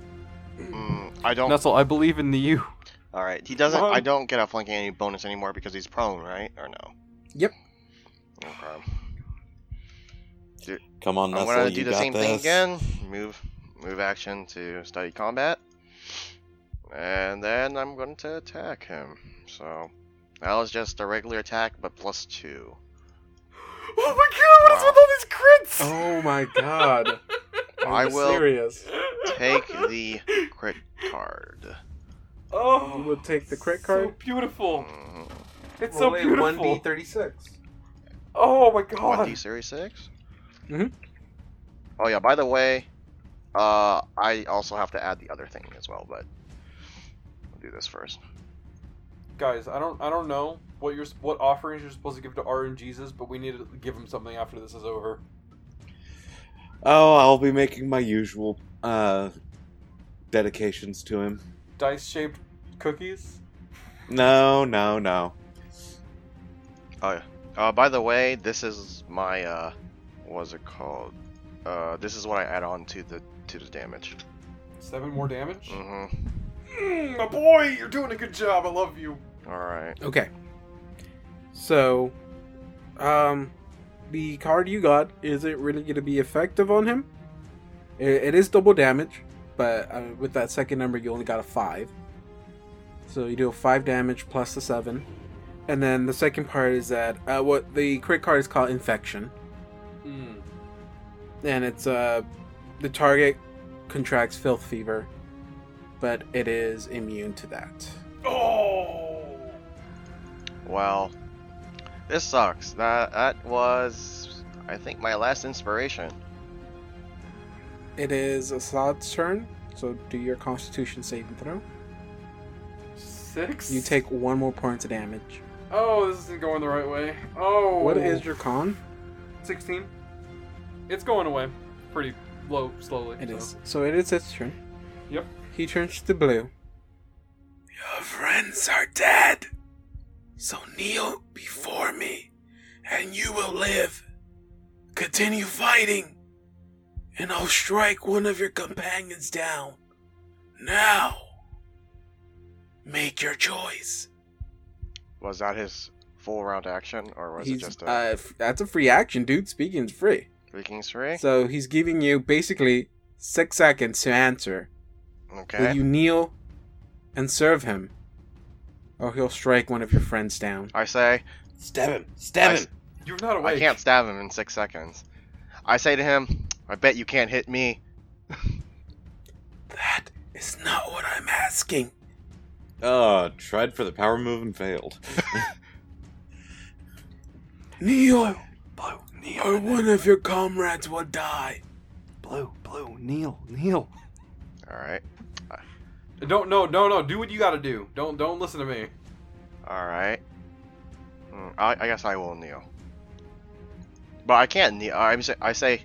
S4: Mm, I don't.
S1: Nestle, I believe in the you.
S4: All right, he doesn't.
S1: Well-
S4: I don't get a flanking any bonus anymore because he's prone, right? Or no?
S2: Yep.
S4: Okay.
S3: Come on,
S4: I'm
S3: Nestle,
S4: gonna
S3: uh, you
S4: do the
S3: got
S4: same
S3: this.
S4: thing again. Move, move action to study combat, and then I'm going to attack him. So that was just a regular attack, but plus two.
S5: Oh my god, what is with all these crits?
S2: Oh my god. Are
S4: I
S2: you
S4: will-
S2: serious.
S4: Oh. Take the crit card.
S5: Oh,
S2: You would take the crit
S5: So
S2: card?
S1: Oh.
S5: beautiful.
S4: Mm,
S5: It's so beautiful.
S2: thirty-six.
S5: oh my
S4: What
S5: god.
S4: D series six?
S2: Mhm.
S4: Oh yeah. By the way, uh, I also have to add the other thing as well, but I'll do this first.
S1: Guys, I don't, I don't know what you're, what offerings you're supposed to give to RNGesus, but we need to give him something after this is over.
S3: Oh, I'll be making my usual uh dedications to him.
S1: Dice-shaped cookies.
S3: No, no, no.
S4: Uh, by the way, this is my uh, what's it called? Uh, this is what I add on to the to the damage.
S1: Seven more damage.
S4: Mm-hmm.
S1: Mm, my boy, you're doing a good job. I love you.
S4: All right.
S2: Okay. So, um, the card you got is it really going to be effective on him? I- it is double damage, but uh, with that second number, you only got a five. So you do a five damage plus the seven, and then the second part is that uh, what the crit card is called infection,
S1: Mm.
S2: and it's uh, the target contracts filth fever, but it is immune to that.
S1: Oh.
S4: Well, this sucks. That that was, I think, my last inspiration.
S2: It is Assad's turn, so do your Constitution saving throw.
S1: Six.
S2: You take one more point of damage.
S1: Oh, this isn't going the right way. Oh.
S2: What is your con?
S1: sixteen? It's going away, pretty low, slowly.
S2: It
S1: so.
S2: is. So it is his turn.
S1: Yep.
S2: He turns to blue. Your friends are dead. So kneel before me, and you will live. Continue fighting, and I'll strike one of your companions down. Now, make your choice.
S4: Was that his full round action, or was
S2: He's,
S4: it just a
S2: uh, f- that's a free action, dude. Speaking is free.
S4: freaking three?
S2: So he's giving you basically six seconds to answer. Will
S4: Okay.
S2: you kneel and serve him? Or he'll strike one of your friends down.
S4: I say
S3: Stab him! Stab
S4: I
S3: him!
S4: s-
S1: You're not awake.
S4: I can't stab him in six seconds. I say to him, I bet you can't hit me.
S2: That is not what I'm asking.
S3: Uh, tried for the power move and failed.
S2: Kneel,
S5: Blue, kneel.
S2: or one of your comrades will die.
S5: Blue, blue, kneel, kneel.
S4: All right.
S1: Don't no no no. Do what you gotta do. Don't don't listen to me.
S4: All right. Mm, I, I guess I will kneel. But I can't kneel. I'm, sa- I say,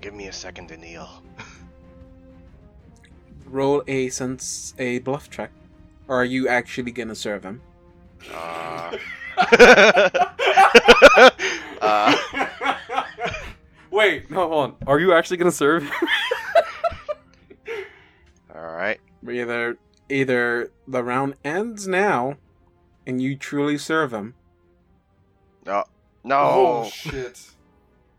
S4: give me a second to kneel.
S2: Roll a sense a bluff check. Or are you actually gonna serve him?
S4: Uh, uh,
S1: Wait, no, hold on. Are you actually gonna serve?
S4: all right.
S2: Either either the round ends now, and you truly serve him.
S4: No.
S1: Oh, shit.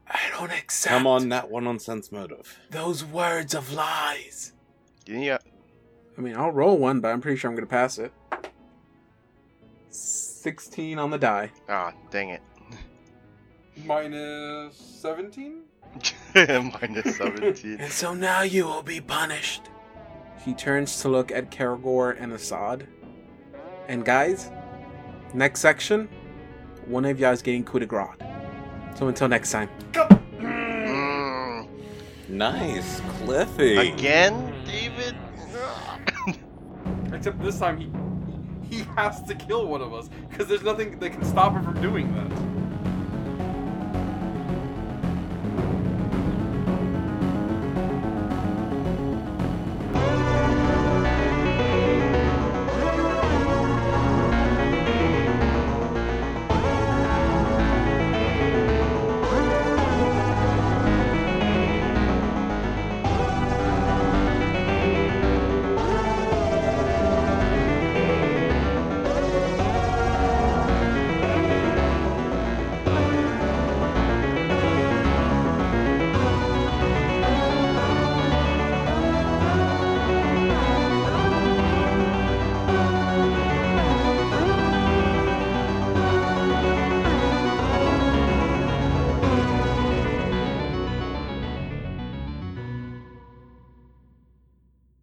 S2: I don't accept
S3: Come on, that one on sense motive.
S2: those words of lies.
S4: yeah.
S2: I mean, I'll roll one, but I'm pretty sure I'm gonna pass it. Sixteen on the die.
S4: Ah, dang it.
S1: Minus seventeen.
S4: Minus 17.
S2: And so now you will be punished. He turns to look at Karagor and Assad. And guys, next section, one of y'all is getting coup de grace. So until next time.
S4: Mm,
S3: Nice, Cliffy.
S4: again, David?
S1: Except this time he he has to kill one of us because there's nothing that can stop him from doing that.